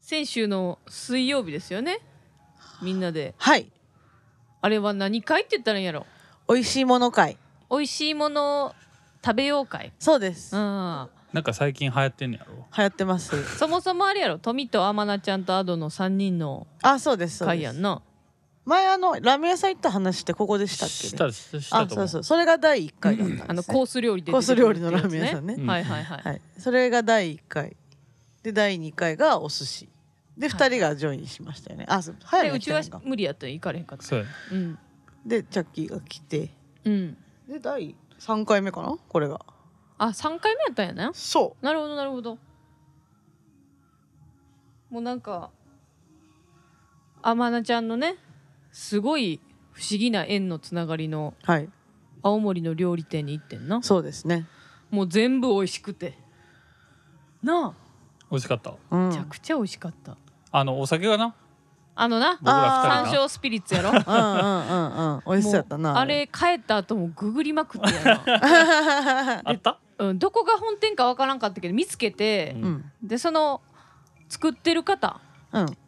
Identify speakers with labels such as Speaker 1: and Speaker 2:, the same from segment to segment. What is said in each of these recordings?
Speaker 1: 先週の水曜日ですよねみんなで
Speaker 2: はい
Speaker 1: あれは何会って言ったらいいんやろ
Speaker 2: 美味しいもの会
Speaker 1: 美味しいものを食べよう会
Speaker 2: そうです、
Speaker 1: う
Speaker 2: 流
Speaker 1: ん
Speaker 3: なんか最近流行ってんのやろ
Speaker 2: 行っ てます
Speaker 1: そもそもあれやろ富と天菜ちゃんとアドの3人の
Speaker 2: あそうですそう
Speaker 1: 会
Speaker 2: で
Speaker 1: やん
Speaker 2: す
Speaker 1: な
Speaker 2: 前あのラーメン屋さん行った話ってここでしたっけ、ね、
Speaker 3: したしたした
Speaker 2: あ
Speaker 3: と
Speaker 2: そ
Speaker 3: 思う
Speaker 2: うそうそれが第一回だったんです、ね、
Speaker 1: あのコース料理で
Speaker 2: コー
Speaker 1: 出て
Speaker 2: ス
Speaker 1: くる
Speaker 2: 料
Speaker 1: って
Speaker 2: 理
Speaker 1: や
Speaker 2: の
Speaker 1: つ
Speaker 2: ラーメン屋さんね
Speaker 3: うん
Speaker 1: はいはいはい、
Speaker 2: はい、それが第一回で第二回がお寿司で
Speaker 1: はい
Speaker 2: 二人がジョインしましたよね、あそう
Speaker 1: で
Speaker 2: 早
Speaker 1: う
Speaker 2: く
Speaker 1: ち
Speaker 2: 来
Speaker 1: は
Speaker 2: たのか
Speaker 1: 無理やったら行かれへんかった
Speaker 3: そうや
Speaker 1: うん
Speaker 2: でチャッキーが来て
Speaker 1: うん
Speaker 2: で第三回目かなこれが
Speaker 1: あ三回目やったんやな
Speaker 2: そ
Speaker 1: なるほどなるほどもうなんか天菜ちゃんのねすごい不思議な縁のつながりの
Speaker 2: うはい
Speaker 1: 青森の料理店に行ってんな
Speaker 2: そうですね
Speaker 1: もう全部美味しくてなあ
Speaker 3: 美味しかった
Speaker 2: う
Speaker 1: めちゃ
Speaker 2: ん
Speaker 1: くちゃ美味しかった、
Speaker 3: あのお酒がな
Speaker 1: あのな
Speaker 3: 僕ら
Speaker 1: 山
Speaker 3: 二人な
Speaker 1: 椒スピリッツやろ
Speaker 2: うんうんうんうん美味しそうやった
Speaker 1: も
Speaker 2: な
Speaker 1: うあれ帰った後もググりまくってや な、
Speaker 3: あった
Speaker 1: うん、どこが本店かわからんかったけど見つけて
Speaker 3: う、
Speaker 2: うん
Speaker 1: でその作ってる方
Speaker 2: うん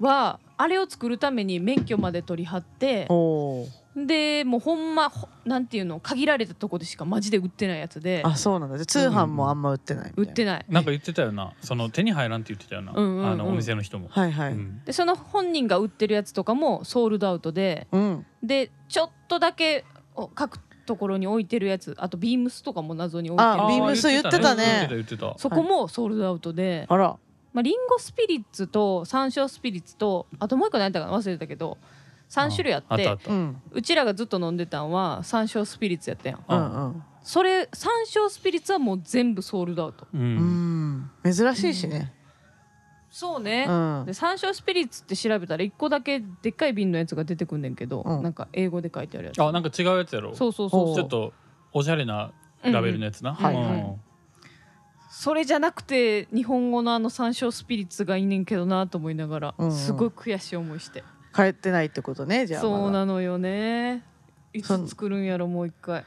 Speaker 1: はあれを作るために免許まで取り張って
Speaker 2: おおー
Speaker 1: でもうほんまほなんていうの限られたとこでしかマジで売ってないやつで
Speaker 2: あそうなんだじゃあ通販もあんま売ってない
Speaker 1: 売って
Speaker 2: ない
Speaker 1: ない
Speaker 3: なんか言ってたよなその手に入らんって言ってたよな、
Speaker 1: うんうんうん
Speaker 3: あのお店の人も、
Speaker 2: はいはい
Speaker 3: うん
Speaker 1: でその本人が売ってるやつとかもソールドアウトで
Speaker 2: うん
Speaker 1: でちょっとだけお各ところに置いてるやつあとビームスとかも謎に置いて
Speaker 2: あ
Speaker 1: る
Speaker 2: ビームス
Speaker 3: 言ってた言ってた
Speaker 1: そこもソールドアウトで、
Speaker 2: あら
Speaker 1: まあ、リンゴスピリッツと山椒スピリッツとあともう一個何やったかな忘れたけど3種類あって
Speaker 3: あった
Speaker 2: う
Speaker 3: あっ
Speaker 2: ん
Speaker 1: うちらがずっと飲んでたんは山椒スピリッツやったやん
Speaker 2: う
Speaker 3: うん
Speaker 1: それ山椒スピリッツはもう全部ソールドアウト
Speaker 3: た、うん
Speaker 2: うんうん珍しいしね
Speaker 1: そうね
Speaker 2: う、ん
Speaker 1: で山椒スピリッツって調べたら1個だけでっかい瓶のやつが出てくんねんけど、
Speaker 2: うん
Speaker 1: なんか英語で書いてあるやつ
Speaker 3: あなんか違うやつやろ
Speaker 1: そうそうそうそう
Speaker 3: ちょっとおしゃれなラベルのやつな、
Speaker 1: うんうん
Speaker 2: はいはい
Speaker 3: うん
Speaker 1: それじゃなくて日本語のあの山椒スピリッツがいいねんけどなと思いながら、
Speaker 2: うんうん
Speaker 1: すごい悔しい思いして
Speaker 2: 帰ってないってことねじゃあ
Speaker 1: そう
Speaker 2: まだ
Speaker 1: なのよねい
Speaker 2: そ
Speaker 1: つ
Speaker 2: ん
Speaker 1: 作るんやろもう一回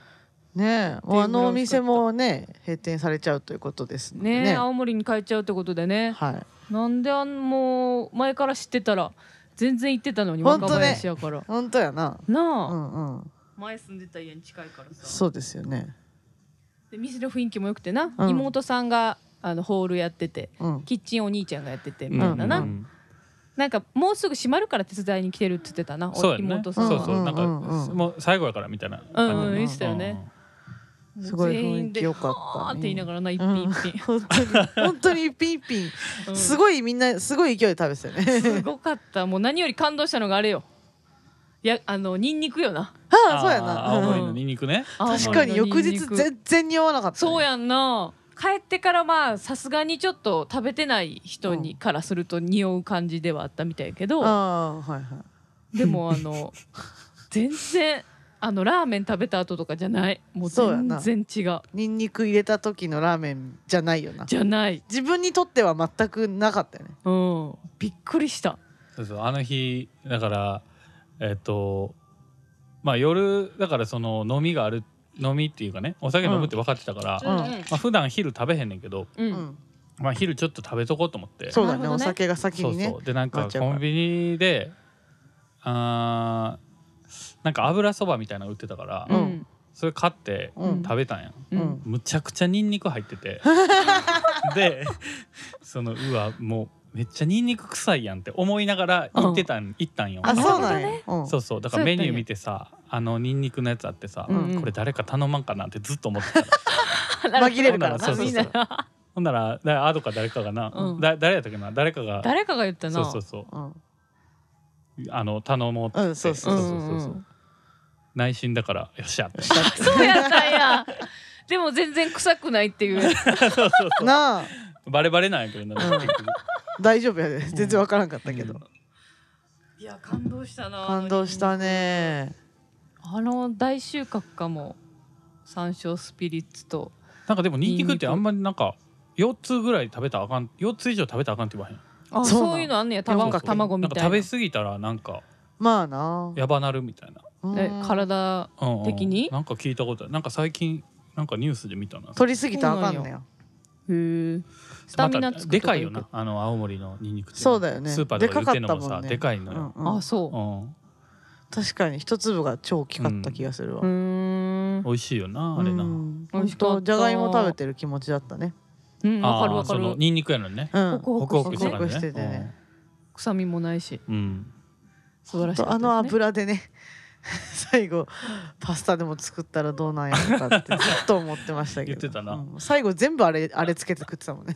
Speaker 2: ねえもうあのお店もね閉店されちゃうということですので
Speaker 1: ねえ
Speaker 2: ね
Speaker 1: 青森に帰っちゃうってことでね
Speaker 2: は
Speaker 1: なんであんもう前から知ってたら全然行ってたのに
Speaker 2: ほんと
Speaker 1: 若
Speaker 2: ね
Speaker 1: 林やから、
Speaker 2: い本当やな
Speaker 1: な
Speaker 2: う
Speaker 1: あ、
Speaker 2: んうん
Speaker 1: 前住んでた家に近いからさ
Speaker 2: そうですよね
Speaker 1: で店の雰囲気も良くてな、
Speaker 2: うん
Speaker 1: 妹さんがあのホールやってて
Speaker 2: うん
Speaker 1: キッチンお兄ちゃんがやってて
Speaker 3: う
Speaker 1: み
Speaker 3: ん
Speaker 1: たいなな、
Speaker 3: うん
Speaker 1: なんかもうすぐ閉まるから手伝いに来てるって言ってたな、
Speaker 3: そう
Speaker 1: お
Speaker 3: やね
Speaker 1: 妹さ
Speaker 3: そ
Speaker 1: ん
Speaker 3: う
Speaker 1: は
Speaker 3: そう、なんか、
Speaker 2: うんうんうん
Speaker 3: もう最後やからみたいな
Speaker 1: う
Speaker 3: 感じ
Speaker 1: んうん
Speaker 2: うん
Speaker 1: 言ってたよね、もう
Speaker 2: すごい
Speaker 1: 全
Speaker 2: 雰
Speaker 1: 員
Speaker 2: 囲
Speaker 1: で
Speaker 2: 気良かっ
Speaker 1: はー
Speaker 2: た
Speaker 1: って
Speaker 2: ね
Speaker 1: 言いながらな一品一品、
Speaker 2: 本当に本当に一品一品
Speaker 1: うん
Speaker 2: すごいみんなすごい勢いで食べてたよね
Speaker 1: すごかったもう何より感動したのがあれよいやあのニンニクよな
Speaker 2: ああそうや
Speaker 3: あー青
Speaker 2: な
Speaker 3: 森のニンニクね、
Speaker 1: 青森
Speaker 2: 確
Speaker 1: の
Speaker 2: かに翌
Speaker 1: ニン
Speaker 2: 日
Speaker 1: ニク
Speaker 2: 全然に合わなかった、ね、
Speaker 1: そうやんな帰ってからまあさすがにちょっと食べてない人に、
Speaker 2: う
Speaker 1: からすると匂う感じではあったみたいやけど
Speaker 2: ああはいはい
Speaker 1: でもあの全然あのラーメン食べた後とかじゃないもう
Speaker 2: そうや
Speaker 1: 全
Speaker 2: な
Speaker 1: 然違う
Speaker 2: ニンニク入れた時のラーメンじゃないよな
Speaker 1: じゃない
Speaker 2: 自分にとっては全くなかったよね
Speaker 1: うんびっくりした
Speaker 3: そうそうあの日だからえっとまあ夜だからその飲みがある飲みっていうかねお酒飲むって分かってたから、
Speaker 2: うんうん
Speaker 3: まあ普段昼食べへんねんけど、
Speaker 1: うん、
Speaker 2: うん
Speaker 3: まあ、昼ちょっと食べとこうと思って
Speaker 2: そうだね
Speaker 1: なるほ
Speaker 2: お
Speaker 1: どね
Speaker 2: 酒が先
Speaker 3: そう
Speaker 2: にね
Speaker 3: そうでなん
Speaker 2: な
Speaker 3: か
Speaker 2: っちゃうか
Speaker 3: コ
Speaker 2: ら
Speaker 3: ンビニであーなんか油そばみたいなの売ってたから、
Speaker 1: うん
Speaker 2: うん
Speaker 3: それ買って
Speaker 2: うん
Speaker 3: 食べたんや、
Speaker 1: うん
Speaker 2: うん
Speaker 3: むちゃくちゃニンニク入って てでそのうわもうめっちゃニンニク臭いやんって思いながら行ってたん、行ったんよ
Speaker 2: あそうなん
Speaker 1: な
Speaker 2: や
Speaker 1: る
Speaker 2: うん
Speaker 3: そうそうだからメニュー見てさあのニンニクのやつあってさ、
Speaker 1: うん
Speaker 3: これ誰か頼まんかなってずっと思ってた
Speaker 2: 紛れるから
Speaker 3: そ
Speaker 2: な
Speaker 3: うそうそう
Speaker 2: みんな
Speaker 3: ほんならだアドか誰かがな、
Speaker 1: うん
Speaker 3: だ誰やったっけな誰かが
Speaker 1: 誰かが言ったな
Speaker 3: そうそうそう
Speaker 2: うん
Speaker 3: あの頼もうって、
Speaker 2: うんそうそうそう
Speaker 1: うんうんうん
Speaker 3: 内心だからよっしゃって
Speaker 1: そうやったんやでも全然臭くないっていう
Speaker 2: なあ
Speaker 3: バレバレなんやけどな、
Speaker 2: うん
Speaker 3: 結局
Speaker 2: 大丈夫やで全然わからんかったけど、
Speaker 3: うん
Speaker 1: いや感動したな
Speaker 2: 感動したね
Speaker 1: あの大収穫かも山椒スピリッツと
Speaker 3: なんかでもニンニクって
Speaker 1: ニンニク
Speaker 3: あんまりなんか4つぐらい食べたらあかん4つ以上食べたらあかんって言わへん
Speaker 1: あ
Speaker 2: そう
Speaker 1: そう
Speaker 2: なん
Speaker 1: いうのあんねや
Speaker 2: 四
Speaker 1: 卵
Speaker 2: 角
Speaker 1: 卵みたいな
Speaker 3: んか食べ過ぎたらなんか
Speaker 2: まあな
Speaker 3: やばなるみたいな、
Speaker 2: うん
Speaker 1: え体
Speaker 3: うんうん
Speaker 1: 的に
Speaker 3: なんか聞いたことあるなんか最近なんかニュースで見たな
Speaker 2: 取りすぎたらあかんねや
Speaker 1: へえスタミナ
Speaker 3: ま
Speaker 1: つ
Speaker 3: た
Speaker 1: くと
Speaker 3: でかいよ
Speaker 1: く
Speaker 3: なあの青森のニンニクって
Speaker 2: そうだよね
Speaker 3: スーパーとか売ってんのも
Speaker 2: でかかった
Speaker 3: さ
Speaker 2: もんね
Speaker 3: でかいのよ、
Speaker 2: うんうん
Speaker 1: あそ
Speaker 3: うん
Speaker 2: 確かに一粒が超大きかった気がするわ、
Speaker 1: ううーん
Speaker 3: 美味しいよなあれな、
Speaker 2: うん
Speaker 1: 美味
Speaker 2: 本
Speaker 1: しかった
Speaker 2: 当じゃがいも食べてる気持ちだったね
Speaker 1: うん
Speaker 3: あ
Speaker 1: わかるわか
Speaker 3: ーその
Speaker 1: る
Speaker 3: ニンニクやのにね
Speaker 2: うん
Speaker 1: ホ
Speaker 3: ホ
Speaker 1: ク
Speaker 3: ク
Speaker 1: ホ
Speaker 3: ホ
Speaker 1: ク
Speaker 3: ク
Speaker 1: し
Speaker 3: し
Speaker 1: ね
Speaker 2: ホクホクして
Speaker 3: ててたの
Speaker 2: て
Speaker 3: ね
Speaker 2: ね
Speaker 1: 臭みもないし
Speaker 3: うんうん
Speaker 1: 素晴らしい、
Speaker 2: あの油でね 最後パスタでも作ったらどうなんやろうかってずっと思ってましたけど
Speaker 3: 言ってたな
Speaker 2: うん最後全部あれあれつけて食ってたもん ね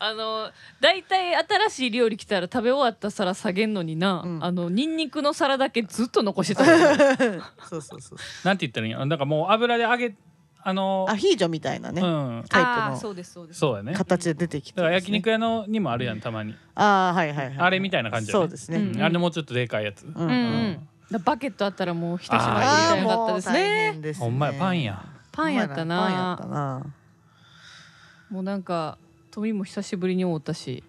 Speaker 1: あの大体新しい料理来たら食べ終わった皿下げんのにな、
Speaker 2: うん
Speaker 1: あのニンニクの皿だけずっと残してた よね
Speaker 2: そうそうそう
Speaker 3: なんて言ったらいいんやなんかもう油で揚げあの
Speaker 2: アヒージョみたいなね、
Speaker 3: うん
Speaker 2: タイプの
Speaker 1: あーそうですそうです
Speaker 3: そうやねだか
Speaker 2: 形で出てきて、
Speaker 3: ら焼肉屋のにもあるやんたまに、
Speaker 2: ああはいはいはい
Speaker 3: あれみたいな感じだ
Speaker 2: そ
Speaker 3: ね
Speaker 2: うですね、
Speaker 1: う
Speaker 3: うんんあれもうちょっとでかいやつ、
Speaker 2: うん
Speaker 1: うんうん、
Speaker 3: うん
Speaker 1: だからバケットあったらもう一品
Speaker 3: あ
Speaker 1: 入れ
Speaker 2: あー
Speaker 1: たらよかったです
Speaker 2: もう大
Speaker 1: ね
Speaker 2: 変ですね
Speaker 3: ほんまやパンや
Speaker 1: パンやったな
Speaker 2: パンやったな
Speaker 1: もうなんか富も久しぶりに会うたし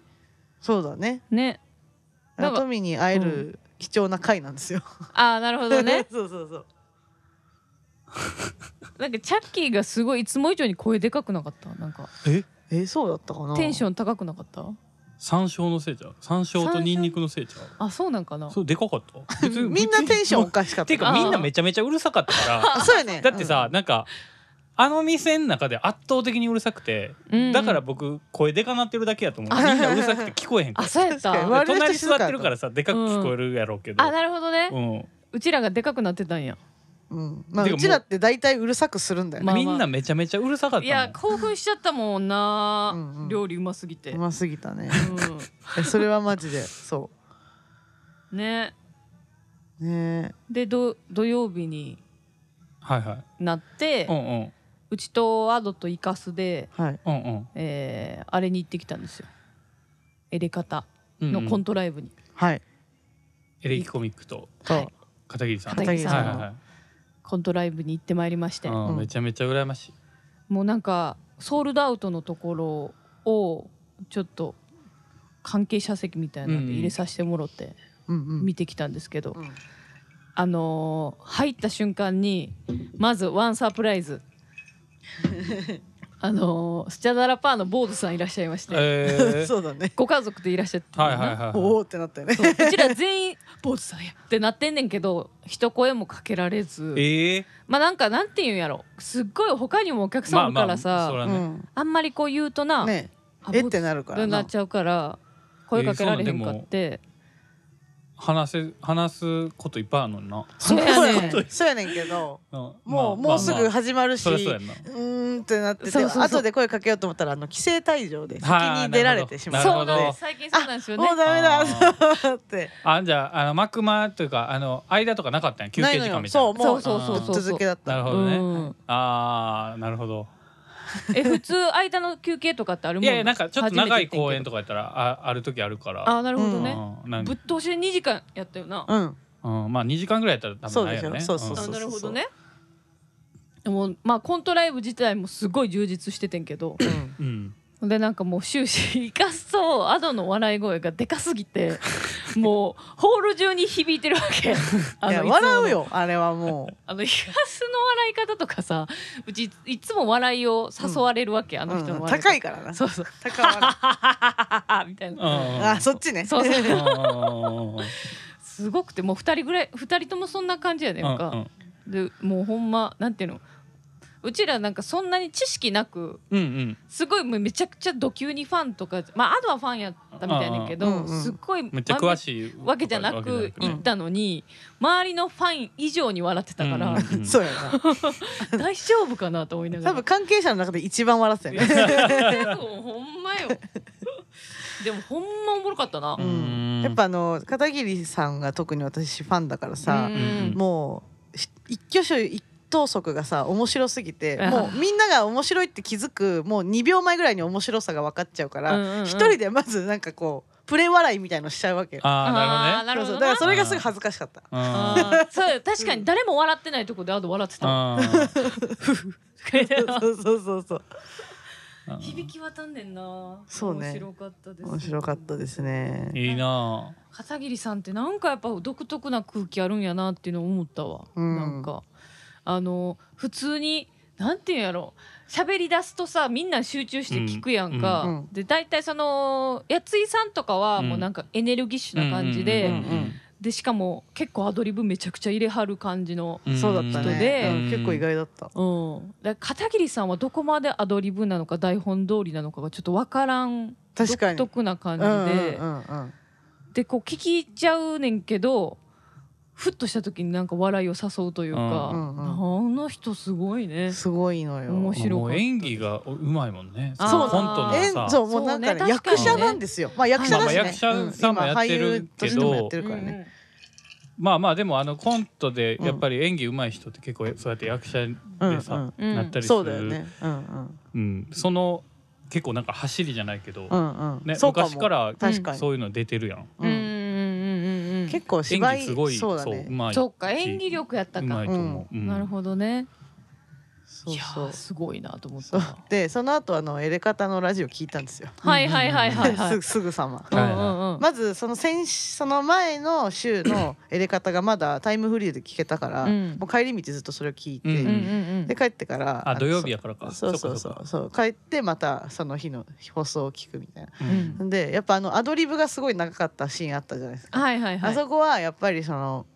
Speaker 2: そうだね
Speaker 1: ねなんか
Speaker 2: トミに会え
Speaker 1: う
Speaker 2: る貴重な回なんですよ、
Speaker 1: ああなるほ どね
Speaker 2: そうそうそう
Speaker 1: なんかチャッキーがすごいいつも以上に声でかくなかったなんか
Speaker 3: え
Speaker 2: えーそうだったかな
Speaker 1: テンシ
Speaker 2: ョン
Speaker 1: ョン高くなかった
Speaker 3: 山椒のせいちゃう山椒とニンニクのせいちゃ
Speaker 1: あそうなんかな
Speaker 3: うそうでかかった別 に
Speaker 2: みんなテンションおかしかった
Speaker 3: ていうか
Speaker 1: あー
Speaker 3: みんなめちゃめちゃうるさかったか
Speaker 2: あそうやね
Speaker 3: らだってさ、なんかあの店の中で圧倒的にうるさくて、
Speaker 1: うんうん
Speaker 3: だから僕声でかなってるだけやと思うみんなうるさくて聞こえへん か
Speaker 1: あ
Speaker 3: ら
Speaker 1: そうやっ
Speaker 2: 確かに
Speaker 1: た
Speaker 2: 割
Speaker 3: で
Speaker 2: と
Speaker 3: 隣座ってるからさでかく
Speaker 1: うん
Speaker 3: 聞こえるやろうけど、
Speaker 1: あなるほどね、う
Speaker 3: うん
Speaker 1: ちらがでかくなってたんや
Speaker 2: うん、うんまあ、
Speaker 3: てか
Speaker 2: う
Speaker 3: もう
Speaker 2: ちらって大体うるさくするんだよね
Speaker 1: まあ
Speaker 3: みんなめちゃめちゃうるさかったもん
Speaker 1: いや興奮しちゃったもんな
Speaker 2: うんうん
Speaker 1: 料理うますぎて、
Speaker 2: うますぎたね
Speaker 1: う
Speaker 2: えそれはマ ジでそ
Speaker 1: ん、ね
Speaker 2: うね
Speaker 1: でど土曜日に
Speaker 3: はいはい
Speaker 1: なって、
Speaker 3: う
Speaker 1: うん
Speaker 3: うん
Speaker 1: ちとアドとイカスで、
Speaker 2: はい
Speaker 3: うんうん
Speaker 1: えーあれに行ってきたんですよエレカタ
Speaker 3: うんうん
Speaker 1: のコントライブに、
Speaker 2: はい
Speaker 3: エレキコミックと
Speaker 2: そう、
Speaker 1: はい
Speaker 3: 片桐さん
Speaker 1: 片桐さんの
Speaker 3: はいはいはい
Speaker 1: コントライブに行ってまいりまして、
Speaker 3: うん
Speaker 2: うん
Speaker 3: めちゃめちゃ羨ましい
Speaker 1: もうなんかソールドアウトのところをちょっと関係者席みたいなんで入れさせてもろって
Speaker 2: うんうん
Speaker 1: 見てきたんですけど、
Speaker 2: うん
Speaker 1: あのー入った瞬間にまずワンサプライ ズあのースチャダラパーのボードさんいらっしゃいまして
Speaker 3: え ー
Speaker 2: そうだね
Speaker 1: ご家族でいらっしゃってた
Speaker 3: は
Speaker 1: の
Speaker 3: い
Speaker 1: かな
Speaker 3: はいはい
Speaker 2: おおってなったよね
Speaker 1: そううちら全員「ボードさんや」ってなってんねんけど一声もかけられず
Speaker 3: ええ
Speaker 1: まあなんかなんていうんやろすっごい他にもお客さん
Speaker 3: ま
Speaker 1: お
Speaker 3: あ
Speaker 1: る
Speaker 3: まあ
Speaker 1: からさ、
Speaker 3: そら
Speaker 2: う
Speaker 3: ね
Speaker 2: ん
Speaker 1: あんまりこう言うとな、
Speaker 2: ね
Speaker 1: あ
Speaker 2: えってなるから
Speaker 1: な
Speaker 2: な
Speaker 1: っちゃうから声かけられへんかって、
Speaker 3: 話せ話すこといっぱいあるのにな
Speaker 2: そう
Speaker 1: そう
Speaker 2: や
Speaker 1: や
Speaker 2: ね
Speaker 1: ね
Speaker 2: んそうやねんけど
Speaker 3: うん
Speaker 2: もう
Speaker 3: まあ
Speaker 2: もうす
Speaker 3: まあ
Speaker 2: ぐ
Speaker 3: まあ
Speaker 2: 始まるし
Speaker 3: そりゃそうや
Speaker 2: うん
Speaker 3: な
Speaker 2: ーんってなって
Speaker 1: そう
Speaker 2: て
Speaker 1: そうそう
Speaker 2: 後で声かけようと思ったらあの規制退場で先
Speaker 3: はあ
Speaker 2: に出られてしまう
Speaker 3: なる
Speaker 1: そ
Speaker 3: ほ
Speaker 1: う
Speaker 3: ど
Speaker 1: なんです最近そうなんですよね
Speaker 2: もうダメ
Speaker 3: あ
Speaker 2: だ
Speaker 3: ー
Speaker 2: と思 って
Speaker 3: あじゃああの幕間というかあの間とかなかったんや休
Speaker 2: な
Speaker 3: 憩
Speaker 2: いの
Speaker 3: 時間
Speaker 2: よ
Speaker 3: みたい
Speaker 2: そ
Speaker 3: な
Speaker 2: うもう
Speaker 1: そうそうそうそう
Speaker 2: ぶっ続けだった
Speaker 3: なるほどね、
Speaker 1: うん
Speaker 3: ああなるほど
Speaker 1: え普通間の休憩とかってあるも
Speaker 3: い
Speaker 1: ん
Speaker 3: やいやなんかちょっと長い公演
Speaker 1: と
Speaker 3: とかやったらあある時あるから
Speaker 1: ああなるほどね、
Speaker 3: うんなん
Speaker 1: ぶっ通しで2時間やったよな、
Speaker 2: うん
Speaker 3: うん、まあ2時間ぐらいやったら多分ないよね
Speaker 2: そうでしょそう
Speaker 1: あ
Speaker 2: そうそう
Speaker 1: なるほどねでもまあコントライブ自体もすごい充実しててんけど
Speaker 2: うん
Speaker 3: うんうん
Speaker 1: でなんかもう終始イカスとアドの笑い声がでかすぎてもうホール中に響いてるわ けあ
Speaker 2: いや
Speaker 1: のいつもの
Speaker 2: 笑うよあれはも
Speaker 1: あのイカスの笑い方とかさうちいつも笑いを誘われるわけ、 あ
Speaker 2: う
Speaker 1: の人の
Speaker 2: うん
Speaker 1: 笑い
Speaker 2: 高い
Speaker 1: か
Speaker 2: からな
Speaker 1: そうそう
Speaker 2: 高笑
Speaker 1: あみたいな
Speaker 2: うあそっ
Speaker 3: ち
Speaker 2: ちね
Speaker 1: そう そう
Speaker 3: うんうんうんうん
Speaker 1: すごくてもう二人ぐらい二人とも そんな感じやねんか、でもうほんまなんていうのうちらなんかそんなに知識なく
Speaker 3: うんうん
Speaker 1: すごいもうめちゃくちゃド級にファンとかまあアドはファンやったみたいねんけど、
Speaker 2: うんうん
Speaker 1: すっごい
Speaker 3: めっちゃ詳しい
Speaker 1: わけじゃなく
Speaker 3: わけじゃ
Speaker 1: 行
Speaker 3: な
Speaker 1: ったのに、周りのファン以上に笑ってたか
Speaker 3: う
Speaker 1: ら
Speaker 3: ん、うんうん
Speaker 2: そうや な
Speaker 1: 大丈夫かなと思いなが
Speaker 2: 多
Speaker 1: ら
Speaker 2: 分関係者の中で一番笑ってたよね
Speaker 1: ほんまよ。でもほんまおもろかったな
Speaker 3: う。ん
Speaker 2: やっぱあの片桐さんが特に私ファンだからさ
Speaker 1: うん
Speaker 2: もうひ一挙手一投足がさ面白すぎて
Speaker 1: あ
Speaker 2: もうみんなが面白いって気づくもう2秒前ぐらいに面白さが分かっちゃうか
Speaker 1: うんうんう
Speaker 2: ら
Speaker 1: ん
Speaker 2: 一人でまずなんかこうプレ笑いみたいのしちゃうわけよ。
Speaker 3: ああ
Speaker 1: なるほ
Speaker 2: そうそ
Speaker 1: ど
Speaker 2: う
Speaker 1: な
Speaker 2: だからそれがすごい恥ずかし かった。
Speaker 3: なるほどね
Speaker 1: あーそう確かに誰も笑ってないとこでアド笑って
Speaker 3: う
Speaker 1: た。
Speaker 3: んうん
Speaker 2: そうそうそうそう。
Speaker 3: うん
Speaker 1: 響き渡んねんな。
Speaker 2: そうね
Speaker 1: 面白かったです。
Speaker 2: 面白かったです。ね。
Speaker 3: いいなあ
Speaker 1: 片桐さんってなんかやっぱ独特な空気あるんやなっていうのを思ったわ。
Speaker 2: うん
Speaker 1: なんかあの普通に。なんていうんやろ喋り出すとさみんな集中して聞くやんか、
Speaker 2: うんうん
Speaker 1: で大体そのやついさんとかはもうなんかエネルギッシュな感じで、
Speaker 2: うんうんうん
Speaker 1: でしかも結構アドリブめちゃくちゃ入れはる感じの、
Speaker 3: ん
Speaker 2: そうだった
Speaker 1: 人
Speaker 2: ね
Speaker 1: で、
Speaker 2: うん結構意外だった
Speaker 1: うん、だから片桐さんはどこまでアドリブなのか台本通りなのかがちょっと分からん
Speaker 2: 確かに
Speaker 1: 独特な感
Speaker 2: うん
Speaker 1: じ
Speaker 2: う
Speaker 1: で、
Speaker 2: んうんうん
Speaker 1: でこう聞きちゃうねんけどふっとした時になんか笑いを誘うというか、
Speaker 2: うんうん
Speaker 1: あの人すごいね。
Speaker 2: すごいのよ
Speaker 1: 面白い
Speaker 3: もう演技がうまいもんね。
Speaker 1: あー
Speaker 3: そのコントの
Speaker 2: え
Speaker 3: さ、
Speaker 2: そうもうなんか
Speaker 1: そう
Speaker 2: ね
Speaker 1: ね
Speaker 2: 役
Speaker 1: 確
Speaker 2: 者
Speaker 3: かにね
Speaker 2: なんですよまあ役者だしね
Speaker 3: まあまあ役者さんも
Speaker 2: うん
Speaker 3: やってる
Speaker 2: 今俳優と
Speaker 3: けど
Speaker 2: してもやってるから
Speaker 1: うん
Speaker 2: ね
Speaker 1: うん
Speaker 3: まあまあでもあのコントでやっぱり演技うまい人って結構そうやって役者
Speaker 2: うんう
Speaker 3: でさ、
Speaker 2: ん
Speaker 1: うん
Speaker 3: なったりする。
Speaker 2: そうだよねうんうん
Speaker 3: うん。その結構なんか走りじゃないけど、
Speaker 2: うんうん
Speaker 3: ね
Speaker 2: そうも
Speaker 3: 昔から
Speaker 2: 確かに
Speaker 3: そういうの出てるやん。
Speaker 1: うんうん
Speaker 2: うん
Speaker 1: うんうん
Speaker 2: 結構
Speaker 3: 演
Speaker 2: 芝
Speaker 3: 技すご
Speaker 2: 居
Speaker 3: い
Speaker 2: そうだ
Speaker 3: う
Speaker 2: ね
Speaker 3: まい。
Speaker 1: そっか演技力やった
Speaker 3: うま
Speaker 1: か
Speaker 3: いと思う。うん
Speaker 1: なるほどね
Speaker 2: そう
Speaker 1: い
Speaker 2: そ
Speaker 1: や
Speaker 2: う
Speaker 1: ーすごいなと思っ
Speaker 2: そ
Speaker 1: た
Speaker 2: う
Speaker 1: な
Speaker 2: でその後あのエレカタのラジオ聞いたんですよ
Speaker 1: はいはいはいはいはい
Speaker 2: すすぐさま
Speaker 1: うんうんうん
Speaker 2: まずその先その前の 週のエレカタがまだタイムフリーで聞けたから、
Speaker 1: うん
Speaker 2: もう帰り道ずっとそれを聞いて、
Speaker 3: うん
Speaker 1: うんうん
Speaker 2: で帰ってから
Speaker 3: あ土曜日
Speaker 2: や
Speaker 3: やからか。
Speaker 2: そうそうそう
Speaker 3: か
Speaker 2: そう帰ってまたその日の放送を聞くみたい
Speaker 3: そううか。
Speaker 1: ん
Speaker 3: うん
Speaker 2: なでやっぱあのアドリブがすごい長かったシーンあったじゃないですか、
Speaker 1: はいはいはい
Speaker 2: あそこはやっぱりその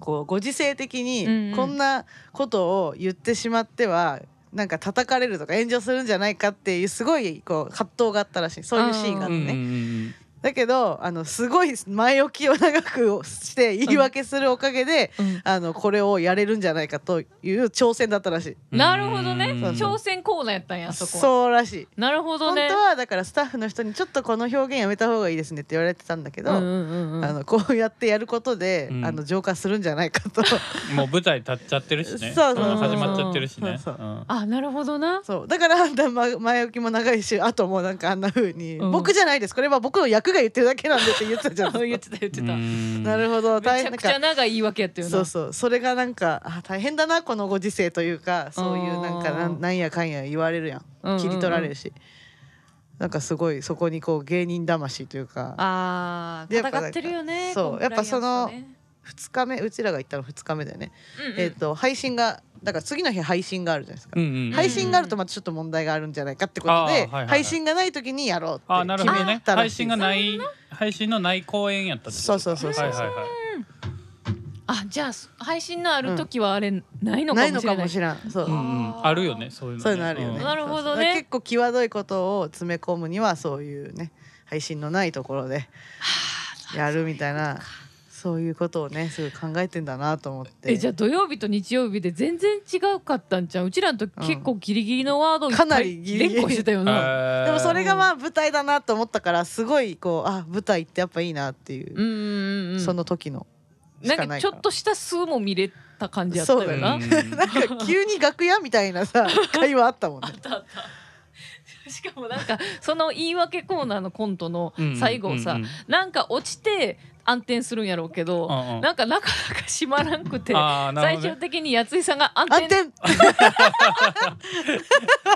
Speaker 2: こうご時世的
Speaker 1: うん
Speaker 2: に
Speaker 1: うん
Speaker 2: こんなことを言ってしまってはなんか叩かれるとか炎上するんじゃないかっていうすごいこう葛藤があったらしいそういうシーンがあって
Speaker 3: うん
Speaker 2: ね、
Speaker 3: うんうん
Speaker 2: だけどあのすごい前置きを長くして言い訳するおかげで、
Speaker 1: うん
Speaker 2: あのこれをやれるんじゃないかという挑戦だったらしい。
Speaker 3: うん
Speaker 1: なるほどね
Speaker 3: うん
Speaker 1: 挑戦コーナーやったんやあそこは
Speaker 2: そうらしい。
Speaker 1: なるほど
Speaker 2: 本
Speaker 1: ね
Speaker 2: 当はだからスタッフの人にちょっとこの表現やめた方がいいですねって言われてたんだけど、
Speaker 1: うんうんうん
Speaker 2: あのこうやってやることで、
Speaker 3: うん
Speaker 2: あの浄化するんじゃないか と
Speaker 3: もう舞台立っちゃってるしね。
Speaker 2: そうそうそう
Speaker 3: 始まっちゃってるしね。
Speaker 2: そうそう
Speaker 3: うん
Speaker 1: あなるほどな
Speaker 2: そうだからあんなま前置きも長いしあともうなんかあんな風に、
Speaker 1: うん
Speaker 2: 僕じゃないですこれは僕の役が言ってるだけなんでって言ってたじゃん。
Speaker 1: 言ってた言ってため
Speaker 2: なる
Speaker 3: ほ
Speaker 2: ほど大
Speaker 1: ちゃ
Speaker 2: なん
Speaker 1: く
Speaker 2: か
Speaker 1: ちゃ長い言い訳やったよ
Speaker 2: そう
Speaker 1: な
Speaker 2: そうそれがなんかあ大変だなこのご時世というかそういうなんかな
Speaker 1: あー
Speaker 2: んなんやかんや言われるや
Speaker 1: うんうんう
Speaker 2: ん
Speaker 1: ん
Speaker 2: 切り取られるし、なんかすごいそこにこう芸人魂というか
Speaker 1: あー
Speaker 2: でやっぱ
Speaker 1: 戦ってるよね
Speaker 2: そう
Speaker 1: コンプライアンスとね
Speaker 2: 2日目うちらが行ったの2日目だよね、
Speaker 1: うんうん
Speaker 2: えっ、と配信がだから次の日配信があるじゃないですか、
Speaker 3: ど。うんうん
Speaker 2: 配信があるとまたちょっと問題があるんじゃないかってことで、
Speaker 3: あーはいはいはい
Speaker 2: 配信がない時にやろうって
Speaker 3: あ、なるほど
Speaker 2: 決め
Speaker 3: ね。
Speaker 2: たら
Speaker 3: 配
Speaker 2: しい
Speaker 3: 信がない、配信のない公演やったってこと
Speaker 2: そうそうそうそう
Speaker 3: はいはいはい。
Speaker 1: あじゃあ配信のある時はあれないのかも
Speaker 2: ないの
Speaker 1: しれ
Speaker 2: か
Speaker 1: な
Speaker 2: も
Speaker 1: い
Speaker 2: しらんそう、
Speaker 3: うんう
Speaker 1: あ
Speaker 3: ん、
Speaker 1: ー
Speaker 3: あるよね、そういうの、ね。
Speaker 2: そういうのあるよね、
Speaker 1: なるほどね
Speaker 2: そうそうだから結構際どいことを詰め込むにはそういうね配信のないところでやるみたいなそういうことをねすごい考えてんだなと思って
Speaker 1: えじゃあ土曜日と日曜日で全然違うかったんちゃううちらの時
Speaker 2: うん
Speaker 1: 結構ギリギリのワードいっぱ
Speaker 2: か
Speaker 1: い
Speaker 2: なりギリギリ
Speaker 1: 連呼してたよ
Speaker 3: うん
Speaker 1: な、
Speaker 3: えー
Speaker 2: でもそれがまあ舞台だなと思ったからすごいこうあ舞台ってやっぱいいなっていう
Speaker 1: う、んうんうん
Speaker 2: その時のし
Speaker 1: な
Speaker 2: かないから
Speaker 1: んかちょっとした数も見れた感じやったよ
Speaker 2: そうだ
Speaker 1: な、
Speaker 3: うん
Speaker 2: なんか急に楽屋みたいな さ会話あったもんね
Speaker 1: しかもなんかその言い訳コーナーのコントの
Speaker 3: うんうん
Speaker 1: 最後さ、
Speaker 3: うんうん
Speaker 1: なんか落ちて暗転するんやろうけど、
Speaker 3: うんうん
Speaker 1: なんかなかなか閉まらんくて、
Speaker 3: あーなる
Speaker 1: 最
Speaker 3: ほどね
Speaker 1: 終的にやついさんが暗
Speaker 2: 暗
Speaker 1: 転
Speaker 2: 転 あ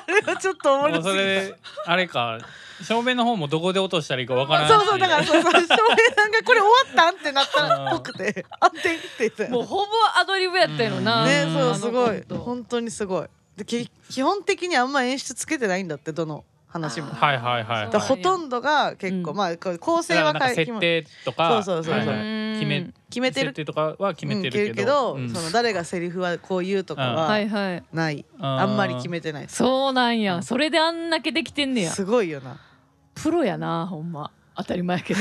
Speaker 2: れはちょっと思い出
Speaker 3: もう
Speaker 2: す
Speaker 3: そ
Speaker 2: ぎ
Speaker 3: れあれか正面の方もどこで落としたらいいかわから
Speaker 2: た
Speaker 3: な
Speaker 2: そ
Speaker 3: い
Speaker 2: うそうだからそうそう翔平さんがこれ終わったんってなったっぽくて暗転って言ってたよ
Speaker 1: もうほぼアドリブやったよな、
Speaker 3: うん
Speaker 2: ね
Speaker 1: あ
Speaker 2: そ
Speaker 1: の
Speaker 2: うすご
Speaker 1: コ
Speaker 2: い
Speaker 1: ント
Speaker 2: 本当にすごいでき基本的にあんま演出つけてないんだってどの話も
Speaker 1: あ
Speaker 2: だ
Speaker 1: ー
Speaker 2: か
Speaker 3: はいはいは
Speaker 1: そう
Speaker 2: ら
Speaker 3: い
Speaker 1: なんや
Speaker 2: ほとんどが結構、
Speaker 1: うん
Speaker 2: まあこう構
Speaker 3: だ
Speaker 2: 成
Speaker 3: から
Speaker 2: は
Speaker 3: なんか設定とか
Speaker 2: そうそうそう
Speaker 3: はいはい
Speaker 1: うん
Speaker 3: 決め
Speaker 2: 決めてる
Speaker 3: 設定とかは決めて
Speaker 2: うん
Speaker 3: る
Speaker 2: け
Speaker 3: け
Speaker 2: る
Speaker 3: ど,
Speaker 2: ど
Speaker 3: うん、
Speaker 2: その誰がセリフはこう言うとか
Speaker 1: は
Speaker 2: はい
Speaker 1: はい
Speaker 2: ない、
Speaker 3: あー
Speaker 2: あんまり決めてない
Speaker 1: そうなんやそれであんだけできてんねや
Speaker 2: すごいよ な
Speaker 1: プロやなほんま当たり前や けど、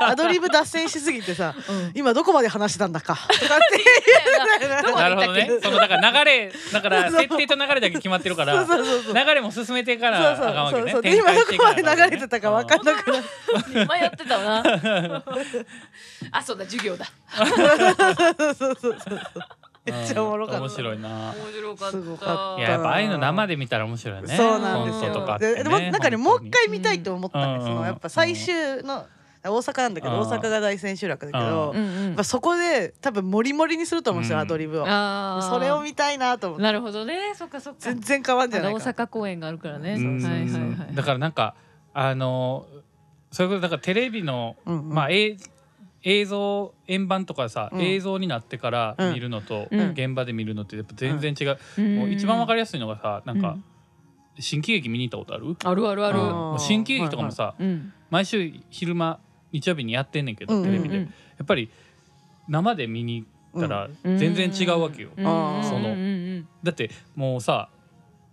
Speaker 2: アドリブ脱線しすぎてさ
Speaker 1: うん
Speaker 2: 今どこまで話したんだかとかって言う
Speaker 1: どこま
Speaker 3: な
Speaker 1: で行ったっ
Speaker 3: るほどね
Speaker 1: け
Speaker 3: そのだから流れ だから設定と流れだけ決まってるから
Speaker 2: そうそうそうそう
Speaker 3: 流れも進めてからあかんわ
Speaker 2: そうそうそう
Speaker 3: け
Speaker 2: そうで
Speaker 3: ね展
Speaker 2: 今
Speaker 3: 開
Speaker 2: ど
Speaker 3: し
Speaker 2: こ
Speaker 3: てか
Speaker 2: ま
Speaker 3: ら
Speaker 2: で流れてたか分かんなくなる
Speaker 1: 迷ってたわな あそうだ授業だ
Speaker 2: そうそうそう
Speaker 3: う
Speaker 2: そ
Speaker 3: ん
Speaker 2: うめっちゃおもろか
Speaker 3: 面
Speaker 2: った
Speaker 3: 白いな
Speaker 1: 面白かった
Speaker 2: すごか
Speaker 3: いややっぱああいうの生で見たら面白いよね
Speaker 2: そうなんです
Speaker 3: コントとか
Speaker 2: よ。
Speaker 3: ってね
Speaker 2: ででもなんかねもう一回
Speaker 1: に
Speaker 2: 見たいと思ったね。
Speaker 3: うん
Speaker 2: そのやっぱ最終の大阪なんだけど
Speaker 3: うん
Speaker 2: 大阪が大千秋楽だけど、
Speaker 1: う
Speaker 2: やっ
Speaker 1: んうん
Speaker 2: ぱそこで多分モリモリにすると思うんですよ、
Speaker 3: うん
Speaker 2: アドリブを。
Speaker 1: あー
Speaker 2: それを見たいなと思って。
Speaker 1: なるほどねそっかそっか
Speaker 2: 全然変わんじ
Speaker 1: ま
Speaker 2: ゃな
Speaker 1: だ
Speaker 2: い
Speaker 1: 大
Speaker 2: か。
Speaker 1: 阪公演があるからね、
Speaker 3: うん
Speaker 1: はいはいはい
Speaker 3: だからなんかあのそういうことだからテレビの、
Speaker 2: うんうん
Speaker 3: まあ映映像円盤とかさ、
Speaker 2: うん
Speaker 3: 映像になってから見るのと、
Speaker 1: うん
Speaker 3: 現場で見るのってやっぱ全然違う,、
Speaker 1: うん
Speaker 3: もう一番わかりやすいのがさなんか、
Speaker 1: うん
Speaker 3: 新喜劇見に行ったことある
Speaker 1: あるあるある。
Speaker 3: うん
Speaker 2: あー
Speaker 3: 新喜劇とかもさ、
Speaker 1: うん。
Speaker 3: 毎週昼間日曜日にやってんねんけど、
Speaker 2: うんうん
Speaker 3: テレビで、
Speaker 1: う
Speaker 3: やっぱり生で見に行った ら
Speaker 1: ん
Speaker 3: 全然違うわけよ、
Speaker 1: うん
Speaker 2: あー
Speaker 1: うん
Speaker 3: その
Speaker 1: うんうん
Speaker 3: だってもうさ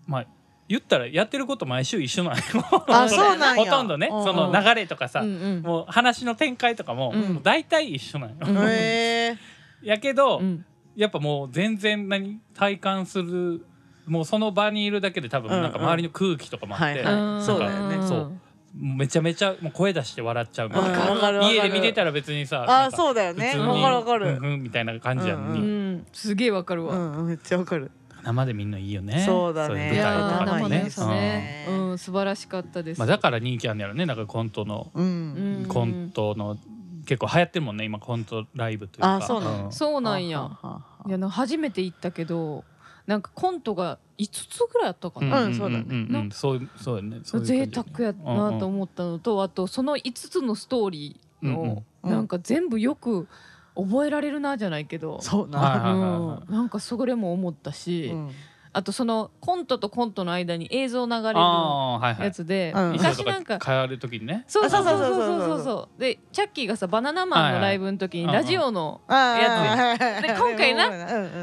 Speaker 3: まあ言ったらやってること毎週一緒な んよ
Speaker 2: あ
Speaker 3: そ
Speaker 2: そ
Speaker 3: の
Speaker 2: うなん
Speaker 3: ほ
Speaker 2: や
Speaker 3: とんどね、
Speaker 2: うんうん
Speaker 3: その流れとかさ、
Speaker 1: うんうん
Speaker 3: もう話の展開とかも,、
Speaker 1: うん
Speaker 3: 大体一緒なんよ、
Speaker 1: うん
Speaker 2: へえ
Speaker 3: やけど、
Speaker 1: うん
Speaker 3: やっぱもう全然何体感するもうその場にいるだけで多分
Speaker 2: うんうん
Speaker 3: なんか周りの空気とかもあっ
Speaker 2: は
Speaker 3: て、
Speaker 2: いはそうだよね
Speaker 1: ん
Speaker 3: そうめちゃめちゃもう声出して笑っちゃうみた
Speaker 2: わ
Speaker 3: いな
Speaker 2: かるわかるわかる
Speaker 3: 家で見てたら別にさ
Speaker 2: あ
Speaker 3: な
Speaker 2: あ
Speaker 3: んか
Speaker 2: そうだよね
Speaker 3: 普通に
Speaker 2: わかるわか
Speaker 3: うん
Speaker 2: る
Speaker 3: うんみたいな感じやの
Speaker 1: う
Speaker 3: に、
Speaker 1: ん。すげえわかる
Speaker 2: う
Speaker 1: わ。
Speaker 2: んうんめっちゃわかる
Speaker 3: 生でみんないいよね
Speaker 2: そうだね
Speaker 3: い
Speaker 1: い
Speaker 3: 舞
Speaker 1: や
Speaker 3: 台
Speaker 1: ー
Speaker 3: とか
Speaker 1: 生
Speaker 3: も
Speaker 1: の良
Speaker 3: ね
Speaker 1: さね。
Speaker 2: う
Speaker 1: うんん素晴らしかったで
Speaker 3: うん
Speaker 1: す。
Speaker 3: まあ、だから人気あんねやろねなんかコントの、
Speaker 2: う
Speaker 1: うんん
Speaker 3: コントの結構流行ってるもんね今コントライブというか
Speaker 2: あーそうなの
Speaker 1: そうなんや。
Speaker 2: はあはあはい
Speaker 1: やなんか初めて行ったけどなんかコントが5つぐらいあったか
Speaker 3: ん
Speaker 1: な、
Speaker 2: うんそうだね
Speaker 3: んんうんそうそうよねそういう感じ
Speaker 1: 贅沢やなと思ったのと、あとその5つのストーリーの、
Speaker 2: うんうん
Speaker 1: なんか全部よく覚えられるなじゃないけど、
Speaker 2: そう
Speaker 3: は
Speaker 2: な
Speaker 3: いうはいはいはい
Speaker 1: ん、なんかそれも思ったし、
Speaker 2: うん
Speaker 1: あとそのコントとコントの間に映像流れる
Speaker 3: あーはいはい
Speaker 1: やつで、
Speaker 2: うん
Speaker 3: 衣
Speaker 1: 昔
Speaker 3: 装
Speaker 1: なん
Speaker 3: と
Speaker 1: か
Speaker 3: か変わる時にね
Speaker 1: そうそうそうそ
Speaker 2: あ
Speaker 1: う
Speaker 2: そうそう
Speaker 1: そう
Speaker 2: そうそう
Speaker 1: そうそうでチャッキーがさバナナマンのライブの時に
Speaker 3: はいは
Speaker 1: ラ
Speaker 3: い
Speaker 1: ジオの
Speaker 2: あー
Speaker 1: で今回な
Speaker 2: うん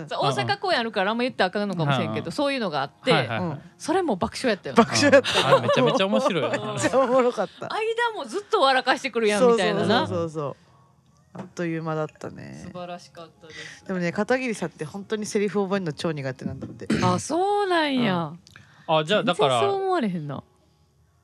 Speaker 2: うん
Speaker 1: そう大阪公演あるからあんま言ってあかんのかもしれんけ
Speaker 3: うんう
Speaker 1: ど
Speaker 3: ん
Speaker 1: そういうのがあって、
Speaker 3: はいはい
Speaker 2: うん
Speaker 3: はい
Speaker 1: それも爆笑やったよね
Speaker 2: 爆笑 やった
Speaker 3: あれめちゃめちゃ面白い よね
Speaker 2: めっちゃおもろかった
Speaker 1: 間もずっと笑かしてくるやんみたいなな
Speaker 2: そうそうそうそうあっという間だったね
Speaker 1: 素晴らしかったです
Speaker 2: でもね片桐さんって本当にセリフ覚えるの超苦手なんだって
Speaker 1: あそうなんや、
Speaker 3: あじゃあだか
Speaker 1: 全
Speaker 3: ら
Speaker 1: 然そう思われへんな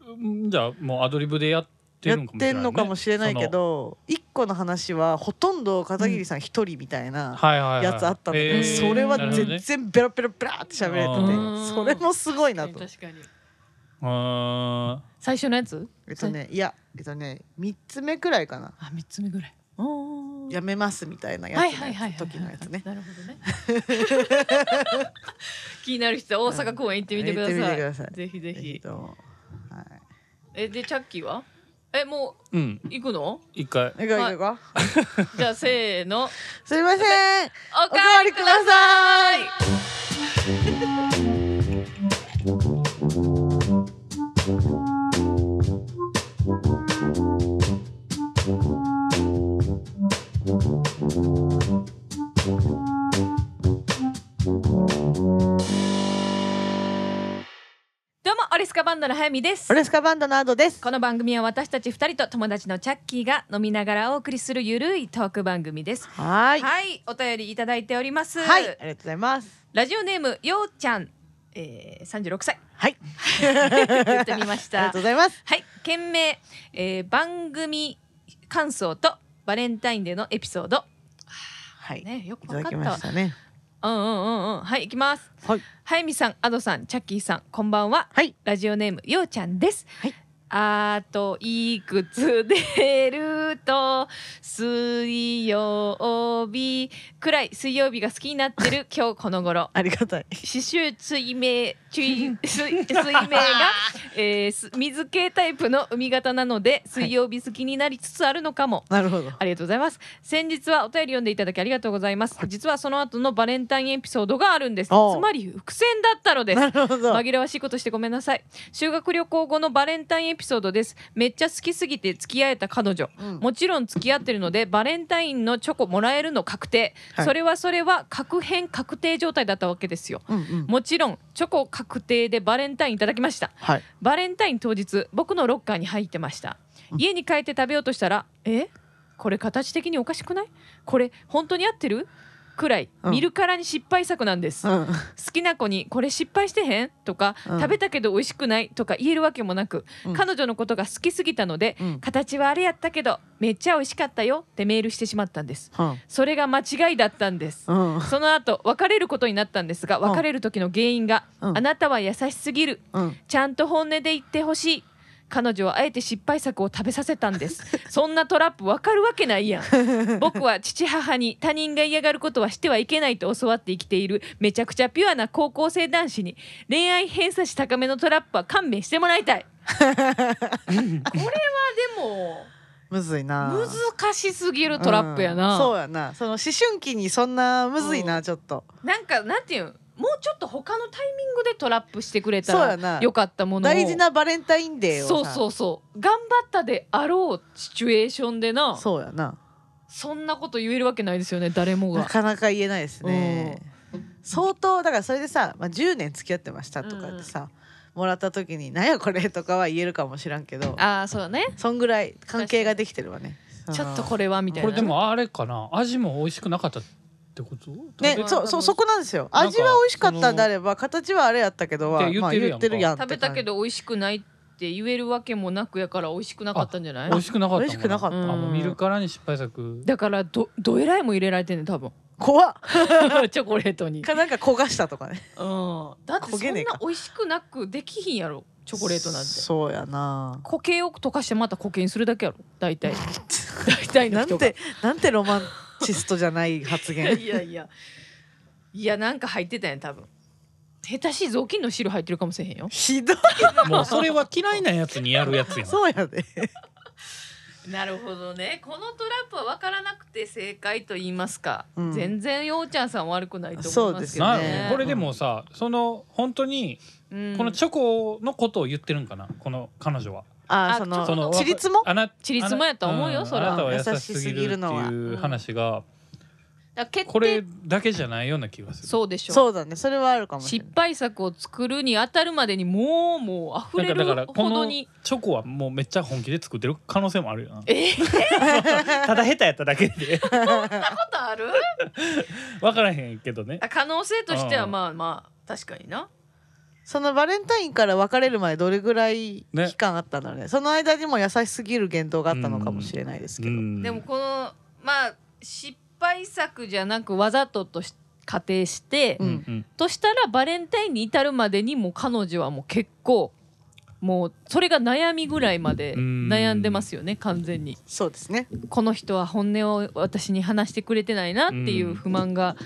Speaker 3: うんじゃあもうアドリブでやって
Speaker 2: や
Speaker 3: る
Speaker 2: っ
Speaker 3: のかもしれ
Speaker 2: て
Speaker 3: ない、ね、
Speaker 2: んのかもしれないけど一個の話はほとんど片桐さん一人みたい
Speaker 3: その
Speaker 2: な
Speaker 3: はいはいはい
Speaker 2: やつあったんだけ
Speaker 1: へ
Speaker 2: ど
Speaker 1: ー
Speaker 2: それは
Speaker 3: なるほど
Speaker 2: 全
Speaker 3: ね
Speaker 2: 然ベラベラベラって喋れ
Speaker 3: あ
Speaker 1: ー
Speaker 2: ててそれもすごいなと
Speaker 1: 確かに
Speaker 3: うーん
Speaker 1: 最初のやつ
Speaker 2: えっとねいやえっとね3つ目くらいかな
Speaker 1: あ三つ目ぐらいおー
Speaker 2: やめますみたいなや
Speaker 1: はい
Speaker 2: つ
Speaker 1: はいはい
Speaker 2: の
Speaker 1: はい
Speaker 2: 時のやつね
Speaker 1: なるほどね 気になる人は大阪公演行ってみてください,、
Speaker 2: 行ってみてください
Speaker 1: ぜひぜ
Speaker 2: ぜひ
Speaker 1: ひ
Speaker 2: ともはい
Speaker 1: えでチャッキーはえも
Speaker 3: うん
Speaker 1: う行くの
Speaker 3: 一回
Speaker 2: いこういこういこう
Speaker 1: じゃあせーの
Speaker 2: すいません
Speaker 1: お
Speaker 2: おかわりください
Speaker 1: どうもオリスカバンドの早見です
Speaker 2: オレスカバンドのアドです
Speaker 1: この番組は私たち二人と友達のチャッキーが飲みながらお送りするゆるいトーク番組です。
Speaker 2: は
Speaker 1: は
Speaker 2: ー
Speaker 1: い、
Speaker 2: い
Speaker 1: お便りいただいております。
Speaker 2: はい、ありがとうございます。
Speaker 1: ラジオネームようちゃん、えー、36歳
Speaker 2: はい、
Speaker 1: 言ってみまし
Speaker 2: ありが
Speaker 1: た
Speaker 2: とう。ございます。
Speaker 1: はい、件名、えー、番組感想とバレンタインデーのエピソード。
Speaker 2: はい、い
Speaker 1: ね、よく
Speaker 2: た
Speaker 1: わ
Speaker 2: だ
Speaker 1: かっ
Speaker 2: き
Speaker 1: た
Speaker 2: ま
Speaker 1: わ
Speaker 2: し。たね。
Speaker 1: うんうんうんうん。はい、行きます。
Speaker 2: はい、
Speaker 1: はやみさん、アドさん、チャッキーさん、こんばんは。
Speaker 2: はい、
Speaker 1: ラジオネームようちゃんです。
Speaker 2: はい
Speaker 1: あといくつ出ると水曜日くらい水曜日が好きになって る今日この頃
Speaker 2: ありがたい。
Speaker 1: 刺繍水 明水水明が、えーす水系タイプの海型なので水曜日好きになりつつあるのかも、
Speaker 2: なるほど。
Speaker 1: ありがとうございます先日はお便り読んでいただきありがとうございます実はその後のバレンタインエピソードがあるんですつ
Speaker 2: おう
Speaker 1: まり伏線だったのです
Speaker 2: なるほど。
Speaker 1: 紛らわしいことしてごめんなさい修学旅行後のバレンタインエピソードですめっちゃ好きすぎて付き合えた彼女
Speaker 2: うん
Speaker 1: もちろん付き合ってるのでバレンタインのチョコもらえるの確定、
Speaker 2: はい
Speaker 1: それはそれは確変確定状態だったわけですよ
Speaker 2: うんうん。
Speaker 1: もちろんチョコ確定でバレンタインいただきました
Speaker 2: はい。
Speaker 1: バレンタイン当日僕のロッカーに入ってました
Speaker 2: うん
Speaker 1: 家に帰って食べようとしたら「えこれ形的におかしくないこれ本当に合ってる?」くらい
Speaker 2: うん
Speaker 1: 見るからに失敗作なんです、
Speaker 2: うん。
Speaker 1: 好きな子に「これ失敗してへん?」とか、
Speaker 2: うん
Speaker 1: 食べたけど美味しくない」とか言えるわけもなく、
Speaker 2: うん
Speaker 1: 彼女のことが好きすぎたので、
Speaker 2: うん
Speaker 1: 形はあれやったけどめっちゃ美味しかったよ」ってメールしてしまったんです
Speaker 2: うん。
Speaker 1: それが間違いだったんです、
Speaker 2: うん。
Speaker 1: その後別れることになったんですが
Speaker 2: うん
Speaker 1: 別れる時の原因が、
Speaker 2: うん
Speaker 1: あなたは優しすぎる
Speaker 2: うん。
Speaker 1: ちゃんと本音で言ってほしい彼女はあえて失敗作を食べさせたんです そんなトラップわかるわけないやん僕は父母に他人が嫌がることはしてはいけないと教わって生きているめちゃくちゃピュアな高校生男子に恋愛偏差値 高めのトラップは勘弁してもらいたいこれはでも
Speaker 2: むずいな
Speaker 1: 難しすぎるトラップやな、
Speaker 2: うんそうやなその思春期にそんなむずいなちょっと
Speaker 1: なんかなんていうんもうちょっと他のタイミングでトラップしてくれた
Speaker 2: そうや
Speaker 1: ら
Speaker 2: な
Speaker 1: よかったものを
Speaker 2: 大事なバレンタインデーをさ
Speaker 1: そうそうそう頑張ったであろうシチュエーションでなそ
Speaker 2: そうやなん
Speaker 1: なこと言えるわけないですよね誰も
Speaker 2: な
Speaker 1: が
Speaker 2: かなか言えないですね相当だからそれでさ、まあ、10年付き合ってましたとかってさ、もらった時に「なんやこれ」とかは言えるかもしらんけど
Speaker 1: ああそうだね
Speaker 2: そんぐらい関係ができてるわね
Speaker 1: ちょっとこれはみたい
Speaker 3: こ
Speaker 1: な
Speaker 3: れでもあれかな味も美味しくなかったってこと
Speaker 2: ね
Speaker 3: 食べ、
Speaker 2: そうそうそこなんですよ
Speaker 3: なんか
Speaker 2: 味は美味しかったんであれば形はあれやったけどは
Speaker 3: って言
Speaker 2: ま
Speaker 3: っ
Speaker 2: あ
Speaker 3: てるや
Speaker 2: 言
Speaker 3: ん
Speaker 2: ってるやんって
Speaker 1: 食べたけど美味しくないって言えるわけもなくやから美味しくなかったんじゃない
Speaker 3: 美味しくなかったも
Speaker 2: 美
Speaker 3: ん
Speaker 2: 味しくなかった
Speaker 3: あもう見るからに失敗作
Speaker 1: だからどどえらいも入れられてんねん多分
Speaker 2: 怖っ
Speaker 1: チョコレートに、うん、
Speaker 2: かなんか焦がしたとかね
Speaker 1: だってそ
Speaker 2: 焦げ
Speaker 1: ん
Speaker 2: ね
Speaker 1: な
Speaker 2: えか
Speaker 1: 美味しくなくできひんやろチョコレートなんて
Speaker 2: そうやな
Speaker 1: 固形を溶かしてまた固形にするだけやろ大体大体の
Speaker 2: な
Speaker 1: 人
Speaker 2: ん
Speaker 1: が
Speaker 2: てなんてロマンチストじゃない発
Speaker 1: いや
Speaker 2: 言
Speaker 1: いやいやいやなんか入ってたんや多分下手しい雑巾の汁入ってるかもしれへんよ
Speaker 2: ひどい
Speaker 3: もうそれは嫌いなやつにやるやつ やん
Speaker 2: そうやで
Speaker 1: なるほどねこのトラップは分からなくて正解と言いますか、
Speaker 2: うん
Speaker 1: 全然ようちゃんさん悪くないと思いますけど
Speaker 3: な
Speaker 1: ね
Speaker 3: るほどこれでもさその本当に
Speaker 1: うん
Speaker 3: このチョコのことを言ってるんかなこの彼女は
Speaker 2: あ
Speaker 1: あ
Speaker 2: ーその
Speaker 1: ちょ
Speaker 3: そ
Speaker 1: っと
Speaker 3: の
Speaker 2: ちりつも
Speaker 3: あな
Speaker 1: ちりつもやと思うよ
Speaker 3: ん
Speaker 1: それ
Speaker 3: あ
Speaker 1: は
Speaker 3: なたは優しすぎるっていう話が
Speaker 1: だから決定
Speaker 3: これだけじゃないような気がする
Speaker 1: そうでしょ
Speaker 2: そうだねそれはあるかもしれ
Speaker 1: 失
Speaker 2: ない
Speaker 1: 敗作を作るに当たるまでにもうもう溢
Speaker 3: なん
Speaker 1: れ
Speaker 3: かだから
Speaker 1: る
Speaker 3: こ
Speaker 1: ほど
Speaker 3: の
Speaker 1: に
Speaker 3: チョコはもうめっちゃ本気で作ってる可能性もあ るよな
Speaker 1: えー、そん
Speaker 3: ただ下手やっただけ
Speaker 1: な
Speaker 3: で
Speaker 1: ことある
Speaker 3: 分からへんけどね
Speaker 1: あ可能性としては
Speaker 3: うん
Speaker 1: まあまあ確かにな
Speaker 2: そのバレンタインから別れるまでどれぐらい
Speaker 3: ね
Speaker 2: 期間あったんだろうねその間にも優しすぎる言動があったのかもしれないですけ
Speaker 3: う
Speaker 2: ど
Speaker 3: ん
Speaker 1: でもこのまあ失敗作じゃなくわざととし仮定して、
Speaker 2: うん
Speaker 3: うん
Speaker 1: としたらバレンタインに至るまでにもう彼女はもう結構もうそれが悩みぐらいまで
Speaker 3: うん
Speaker 1: 悩んでますよね完全に
Speaker 2: そうですね
Speaker 1: この人は本音を私に話してくれてないなっていう不満が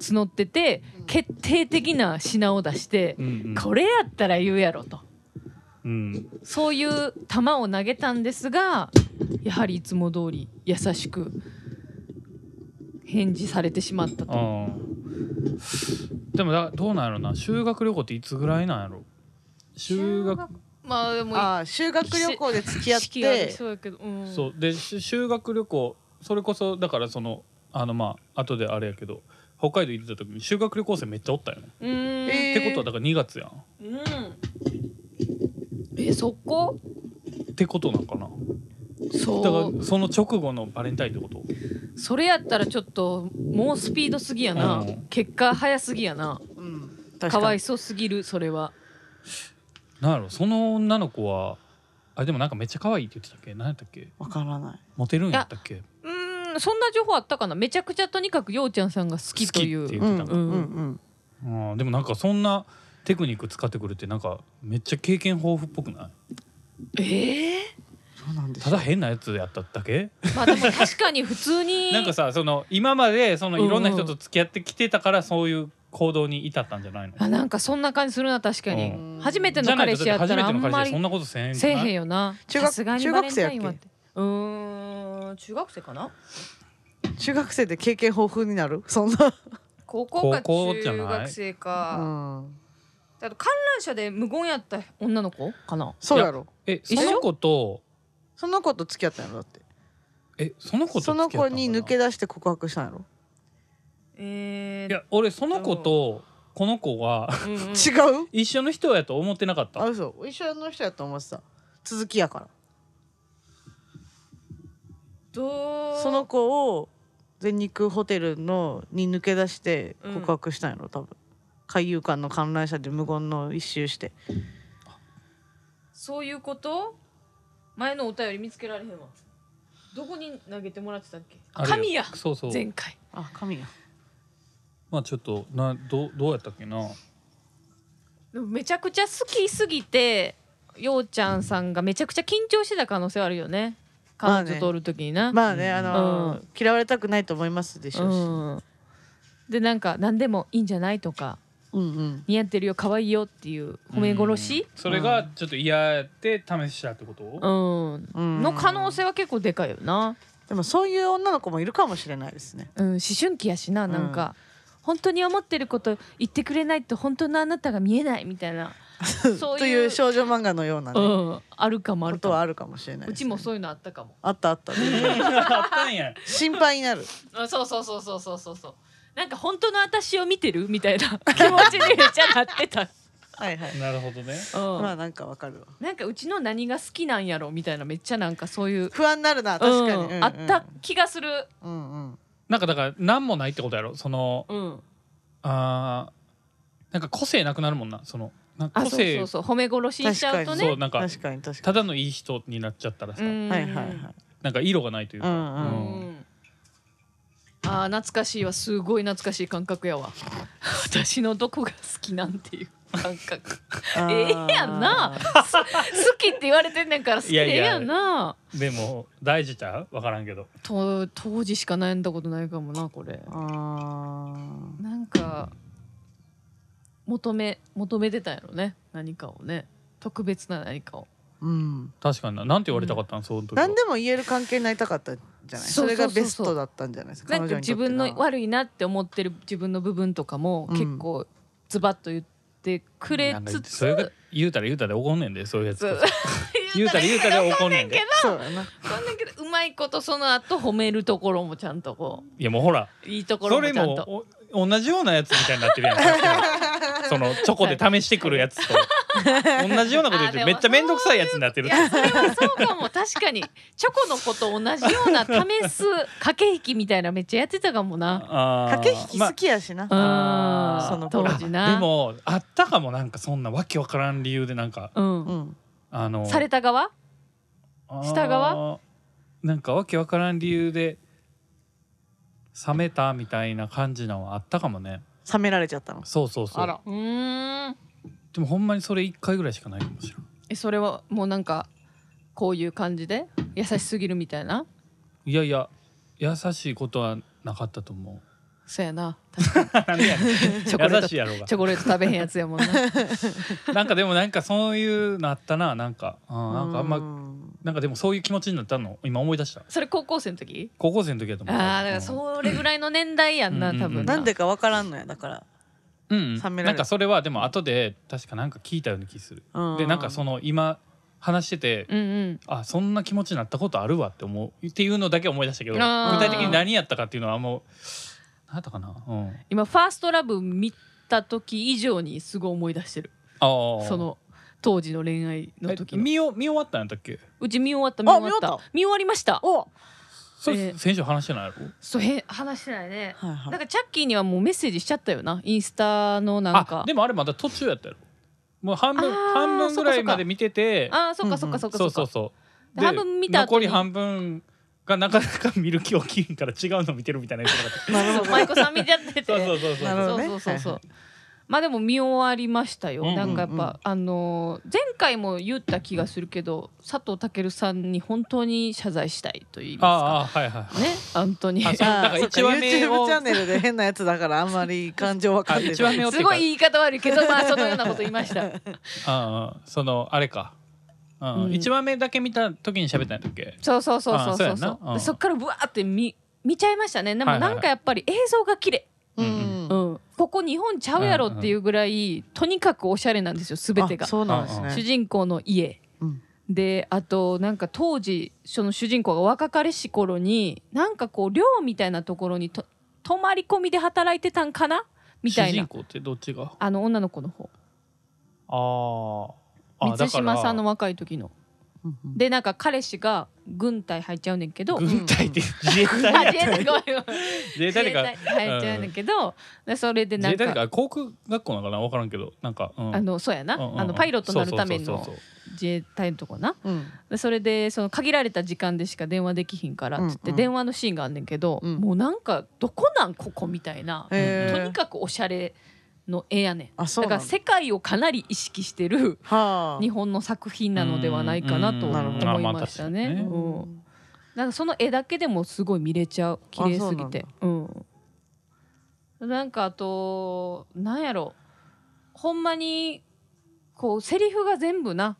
Speaker 1: 募ってて決定的な品を出して
Speaker 3: うんうん
Speaker 1: これやったら言うやろと
Speaker 3: うん
Speaker 1: そういう球を投げたんですがやはりいつも通り優しく返事されてしまったと
Speaker 3: あーでもだどうなんやろな修学旅行っていつぐらいなんやろ修学
Speaker 1: まあでも
Speaker 2: あー修学旅行で付き合っ
Speaker 1: 式があり
Speaker 2: て
Speaker 1: そうやけど、うん、
Speaker 3: そうでし修学旅行それこそだからそのあのまあ後であれやけど北海道行ってた時に修学旅行生めっちゃおったよね、
Speaker 1: うーん
Speaker 2: えー
Speaker 3: ってことはだから2月やん
Speaker 1: うんえそこ
Speaker 3: ってことなんかなだ
Speaker 1: そ
Speaker 3: からその直後のバレンタインってこと
Speaker 1: うそれやったらちょっともうスピードすぎやな、
Speaker 3: うん
Speaker 1: 結果早すぎやな
Speaker 2: うん確
Speaker 1: か
Speaker 2: か
Speaker 1: わ
Speaker 2: に
Speaker 1: いそうすぎるそれは
Speaker 3: なんやろその女の子はあでもなんかめっちゃ可愛いって言ってたっけ何やったっけ
Speaker 2: わからない
Speaker 3: モテるんやったっけ
Speaker 1: うーんそんな情報あったかなめちゃくちゃとにかくようちゃんさんが好きという
Speaker 3: 好きっていううんん
Speaker 2: うんうん
Speaker 3: うんでもなんかそんなテクニック使ってくるってなんかめっちゃ経験豊富っぽくない
Speaker 1: ええ
Speaker 2: そうなんで
Speaker 3: た
Speaker 2: す
Speaker 3: だ変なやつやっただけ
Speaker 1: まあでも確かに普通に
Speaker 3: なんかさその今までそのいろんな
Speaker 1: うんう
Speaker 3: 人
Speaker 1: ん
Speaker 3: と付き合ってきてたからそういう行動に至ったんじゃないの、
Speaker 1: あなんかそんな感じするな確かに、
Speaker 2: うん
Speaker 1: 初めて
Speaker 3: じ
Speaker 1: の
Speaker 3: ゃない
Speaker 1: 彼
Speaker 3: と
Speaker 1: 氏
Speaker 3: だ
Speaker 1: や
Speaker 3: っ
Speaker 1: ってた
Speaker 3: 初め
Speaker 1: らあ
Speaker 3: ての
Speaker 1: ん
Speaker 3: 彼氏
Speaker 1: ま
Speaker 3: でそん
Speaker 1: り
Speaker 3: なことせえへんく
Speaker 1: せえ
Speaker 3: ない
Speaker 1: へんよな
Speaker 2: 中学
Speaker 1: さすがに
Speaker 2: 中学生やっけ
Speaker 1: バレンタインはてうーん中学生かな
Speaker 2: 中学生で経験豊富になるそんな
Speaker 1: 高校か
Speaker 3: 高校じゃ
Speaker 1: 中
Speaker 3: ない
Speaker 1: 学生か、
Speaker 2: うん
Speaker 1: あと観覧車で無言やった女の子かな
Speaker 2: そうやろ
Speaker 3: えそ
Speaker 1: 一緒
Speaker 3: の子と
Speaker 2: その子と付き合ったんやろだって
Speaker 3: えその子と
Speaker 2: そ
Speaker 3: 付き合
Speaker 2: の
Speaker 3: ったかな
Speaker 2: 子に抜け出して告白したんやろ
Speaker 1: え
Speaker 3: い
Speaker 1: ー、
Speaker 3: や俺その子とこの子は
Speaker 1: うんうん
Speaker 2: 違う
Speaker 3: 一緒の人やと思ってなかっ
Speaker 2: あ
Speaker 3: た
Speaker 2: 嘘一緒の人やと思ってた続きやから
Speaker 1: どう
Speaker 2: その子を全日空ホテルのに抜け出して
Speaker 1: うん
Speaker 2: 告白したんやろ多分海遊館の観覧車で無言の一周して
Speaker 1: そういうこと前のお便り見つけられへんわどこに投げてもらってたっけあ
Speaker 3: あれ
Speaker 1: 神や
Speaker 3: そうそう
Speaker 1: 前回
Speaker 2: あ神や
Speaker 3: まあちょっとなどうどうやったっけな
Speaker 1: でもめちゃくちゃ好きすぎてようちゃんさんがめちゃくちゃ緊張してた可能性はあるよね
Speaker 2: まあ
Speaker 1: 彼
Speaker 2: ね
Speaker 1: 女とおる時にな、
Speaker 2: まあね
Speaker 3: うん
Speaker 2: あのー嫌われたくないと思いますでしょうし、
Speaker 1: うん、でなんか何でもいいんじゃないとか
Speaker 2: うんうん
Speaker 1: 似合ってるよ可愛いよっていう褒め殺し、
Speaker 3: それがちょっと嫌で試したってこと、
Speaker 1: うん
Speaker 2: うん
Speaker 1: の可能性は結構でかいよな、
Speaker 2: でもそういう女の子もいるかもしれないですね
Speaker 1: うん、思春期やしななんか、本当に思ってること言ってくれないと本当のあなたが見えないみたいな、そういう
Speaker 2: という少女漫画のような、
Speaker 1: う
Speaker 2: ね
Speaker 1: ん、あるかもあ
Speaker 2: こ
Speaker 1: る
Speaker 2: と
Speaker 1: か
Speaker 2: は
Speaker 1: も
Speaker 2: あるかもしれない、
Speaker 1: うちもそういうのあったかも
Speaker 2: あったあった、ね、
Speaker 3: あったんや。
Speaker 2: 心配になる
Speaker 1: あそうそうそうそうそうそうそうなんか本当の私を見てるみたいな 気持ちにめっちゃなってた、
Speaker 2: はいはい
Speaker 3: なるほどね。
Speaker 1: うん
Speaker 2: まあなんかわかるわ
Speaker 1: なんかうちの何が好きなんやろみたいなめっちゃなんかそういう、
Speaker 2: 不安になるな確かに、
Speaker 1: うん
Speaker 2: うんうん
Speaker 1: あった気がする
Speaker 2: うんうん
Speaker 3: なんかだから何もないってことやろ。その
Speaker 1: うん
Speaker 3: あーなんか個性なくなるもんな。そのなんか
Speaker 1: あ
Speaker 3: 個
Speaker 1: そうそ
Speaker 3: 性
Speaker 1: うそう褒め殺しにしちゃうと
Speaker 3: そ
Speaker 1: ね
Speaker 3: うなんか
Speaker 2: 確かに確か
Speaker 3: た
Speaker 2: に
Speaker 3: だのいい人になっちゃったらさ、
Speaker 1: うん
Speaker 2: はいはいはい
Speaker 3: なんか色がないという
Speaker 2: う
Speaker 3: か。
Speaker 2: ん
Speaker 1: う
Speaker 2: うんん
Speaker 1: んあー懐かしいわすごい懐かしい感覚やわ 私のどこが好きなんていう感覚
Speaker 2: あー
Speaker 1: ええやんな す好きって言われてんねんから好きでええやんない
Speaker 3: でも大事ちゃう？わからんけど。
Speaker 1: と当時しか悩んだことないかもなこれ
Speaker 2: あー
Speaker 1: なんか求め求めてたんやろね何かをね特別な何かを
Speaker 2: うん
Speaker 3: 確かにな。なんて言われたかったん、その時は。
Speaker 2: 何でも言える関係になりたかったんじゃない
Speaker 1: そうそうそうそ
Speaker 2: そ
Speaker 1: う
Speaker 2: れがベストだったんじゃないですか
Speaker 1: なんか自分の悪いなって思ってる自分の部分とかも
Speaker 2: うん
Speaker 1: 結構ズバッと言ってくれ
Speaker 3: なんか
Speaker 1: つ
Speaker 3: それが
Speaker 1: つ、
Speaker 3: 言うたら言うたで怒んねんでそういうやつ
Speaker 1: そう
Speaker 3: 言うたら言うたで怒んねんで
Speaker 1: けど
Speaker 2: そうだな
Speaker 1: そんだけどうまいことその後褒めるところもちゃんとこ
Speaker 3: いやもうほら
Speaker 1: ういいとこ
Speaker 3: そ
Speaker 1: ろも
Speaker 3: れ
Speaker 1: ちゃんと
Speaker 3: もお同じようなやつみたいになってるやんそのチョコで試してくるやつと同じようなこと言っ
Speaker 1: あで
Speaker 3: て
Speaker 1: も
Speaker 3: めっちゃ面倒くさいやつになってる
Speaker 1: いやそれは そうかも確かにチョコの子と同じような試す駆け引きみたいなめっちゃやってたかもな
Speaker 3: あー
Speaker 2: 駆け引き
Speaker 3: ま
Speaker 2: 好きやしな、
Speaker 1: うん
Speaker 2: その
Speaker 1: 当
Speaker 2: 頃
Speaker 1: 時な
Speaker 3: でもあったかもなんかそんなわけわからん理由でなんか
Speaker 1: うん
Speaker 2: うん
Speaker 3: あの
Speaker 1: された側
Speaker 3: あー
Speaker 1: 下側
Speaker 3: なんかわけわからん理由で冷めたみたいな感じのはあったかもね
Speaker 2: 冷められちゃったの
Speaker 3: そうそうそう
Speaker 1: うーん
Speaker 3: でもほんまにそれ一回ぐらいしかないかもしれない
Speaker 1: えそれはもうなんかこういう感じで優しすぎるみたいない
Speaker 3: やいや優しいことはなかったと思
Speaker 1: そや な
Speaker 3: う。なんでやねん
Speaker 1: チョコレー
Speaker 3: 優
Speaker 1: ト
Speaker 3: しいやろう
Speaker 1: チョコレート食べへんやつやもんな
Speaker 3: が。なんかでもなんかそういうのあったななんか、うん、なんかあんま
Speaker 2: ま
Speaker 3: なんかでもそういう気持ちになったの今思い出した。
Speaker 1: それ高校生の時
Speaker 3: 高校生の時だと
Speaker 1: あ
Speaker 3: 思う。
Speaker 1: ーだから
Speaker 3: う
Speaker 1: それぐらいの年代やんな
Speaker 3: うんうんう
Speaker 1: 多
Speaker 3: ん
Speaker 1: 分
Speaker 2: なんでかわからんのやだから
Speaker 3: ん。う
Speaker 2: 冷
Speaker 3: ん、
Speaker 2: められた
Speaker 3: なんかそれはでも後で確かなんか聞いたような気する。
Speaker 2: う
Speaker 3: でなんかその今話してて。
Speaker 1: うんうん
Speaker 3: あそんな気持ちになったことあるわって思うっていうのだけ思い出したけど具
Speaker 1: あー
Speaker 3: 体的に何やったかっていうのはあんま何やったかな、うん、あ
Speaker 1: 今ファーストラブ見た時以上にすごい思い出してる
Speaker 3: ー
Speaker 1: その当時の恋愛の
Speaker 3: え
Speaker 1: 時の
Speaker 3: 見お見終わったんやったっけ
Speaker 1: うち見終わった見終わっ
Speaker 2: あ見終わ
Speaker 1: た
Speaker 2: った
Speaker 1: 見終わりました
Speaker 2: お
Speaker 3: それ、
Speaker 1: えー
Speaker 3: 先週話してないやろ
Speaker 1: そうへ話してないね
Speaker 2: はい
Speaker 1: なん
Speaker 2: はい
Speaker 1: かチャッキーにはもうメッセージしちゃったよなインスタのなんか
Speaker 3: あでもあれまだ途中やったやろもう半分
Speaker 1: あー
Speaker 3: 半分ぐらいまで見てて
Speaker 1: あーそっかそっかそっか
Speaker 3: そ
Speaker 1: そうっ
Speaker 3: そう
Speaker 1: か
Speaker 3: そう
Speaker 1: で半分見た後に
Speaker 3: 残り半分がなかなか見る気起きんから違うの見てるみたいなやつ だった
Speaker 2: なるほど
Speaker 1: 舞妓さん見ちゃってて
Speaker 3: そうそうそうそう
Speaker 2: なる
Speaker 1: そ
Speaker 2: ほど
Speaker 1: う
Speaker 2: ね
Speaker 1: そうそうそう
Speaker 2: は
Speaker 1: まあでも見終わりましたよ、
Speaker 3: うんうんうん
Speaker 1: なんかやっぱあのー前回も言った気がするけど佐藤健さんに本当に謝罪したいと言いま
Speaker 3: あーあーはいは
Speaker 1: すかね本当に
Speaker 3: あそうだから
Speaker 2: そっ
Speaker 3: 一話目を
Speaker 2: YouTube チャンネルで変なやつだからあんまり感情わかんない
Speaker 3: あ一話目を
Speaker 1: すごい言い方悪いけ どまあそのようなこと言いました
Speaker 3: いあーそのあれか、うん
Speaker 1: うん
Speaker 3: 一話目だけ見た時に喋ったんだっけ
Speaker 1: そうそうそうそうそう
Speaker 3: あそうや
Speaker 1: そ
Speaker 3: なう
Speaker 1: うんそっからぶわーって見見ちゃいましたねでも
Speaker 3: はいは
Speaker 1: な
Speaker 3: いはい
Speaker 1: んかやっぱり映像が綺麗、
Speaker 2: う
Speaker 3: うん
Speaker 2: ん
Speaker 1: うん、ここ日本ちゃうやろっていうぐらいとにかくおしゃれなんですよ全てが
Speaker 2: あそうなんですね
Speaker 1: 主人公の家、
Speaker 2: うん
Speaker 1: であとなんか当時その主人公が若かりし頃になんかこう寮みたいなところにと泊まり込みで働いてたんかなみたい
Speaker 3: 主人
Speaker 1: な
Speaker 3: 公ってどっちが
Speaker 1: あの女の子の方
Speaker 3: あーあ
Speaker 1: 満島さんの
Speaker 3: だか
Speaker 1: 若い時の
Speaker 2: うんうん
Speaker 1: でなんか彼氏が軍隊入っちゃうねんけど
Speaker 3: ら軍隊って自衛隊
Speaker 1: あ
Speaker 3: やっ
Speaker 1: 自衛隊ごめんごめん
Speaker 3: 自衛
Speaker 1: 自
Speaker 3: 隊
Speaker 1: 衛
Speaker 3: か
Speaker 1: 隊入っちゃうねんけど、でそれで
Speaker 3: 自
Speaker 1: な
Speaker 3: 衛
Speaker 1: ん
Speaker 3: 隊
Speaker 1: か
Speaker 3: か航空学校なのかな分からんけどなんか、うん、
Speaker 1: あのそうやな、
Speaker 3: うんうんうん
Speaker 1: あのパイロットになるため
Speaker 3: そうそう
Speaker 1: の
Speaker 3: そうそう
Speaker 1: 自衛隊のとこな
Speaker 2: うん
Speaker 1: でそれでその限られた時間でしか電話できひんからっつっ
Speaker 2: うん
Speaker 1: て
Speaker 2: うん
Speaker 1: 電話のシーンがあんねんけど、
Speaker 2: うん
Speaker 1: もうなんかどこなんここみたいな、
Speaker 2: へー
Speaker 1: とにかくおしゃれの絵やね
Speaker 2: あ
Speaker 1: ん
Speaker 2: そう
Speaker 1: だか
Speaker 2: な
Speaker 1: ら
Speaker 2: んだ
Speaker 1: 世界をかなり意識してる
Speaker 2: はあ
Speaker 1: 日本の作品なのではないかなと
Speaker 3: うん
Speaker 2: なるほど
Speaker 1: 思いましたね。
Speaker 3: ま
Speaker 1: う
Speaker 3: あ確
Speaker 1: んなんかその絵だけでもすごい見れちゃう綺麗すぎてうんなんかあとなんやろうほんまにこうセリフが全部な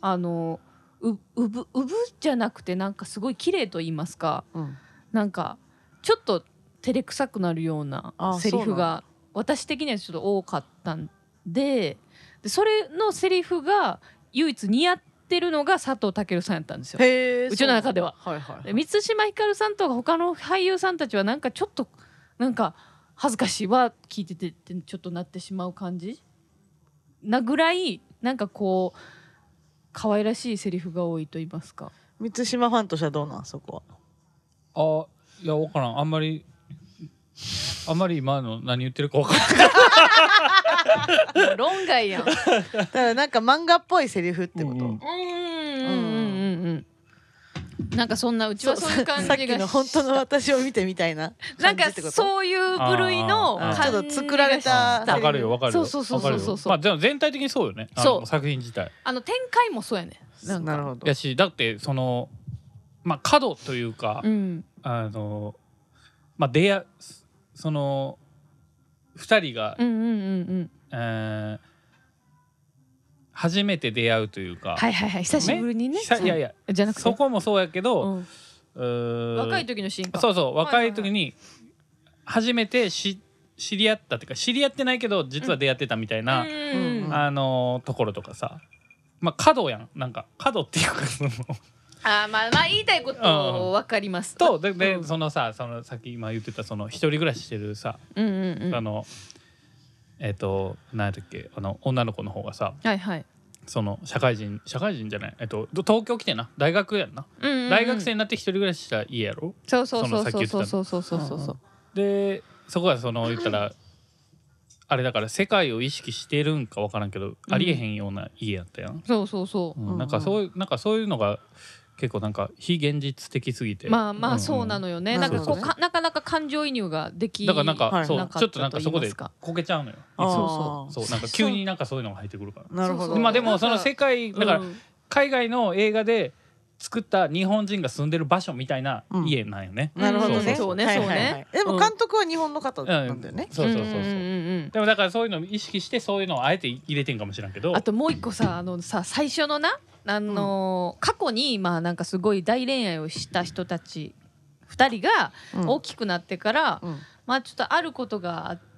Speaker 1: あのううぶうぶじゃなくてなんかすごい綺麗と言いますか
Speaker 2: うん
Speaker 1: なんかちょっと照れくさくなるような
Speaker 2: あ
Speaker 1: セリ
Speaker 2: そう
Speaker 1: フ
Speaker 2: なんだ
Speaker 1: が私的にはちょっと多かったんででそれのセリフが唯一似合ってるのが佐藤健さんやったんですよ。
Speaker 2: へえ
Speaker 1: うちの中では
Speaker 2: はいはい
Speaker 1: で満島ひかるさんとか他の俳優さんたちはなんかちょっとなんか恥ずかしいは聞いててってちょっとなってしまう感じなぐらいなんかこう可愛らしいセリフが多いと言いますか
Speaker 2: 満島ファンとしてはどうなんそこは
Speaker 3: あいや分からんあんまりあんまり今の何言ってるか分からん
Speaker 1: 論外やんう
Speaker 2: だからなんか漫画っぽいセリフってこと、
Speaker 3: うんうん
Speaker 1: んうんうんうんなんかそんなうち
Speaker 2: そ
Speaker 1: は
Speaker 2: う
Speaker 1: そういう感じ
Speaker 2: さ
Speaker 1: が
Speaker 2: っきの本当の私を見てみたいな
Speaker 1: なん
Speaker 2: 感じ
Speaker 1: か
Speaker 2: ってこと
Speaker 1: そういう部類の
Speaker 3: あーあー
Speaker 1: 感じ
Speaker 2: ちょっと作られた
Speaker 1: がし
Speaker 3: 分かるよ分かるよ
Speaker 1: そうそうそうそうそう
Speaker 3: 分かるよまあでも全体的にそうよねあの
Speaker 1: そう
Speaker 3: 作品自体
Speaker 1: あの展開もそうやねなんか
Speaker 2: なるほど
Speaker 3: やしだってそのまあ角というか、
Speaker 1: うん
Speaker 3: あのまあ出会その二人が、
Speaker 1: うんうんうんうん
Speaker 3: えー初めて出会うというか、
Speaker 1: はいはいはい久しぶりにね
Speaker 3: 久いやいや
Speaker 1: じゃなくて
Speaker 3: そこもそうやけど、
Speaker 1: うん
Speaker 3: うーん
Speaker 1: 若い時のシーンか
Speaker 3: そうそ
Speaker 1: はい
Speaker 3: う
Speaker 1: はい
Speaker 3: 若い時に初めてし知り合ったっていうか知り合ってないけど実は出会ってたみたいな、
Speaker 1: うん
Speaker 2: うん
Speaker 1: あ
Speaker 3: あのところとかさまあ角やんなんか角っていうかその
Speaker 1: ーまあまあ言いたいことわかります
Speaker 3: とでで、
Speaker 1: うん
Speaker 3: そのさそのさっき今言ってたその一人暮らししてるさ、
Speaker 1: うんうんうん
Speaker 3: あのえっ、と何やったっけあの女の子の方がさ
Speaker 1: はいはい
Speaker 3: その社会人社会人じゃないえっとど東京来てんな大学やんな、
Speaker 1: うんうんうん
Speaker 3: 大学生になって一人暮らしした家やろ
Speaker 1: そうそうそうそう
Speaker 3: そ
Speaker 1: そう
Speaker 3: の
Speaker 1: そ
Speaker 3: さ
Speaker 1: うそうそうそうそう
Speaker 3: でそこはその言ったらあれだから世界を意識してるんか分からんけど、ありえへんような家やったやん、
Speaker 1: そうそうそう
Speaker 3: うん
Speaker 2: うんうん
Speaker 3: なんかそういうなんかそういうのが結構なんか非現実的すぎて
Speaker 1: まあま
Speaker 3: ん
Speaker 1: あそうなのよね
Speaker 2: うん
Speaker 1: なんかこう
Speaker 2: そう
Speaker 1: かなかなか感情移入ができ
Speaker 3: だからなんか、
Speaker 2: はい
Speaker 3: そう
Speaker 1: なかった
Speaker 3: ちょっとなんかそこ
Speaker 1: 言いま
Speaker 3: とです
Speaker 1: か
Speaker 3: こけちゃうのよ
Speaker 2: あー
Speaker 1: そ
Speaker 3: そうなんか急になんかそういうのが入ってくるから
Speaker 2: なるほ
Speaker 1: そ
Speaker 2: ど
Speaker 1: う
Speaker 3: まあでもその世界だから
Speaker 1: うん
Speaker 3: 海外の映画で作った日本人が住んでる場所みたいな家なんよね。
Speaker 2: なるほどね
Speaker 1: そうね
Speaker 2: はい
Speaker 1: そうね
Speaker 2: はいはいでも監督は日本の方なんだよね
Speaker 3: そうそうそうそう。
Speaker 1: んんんうん
Speaker 3: でもだからそういうのを意識してそういうのをあえて入れてんかもしれんけど。
Speaker 1: あともう一個さあのさ最初のなあの過去にまあなんかすごい大恋愛をした人たち二人が
Speaker 2: うん
Speaker 1: 大きくなってから、
Speaker 2: うん
Speaker 1: まあちょっとあることがあって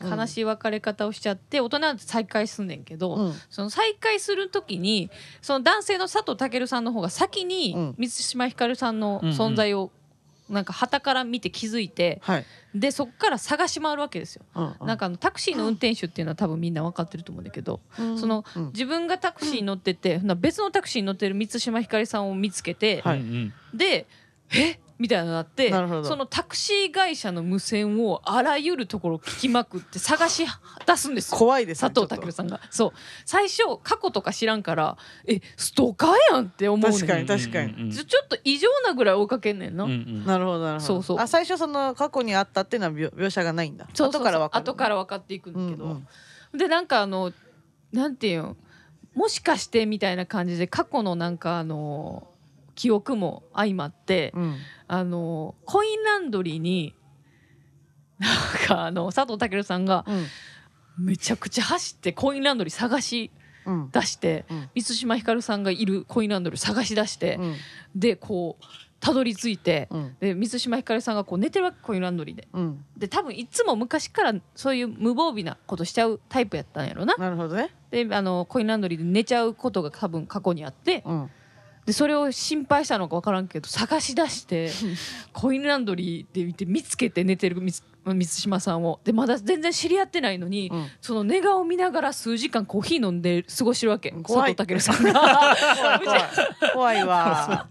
Speaker 2: うん
Speaker 1: 悲しい別れ方をしちゃって大人になって再会すんねんけど、
Speaker 2: うん
Speaker 1: その再会する時にその男性の佐藤健さんの方が先
Speaker 2: う
Speaker 1: に
Speaker 2: ん
Speaker 1: 満島ひかるさんの存在をなんか旗から見て気づいて
Speaker 2: はい
Speaker 1: でそこから探し回るわけですよ。
Speaker 2: な
Speaker 1: なんかあのタクシーの運転手っていうのは多分みんな分かってると思うんだけどその
Speaker 2: うん
Speaker 1: 自分がタクシーに乗ってて、ほな別のタクシーに乗ってる満島ひかりさんを見つけて、
Speaker 2: はい
Speaker 3: うん
Speaker 1: で「えみたいなのがあって
Speaker 2: なるほど
Speaker 1: そのタクシー会社の無線をあらゆるところ聞きまくって探し出すんですよ
Speaker 2: 怖いですね
Speaker 1: 佐藤健さんがそう最初過去とか知らんからえストーカーやんって思うねん
Speaker 2: 確かに
Speaker 3: うん
Speaker 2: 確かに
Speaker 3: うんうん
Speaker 1: ちょちょっと異常なぐらい追いかけんねんな、
Speaker 3: うんうん
Speaker 2: なるほどなるほど
Speaker 1: そうそう
Speaker 2: あ最初その過去にあったっていうのは描描写がないんだ
Speaker 1: そうそうそう
Speaker 2: 後からわかる
Speaker 1: 後から
Speaker 2: わ
Speaker 1: 分かっていくんだけど、
Speaker 2: うん
Speaker 1: でなんかあのなんていうんもしかしてみたいな感じで過去のなんかあの記憶も相まって、
Speaker 2: うん
Speaker 1: あのコインランドリーになんかあの佐藤健さんが
Speaker 2: うん
Speaker 1: めちゃくちゃ走ってコインランドリー探し
Speaker 2: うん
Speaker 1: 出して
Speaker 2: うん
Speaker 1: 満島ひかるさんがいるコインランドリー探し出して、
Speaker 2: うん
Speaker 1: でこうたどり着いて。
Speaker 2: うん
Speaker 1: で満島ひかるさんがこう寝てるわけコインランドリーで
Speaker 2: うん
Speaker 1: で多分いつも昔からそういう無防備なことしちゃうタイプやったんやろな
Speaker 2: なるほどね
Speaker 1: であのコインランドリーで寝ちゃうことが多分過去にあって
Speaker 2: うん
Speaker 1: でそれを心配したのか分からんけど探し出 してコインランドリーで見て見つけて寝てるみつ満島さんをでまだ全然知り合ってないのに、
Speaker 2: うん
Speaker 1: その寝顔を見ながら数時間コーヒー飲んで過ごしてるわけ佐
Speaker 2: 怖い
Speaker 1: 藤健さんが
Speaker 2: 怖い怖い怖いわ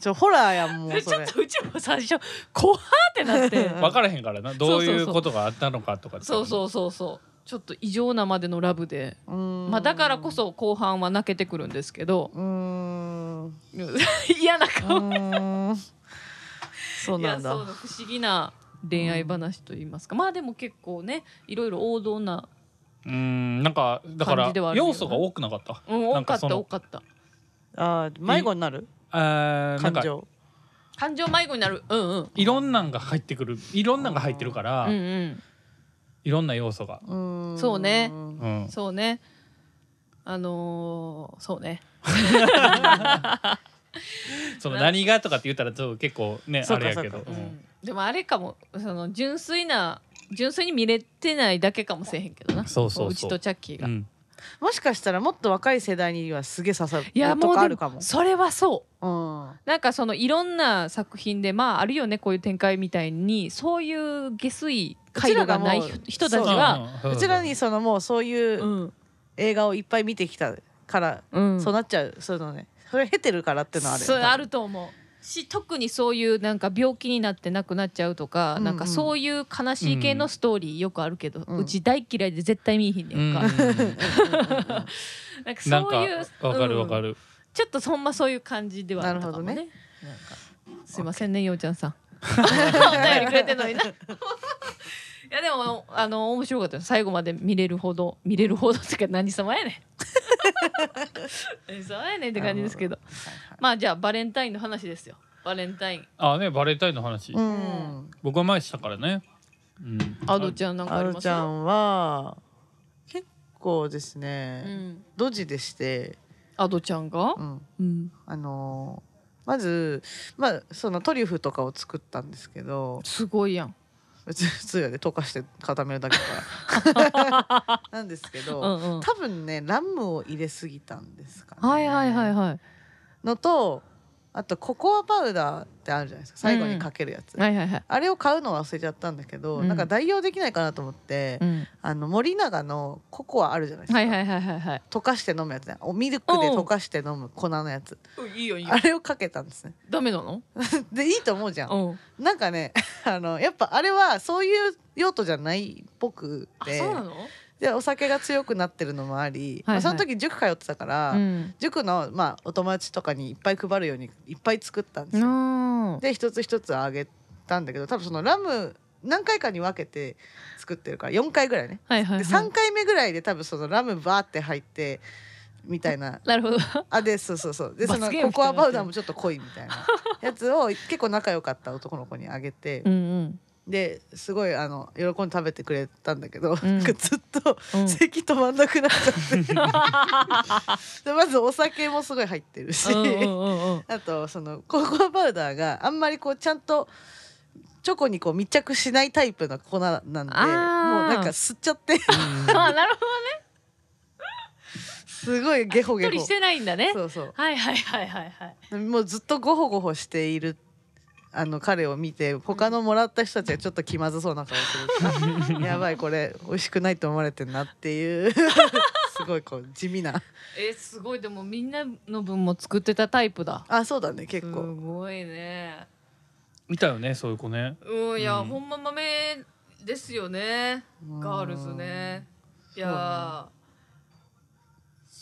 Speaker 2: ちょホラーやんもう
Speaker 1: で ち
Speaker 2: そ
Speaker 1: ょ
Speaker 2: れ
Speaker 1: っとうちも最初怖ーってな って
Speaker 2: うん
Speaker 3: 分からへんからなどういうことがあったのかとか
Speaker 1: そう
Speaker 3: う
Speaker 1: そうそうそうちょっと異常なまでのラブで、
Speaker 2: うん
Speaker 1: まあ、だからこそ後半は泣けてくるんですけど
Speaker 2: うーんう
Speaker 1: 嫌な顔
Speaker 2: ーんそう
Speaker 1: い
Speaker 2: な
Speaker 1: や
Speaker 2: ん
Speaker 1: そう
Speaker 2: だ
Speaker 1: だ不思議な恋愛話と言いますか、まあでも結構ねいろいろ王道な、
Speaker 3: うーんなんかだか
Speaker 1: 感じ
Speaker 3: ら
Speaker 1: ではあるよな
Speaker 3: 要素が多くなかった
Speaker 1: うん、
Speaker 3: な
Speaker 1: 多
Speaker 3: ん
Speaker 1: かっ
Speaker 3: そ
Speaker 1: た
Speaker 3: の
Speaker 1: 多かった
Speaker 2: あー迷子になる
Speaker 3: あーなん
Speaker 2: 感
Speaker 3: か
Speaker 2: 情
Speaker 1: 感情迷子になるうんうん
Speaker 3: いろんなんが入ってくるいろんなんが入ってるから、
Speaker 1: うんうん
Speaker 3: いろんな要素が。
Speaker 2: うん
Speaker 1: そうね
Speaker 3: うん、
Speaker 1: そうねあのーそうね
Speaker 3: その何がとかって言ったらちょっと結構ね
Speaker 2: そ
Speaker 3: あ
Speaker 2: うか
Speaker 3: れやけど
Speaker 2: そう
Speaker 3: う
Speaker 2: か
Speaker 3: ん
Speaker 1: でもあれかもその純粋な純粋に見れてないだけかもしれへんけどな
Speaker 3: そうそうそう
Speaker 1: うちとチャッキー
Speaker 3: う
Speaker 1: が、
Speaker 3: ん
Speaker 2: もしかしたらもっと若い世代にはすげえ刺さる
Speaker 1: いや
Speaker 2: と
Speaker 1: もう
Speaker 2: かあ
Speaker 1: で
Speaker 2: るかも
Speaker 1: もそれはそう
Speaker 2: うん
Speaker 1: なんかそのいろんな作品でまああるよねこういう展開みたいにそういう下水回路がないう
Speaker 2: ちらがもう
Speaker 1: 人たち
Speaker 2: そう
Speaker 1: は
Speaker 3: うん
Speaker 2: うちらにそのもうそういううん映画をいっぱい見てきたから、
Speaker 1: うん
Speaker 2: そうなっちゃうそういうのねそれ経てるからってのはあるよ
Speaker 1: そう
Speaker 2: 多分
Speaker 1: あると思うし特にそういうなんか病気になって亡くなっちゃうとか、
Speaker 2: うんうん
Speaker 1: なんかそういう悲しい系のストーリーよくあるけど、
Speaker 2: う
Speaker 1: うんち大嫌いで絶対見いひんね
Speaker 3: うんん
Speaker 1: か、なんか
Speaker 3: なん
Speaker 1: そう
Speaker 3: か
Speaker 1: いう
Speaker 3: わかるわか
Speaker 1: うん
Speaker 3: る
Speaker 1: ちょっとそんまそういう感じではあったかもね
Speaker 2: な
Speaker 1: なん
Speaker 2: る
Speaker 1: かすいませんねようちゃん さんお便りくれてんのにな いやでもあの面白かったよ最後まで見れるほど見れるほどってか何様やねん 何様やねんって感じですけどまあじゃあバレンタインの話ですよバレンタイン
Speaker 3: あねバレンタインの話
Speaker 2: うん
Speaker 3: 僕は前したからねうん
Speaker 1: アドちゃんなんか
Speaker 2: あ
Speaker 1: あり
Speaker 2: る
Speaker 1: ます
Speaker 2: ちゃんは結構ですね、
Speaker 1: うん
Speaker 2: ドジでして、
Speaker 1: アドちゃんが
Speaker 2: うん、
Speaker 1: うん
Speaker 2: あのーまず、まあ、そのトリュフとかを作ったんですけど
Speaker 1: すごいやん
Speaker 2: 別に普通やで溶かして固めるだけだ からなんですけど、
Speaker 1: うんうん
Speaker 2: 多分ねラムを入れすぎたんですかね、
Speaker 1: はいはいはいはい
Speaker 2: のとあとココアパウダーってあるじゃないですか最後にかけるやつ、
Speaker 1: はいはいはい
Speaker 2: あれを買うの忘れちゃったんだけど、
Speaker 1: うん
Speaker 2: なんか代用できないかなと思って、
Speaker 1: うん
Speaker 2: あの森永のココアあるじゃないですか、
Speaker 1: はいはいはいはいはい
Speaker 2: 溶かして飲むやつねおミルクで溶かして飲む粉のやつ
Speaker 1: いいよいい
Speaker 2: あれをかけたんですね
Speaker 1: ダメなの
Speaker 2: でいいと思うじゃん
Speaker 1: うん
Speaker 2: なんかね あのやっぱあれはそういう用途じゃないっぽく
Speaker 1: あ
Speaker 2: て
Speaker 1: そうなの
Speaker 2: でお酒が強くなってるのもあり、
Speaker 1: はいはい
Speaker 2: まあ、その時塾通ってたから、
Speaker 1: うん
Speaker 2: 塾の、まあ、お友達とかにいっぱい配るようにいっぱい作ったんですよ、
Speaker 1: あー
Speaker 2: で一つ一つあげたんだけど多分そのラム何回かに分けて作ってるから4回ぐらいね
Speaker 1: はいは
Speaker 2: で
Speaker 1: いは
Speaker 2: 3
Speaker 1: い
Speaker 2: 回目ぐらいで多分そのラムバーって入ってみたいな
Speaker 1: なるほど
Speaker 2: あでそうそうそうでそ
Speaker 1: 罰
Speaker 2: の
Speaker 1: ゲーム
Speaker 2: コ
Speaker 1: み
Speaker 2: コ
Speaker 1: たい
Speaker 2: ア
Speaker 1: になってる
Speaker 2: パウダーもちょっと濃いみたいなやつを結構仲良かった男の子にあげて
Speaker 1: う、ん
Speaker 2: ですごいあの喜んで食べてくれたんだけど、
Speaker 1: ん
Speaker 2: なんかずっと
Speaker 1: うんう ん
Speaker 2: 咳止まんなくなっちゃっ てでまずお酒もすごい入ってるし、
Speaker 1: うんうんうんうん
Speaker 2: あとそのココアパウダーがあんまりこうちゃんとチョコにこう密着しないタイプの粉なんでもう
Speaker 1: あー
Speaker 2: なんか吸っちゃって
Speaker 1: あなるほ
Speaker 2: すごいゲホ
Speaker 1: どし
Speaker 2: ゲ
Speaker 1: っとり
Speaker 2: ホ
Speaker 1: してないんだね
Speaker 2: そうそう
Speaker 1: はいはいはいはいはい
Speaker 2: もうずっとゴホゴホしているあの彼を見て他のもらった人たちがちょっと気まずそうな顔 するやばいこれ美味しくないと思われてんなっていうすごいこう地味な
Speaker 1: えーすごいでもみんなの分も作ってたタイプだ
Speaker 2: あそうだね結
Speaker 1: す
Speaker 2: 構
Speaker 1: ごいね
Speaker 3: 見たよねそういう子ね
Speaker 1: うんいや、
Speaker 3: うん
Speaker 1: ほんま豆ですよねガールズねいや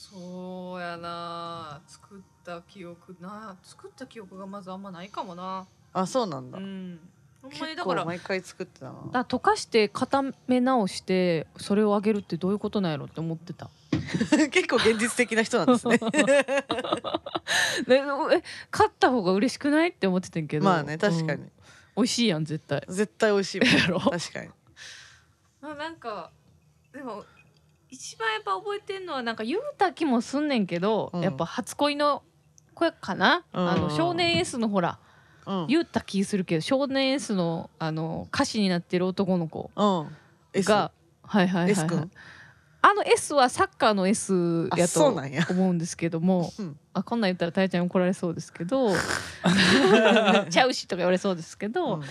Speaker 1: そう,、やな作った記憶な作った記憶がまずあんまないかもな
Speaker 2: あそうなんだ
Speaker 1: うんほんまにだ
Speaker 2: 結
Speaker 1: か
Speaker 2: 構
Speaker 1: ら
Speaker 2: 毎回作ってたな
Speaker 1: だ から溶かして固め直してそれをあげるってどういうことなんやろって思って た
Speaker 2: 結構現実的な人なんで すね
Speaker 1: でえ買った方が嬉しくないって思ってたんけど
Speaker 2: まあね確かに、
Speaker 1: うん美味しいやん絶対
Speaker 2: 絶対美味しいもん
Speaker 1: やろ
Speaker 2: 確かに
Speaker 1: あなんかでも一番やっぱ覚えてんのはなんか言うた気もすんねんけど、
Speaker 2: うん
Speaker 1: やっぱ初恋の子かな、
Speaker 2: うん
Speaker 1: あの少年 S のほら
Speaker 2: うん
Speaker 1: 言うた気するけど少年 S のあの歌詞になってる男の子
Speaker 2: うん、S
Speaker 1: が、はいはいはい、
Speaker 2: S
Speaker 1: は
Speaker 2: 君
Speaker 1: い、あの S はサッカーの S
Speaker 2: あ
Speaker 1: や
Speaker 2: そう
Speaker 1: と
Speaker 2: なんや
Speaker 1: 思うんですけど も
Speaker 2: うん
Speaker 1: あこんなん言ったらたえちゃんに怒られそうですけどちゃうしとか言われそうですけど、
Speaker 2: うん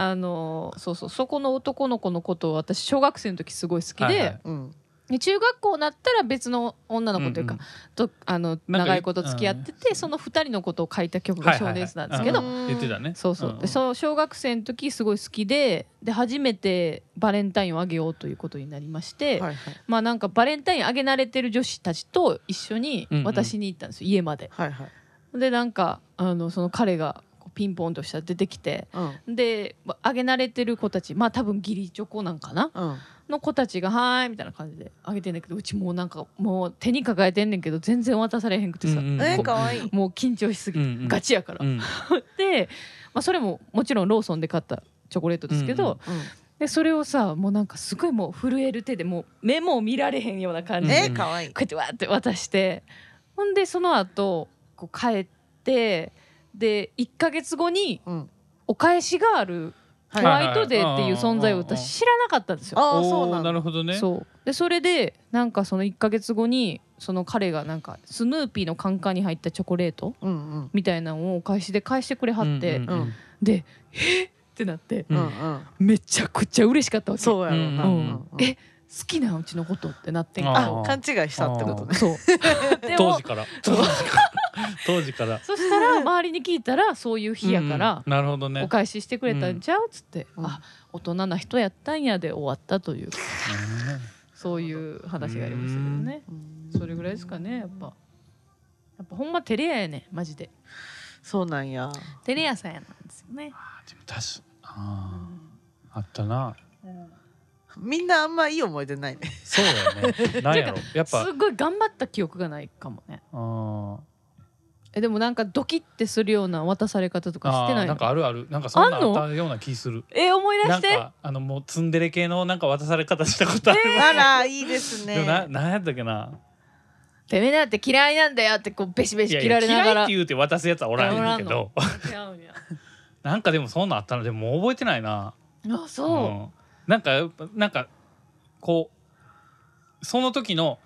Speaker 1: あのそうそうそこの男の子のことを私小学生の時すごい好きで。
Speaker 3: はいはい
Speaker 2: うん
Speaker 1: で中学校になったら別の女の子というか、
Speaker 3: うん
Speaker 1: とあの
Speaker 3: なんか
Speaker 1: 長いこと付き合ってて、その二人のことを書いた曲
Speaker 3: は
Speaker 1: が
Speaker 3: いはい
Speaker 1: 少
Speaker 3: はい
Speaker 1: 年 S なんですけど、
Speaker 2: うん
Speaker 3: 言ってたね
Speaker 1: そうそう、
Speaker 3: ん
Speaker 1: でそう小学生の時すごい好きでで初めてバレンタインをあげようということになりまして、
Speaker 2: はいはい
Speaker 1: まあなんかバレンタインあげ慣れてる女子たちと一緒に
Speaker 3: うんうん
Speaker 1: 渡しに行ったんですよ、家まで。
Speaker 2: はいはい
Speaker 1: でなんかあのその彼がこうピンポンとしたら出てきて
Speaker 2: うん
Speaker 1: でまあげ慣れてる子たちまあ多分義理チョコなんかな
Speaker 2: うん
Speaker 1: の子たちが「はーい」みたいな感じであげてんだけどうちもうなんかもう手に抱えてんねんけど全然渡されへんくてさ、
Speaker 2: えー、かわいい
Speaker 1: もう緊張しすぎて、
Speaker 3: うんうん
Speaker 1: ガチやから。
Speaker 3: うん
Speaker 1: で、まあ、それももちろんローソンで買ったチョコレートですけど、
Speaker 3: うんうん
Speaker 2: うん
Speaker 1: でそれをさもうなんかすごいもう震える手でもう目も見られへんような感じで、
Speaker 3: う
Speaker 2: え
Speaker 3: ん
Speaker 2: 可愛い
Speaker 1: こうやってわーって渡してほんでその後こう帰ってで1ヶ月後に
Speaker 2: うん。
Speaker 1: お返しがある
Speaker 2: は
Speaker 1: ホ
Speaker 2: い
Speaker 1: ワイトデーっていう存在を
Speaker 3: はいはいはい
Speaker 1: 私知らなかったんですよ。
Speaker 2: ああ
Speaker 3: お
Speaker 2: そ
Speaker 3: ー
Speaker 2: うなん
Speaker 3: な
Speaker 2: だ。
Speaker 3: るほどね。
Speaker 1: そうでそれでなんかその1ヶ月後にその彼がなんかスヌーピーのカンカンに入ったチョコレート
Speaker 2: うんうん
Speaker 1: みたいなのをお返しで返してくれはって、
Speaker 3: うんうん
Speaker 1: で「えっ!」ってなって
Speaker 2: う
Speaker 3: うん
Speaker 2: うんん。
Speaker 1: めちゃくちゃ嬉しかったわけ好
Speaker 2: そうやろうな。
Speaker 3: うん
Speaker 2: うんうん
Speaker 1: えきなうちのことってなってん
Speaker 3: あ
Speaker 1: か
Speaker 2: あ勘違いしたってことね。
Speaker 1: そうで
Speaker 3: 当
Speaker 1: も
Speaker 3: 時から。当時から。当時から。
Speaker 1: そしたら周りに聞いたらそういう日やから
Speaker 3: うんなるほどね。
Speaker 1: お返ししてくれたんちゃうっつって、
Speaker 2: うん
Speaker 1: あ大人な人やったんやで終わったという
Speaker 3: うん
Speaker 1: そういう話がありましたけどねそれぐらいですかねやっぱやっぱほんまテレ屋やねマジで
Speaker 2: そうなんや。
Speaker 1: テレ屋さんやなんですよね
Speaker 3: あでも確かあーあっ たな。
Speaker 2: みんなあんまいい思い出 ないね。
Speaker 3: そうだよね。なんやろ。やっ
Speaker 1: す
Speaker 3: ぱ。
Speaker 1: っごい頑張った記憶がないかもね
Speaker 3: あー
Speaker 1: えでもなんかドキッてするような渡され方とかし
Speaker 3: あ
Speaker 1: てない
Speaker 3: ーなん
Speaker 1: の
Speaker 3: かあるある。なんかそんな
Speaker 1: あ
Speaker 3: ん
Speaker 1: ん
Speaker 3: あ
Speaker 1: の
Speaker 3: ったような気する。
Speaker 1: え思い出
Speaker 3: な
Speaker 1: し
Speaker 3: ん
Speaker 1: て
Speaker 3: かあのもうツンデレ系のなんか渡され方したことある。
Speaker 2: あらいいですね
Speaker 3: でも。ななんやったっけな。
Speaker 1: てめえなんて嫌いなんだよってこうベシベ
Speaker 3: い
Speaker 1: シ
Speaker 3: やい
Speaker 1: 切ら
Speaker 3: や
Speaker 1: れなが
Speaker 3: 嫌いっ
Speaker 1: ら
Speaker 3: て言うて渡すやつはおらんねんけど。
Speaker 4: 違うんや。
Speaker 3: なんかでもそんなんあったのでももう覚えてないな。
Speaker 1: あそう、
Speaker 3: んなんかやっぱなんかこうその時の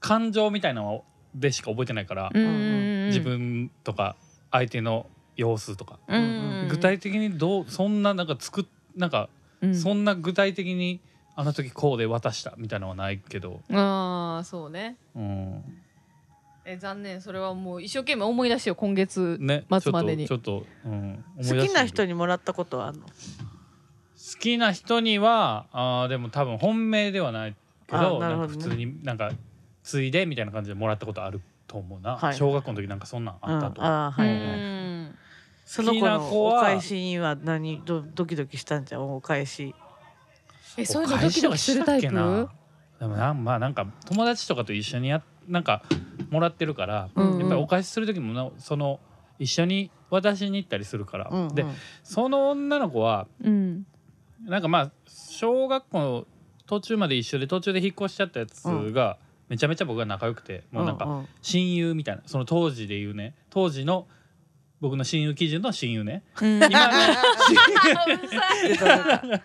Speaker 3: 感情みたいなのでしか覚えてないから、
Speaker 1: うん
Speaker 2: ん
Speaker 3: 自分とか相手の様子とか、
Speaker 1: うん
Speaker 2: うん
Speaker 3: 具体的にどうそんななんか作っなんか、
Speaker 1: うん
Speaker 3: そんな具体的にあの時こうで渡したみたいなのはないけど、
Speaker 1: ああ
Speaker 4: そうね。
Speaker 3: うん、
Speaker 4: え残念それはもう一
Speaker 1: 一生懸命思い出してよ今月
Speaker 3: ね
Speaker 1: 待つまでに
Speaker 3: ちょっとちょっと、うん、思い出してみ
Speaker 2: 好
Speaker 3: る
Speaker 2: きな人にもらったことはあるの。
Speaker 3: 好きな人にはあーでも多分本命ではないけど
Speaker 2: あなるほどね
Speaker 3: んか普通になんかついでみたいな感じでもらったことあると思うな、
Speaker 2: はい
Speaker 3: 小学校の時なんかそんなん
Speaker 2: うん
Speaker 3: あったと、
Speaker 2: あーは
Speaker 1: う
Speaker 2: いはい。
Speaker 1: ん
Speaker 2: その子
Speaker 3: 好きな子
Speaker 2: のお
Speaker 3: は
Speaker 2: 返しには何どドキドキしたんじゃんお返し。
Speaker 1: えそういうのドキドキするタイプ
Speaker 3: お返しはしたっけなでもなんまあなんか友達とかと一緒にやなんかもらってるから、
Speaker 1: うんうん
Speaker 3: やっぱりお返しする時もなその一緒に渡しに行ったりするから、
Speaker 2: うんうん
Speaker 3: でその女の子は
Speaker 1: うん
Speaker 3: なんかまあ小学校の途中まで一緒で途中で引っ越しちゃったやつが、めちゃめちゃ僕が仲良くてもうなんか
Speaker 2: んん
Speaker 3: 親友みたいなその当時で言うね当時の僕の親友基準の親友ね
Speaker 1: うん
Speaker 3: 今
Speaker 4: う
Speaker 3: の
Speaker 4: るさい。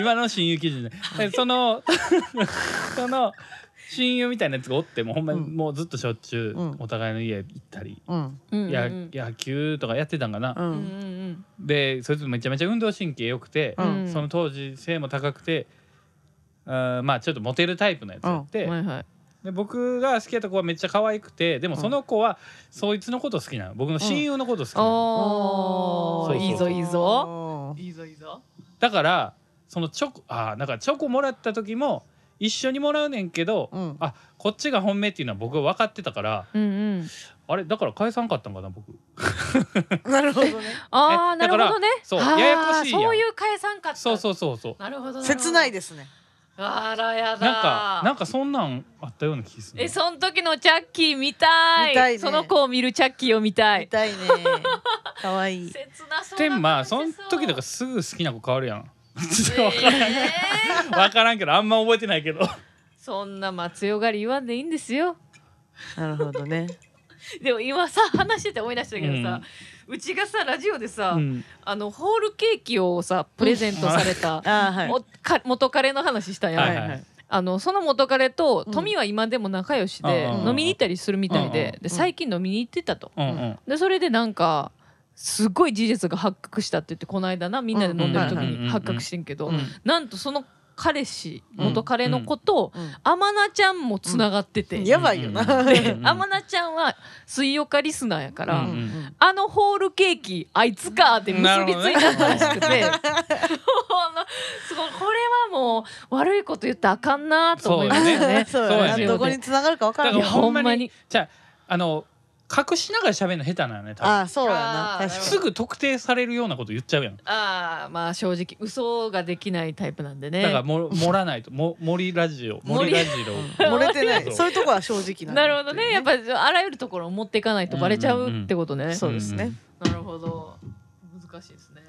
Speaker 3: 今の親友基準ねでその その親友みたいなやつがおってもうほんまに
Speaker 2: うん
Speaker 3: もうずっとしょっちゅ
Speaker 2: うん
Speaker 3: うお互いの家行ったり、
Speaker 2: うん
Speaker 1: うん
Speaker 3: や
Speaker 1: うん
Speaker 3: 野球とかやってたんかな、
Speaker 2: うん
Speaker 1: う
Speaker 2: うん
Speaker 1: ん
Speaker 3: でそいつめちゃめちゃ運動神経良くて
Speaker 1: う、ん
Speaker 3: その当時背も高くてあーまあちょっとモテるタイプのやつやって、
Speaker 1: はいはい
Speaker 3: で僕が好きやった子はめっちゃ可愛くてでもその子はそいつのこと好きなの僕の親友のこと好きなの。
Speaker 1: お
Speaker 3: そうそう
Speaker 1: ーいいぞいいぞ。
Speaker 4: いいぞいいぞ。
Speaker 3: だからそのチョコあーなんかチョコもらった時も一緒にもらうねんけど、
Speaker 2: うん
Speaker 3: あこっちが本命っていうのは僕は分かってたから
Speaker 1: うんうん
Speaker 3: あれだから返さんかったんかな僕
Speaker 2: なるほどね。
Speaker 1: ああ
Speaker 3: え
Speaker 1: な
Speaker 3: だ
Speaker 1: る
Speaker 3: か
Speaker 1: ほ
Speaker 3: ら
Speaker 1: どね
Speaker 3: そう
Speaker 1: あー
Speaker 3: ややこしいやん
Speaker 1: そういう返さんかった
Speaker 3: そうそうそうそう
Speaker 4: なるほど。
Speaker 2: 切ない
Speaker 4: で。
Speaker 2: ですね。
Speaker 4: あらやだ。
Speaker 3: なんかなんかそんなんあったような気する
Speaker 1: えその時のチャッキー見たい
Speaker 2: 見たいね
Speaker 1: その子を見るチャッキーを見たい
Speaker 2: 痛 いね。可愛い。
Speaker 4: 切なそうな感じ
Speaker 3: でもまあそ
Speaker 4: そう
Speaker 3: の時だからすぐ好きな子変わるやんちょっと分からん
Speaker 4: えー
Speaker 3: 分からんけどあんま覚えてないけど
Speaker 1: そんな松代狩り言わんでいいんですよ
Speaker 2: なるほどね。
Speaker 1: でも今さ話してて思い出したけどさ、うちがさラジオでさ、
Speaker 3: うん
Speaker 1: あのホールケーキをさプレゼントされた、
Speaker 2: あーはい。
Speaker 1: もか元彼の話したやん、
Speaker 3: はい
Speaker 2: はいはい
Speaker 1: あのその元彼と
Speaker 2: うん
Speaker 1: 富は今でも仲良しで、
Speaker 3: うん
Speaker 1: 飲みに行ったりするみたいで,、
Speaker 3: う
Speaker 1: で最近飲みに行ってたと、
Speaker 3: うんうん
Speaker 1: でそれでなんかすごい事実が発覚したって言ってこの間なみんなで飲んでる時
Speaker 3: うんうんうんうん
Speaker 1: に発覚してんけど、
Speaker 2: うん
Speaker 1: なんとその彼氏
Speaker 2: うん
Speaker 1: 元彼の子と、
Speaker 2: うん
Speaker 1: 天菜ちゃんもつながってて、
Speaker 2: うんやばいよな
Speaker 3: うん
Speaker 1: で
Speaker 3: うん
Speaker 1: 天菜ちゃんは水岡リスナーやから、
Speaker 3: うん
Speaker 1: あのホールケーキあいつかって結びついたらしくて、
Speaker 2: なる
Speaker 1: ほんのすごいこれはもう悪いこと言ったらあかんなと思いましたね。
Speaker 2: そう
Speaker 3: そう
Speaker 2: や
Speaker 3: や
Speaker 2: な
Speaker 3: ね
Speaker 2: どこに繋がるかわから
Speaker 3: だ
Speaker 2: ん
Speaker 1: い
Speaker 3: か
Speaker 1: や
Speaker 3: ら
Speaker 2: よ。
Speaker 1: ほんま
Speaker 3: ほんま
Speaker 1: に
Speaker 3: にじゃああの隠しながら喋るの下手なのね多分
Speaker 2: あーそうやな
Speaker 4: あー
Speaker 2: 確かに。
Speaker 3: すぐ特定されるようなこと言っちゃうやん
Speaker 1: ああまあ正直嘘ができないタイプなんで
Speaker 3: だか
Speaker 1: ね。
Speaker 3: らも盛らないとも森ラジ オ
Speaker 1: 森
Speaker 3: 森ラジ
Speaker 2: 漏れてな
Speaker 3: そう
Speaker 2: い。そういうとこは正直
Speaker 1: な
Speaker 2: な
Speaker 1: る
Speaker 2: の。
Speaker 1: ほどねやっぱあらゆるところを持っていかないとバレちゃうってことね。
Speaker 2: んそうですね
Speaker 4: なるほど。難しいですね。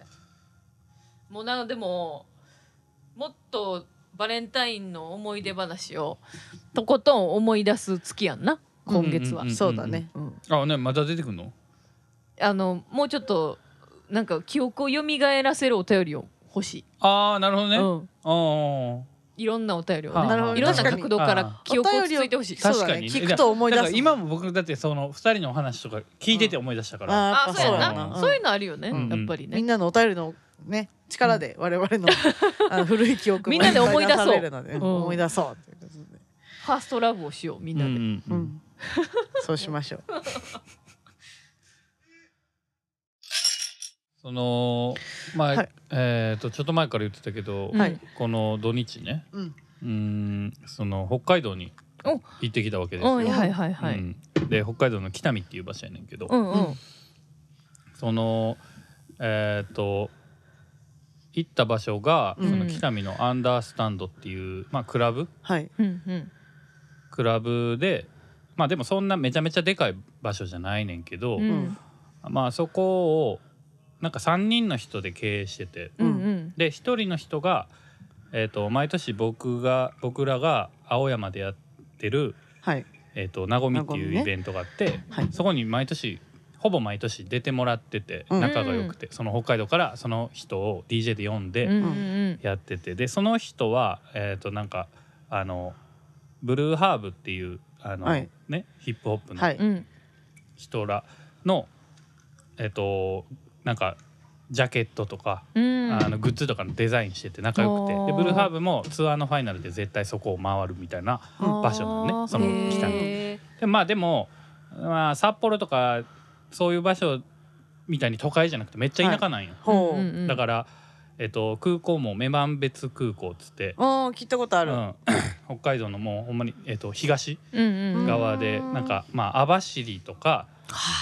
Speaker 4: もうなのでも
Speaker 1: もっとバレンタインの思い出話をとことん思い出す月やんな今月は、
Speaker 3: うんうん
Speaker 2: そうだね。
Speaker 3: あねまた出てくんの
Speaker 1: あのもうちょっとなんか記憶を蘇らせるお便りを欲しい、
Speaker 3: ああなるほどね、
Speaker 1: う
Speaker 3: あ
Speaker 1: ん、
Speaker 3: あ
Speaker 1: いろんなお便りを
Speaker 3: あ
Speaker 1: ね
Speaker 2: なるほど
Speaker 1: いろんな
Speaker 2: 確かに
Speaker 1: 角度から記憶をつついてほしい
Speaker 3: 確かに
Speaker 2: そうだね
Speaker 3: ね
Speaker 2: 聞くと思い出す
Speaker 3: だから今も僕だってその二人のお話とか聞いてて思い出したから、
Speaker 2: あー
Speaker 1: あそうや
Speaker 2: や
Speaker 1: な
Speaker 2: っぱ
Speaker 1: そういうのあるよね、
Speaker 3: うん
Speaker 1: やっぱり
Speaker 2: みん
Speaker 1: ね
Speaker 2: なのお便りのね力で我々 のあの古い記憶も
Speaker 1: みんなで思い出そう
Speaker 2: されるので
Speaker 1: うん
Speaker 2: 思い出そうということで。
Speaker 1: ファーストラブをしようみん
Speaker 3: うん
Speaker 1: なで、
Speaker 3: うんう
Speaker 2: うんん。そうしましょう。
Speaker 3: そのまあ、
Speaker 2: はい
Speaker 3: えっ、とちょっと前から言ってたけど、
Speaker 1: うん
Speaker 2: はい
Speaker 3: この土日ね
Speaker 2: うん。
Speaker 3: うーんその北海道に
Speaker 1: お
Speaker 3: 行ってきたわけですよ、
Speaker 1: うんはいはいはい、
Speaker 3: うんで北海道の北見っていう場所やねんけど、
Speaker 1: うんうん
Speaker 3: そのえっ、と行った場所が、
Speaker 2: うん
Speaker 3: その北見のアンダースタンドっていう、まあ、クラブ
Speaker 2: はい。
Speaker 1: うんうん
Speaker 3: クラブでまあでもそんなめちゃめちゃでかい場所じゃないねんけど、
Speaker 1: うんうん
Speaker 3: まあそこをなんか3人の人で経営してて
Speaker 1: うんうん
Speaker 3: で1人の人が、えー、と毎年僕が僕らが青山でやってる、
Speaker 2: はい。
Speaker 3: えー、となごみって
Speaker 2: なご
Speaker 3: い
Speaker 2: み
Speaker 3: う
Speaker 2: ね
Speaker 3: イベントがあって、
Speaker 2: はい。
Speaker 3: そこに毎年ほぼ毎年出てもらってて
Speaker 2: うん
Speaker 3: 仲が良くて、その北海道からその人を DJ で呼ん
Speaker 1: うんう
Speaker 3: で
Speaker 1: んうん
Speaker 3: やってて、でその人はえっ、となんかあのブルーハーブっていうあの、
Speaker 2: はい
Speaker 3: ねヒップホップの
Speaker 2: はい。
Speaker 1: うん
Speaker 3: 人らの、えっ、となんかジャケットとか、
Speaker 1: うん
Speaker 3: あのグッズとかのデザインしてて仲良くて
Speaker 1: おー
Speaker 3: でブルーハーブもツアーのファイナルで絶対そこを回るみたいな場所なのねその北の
Speaker 1: へ
Speaker 3: でまあでも、まあ、札幌とかそういう場所みたいに都会じゃなくてめっちゃ田舎なんよ、
Speaker 1: ー
Speaker 2: ほ
Speaker 1: うんうん
Speaker 2: う。
Speaker 1: うん
Speaker 3: だから、えっと、空港も女満別空港っつって、
Speaker 2: ああ聞いたことあ
Speaker 3: う
Speaker 2: る。
Speaker 3: ん、 北海道のもうほんまに、えっと、東
Speaker 1: うんうん
Speaker 3: 側で
Speaker 2: うん
Speaker 3: なんかまあ網走とか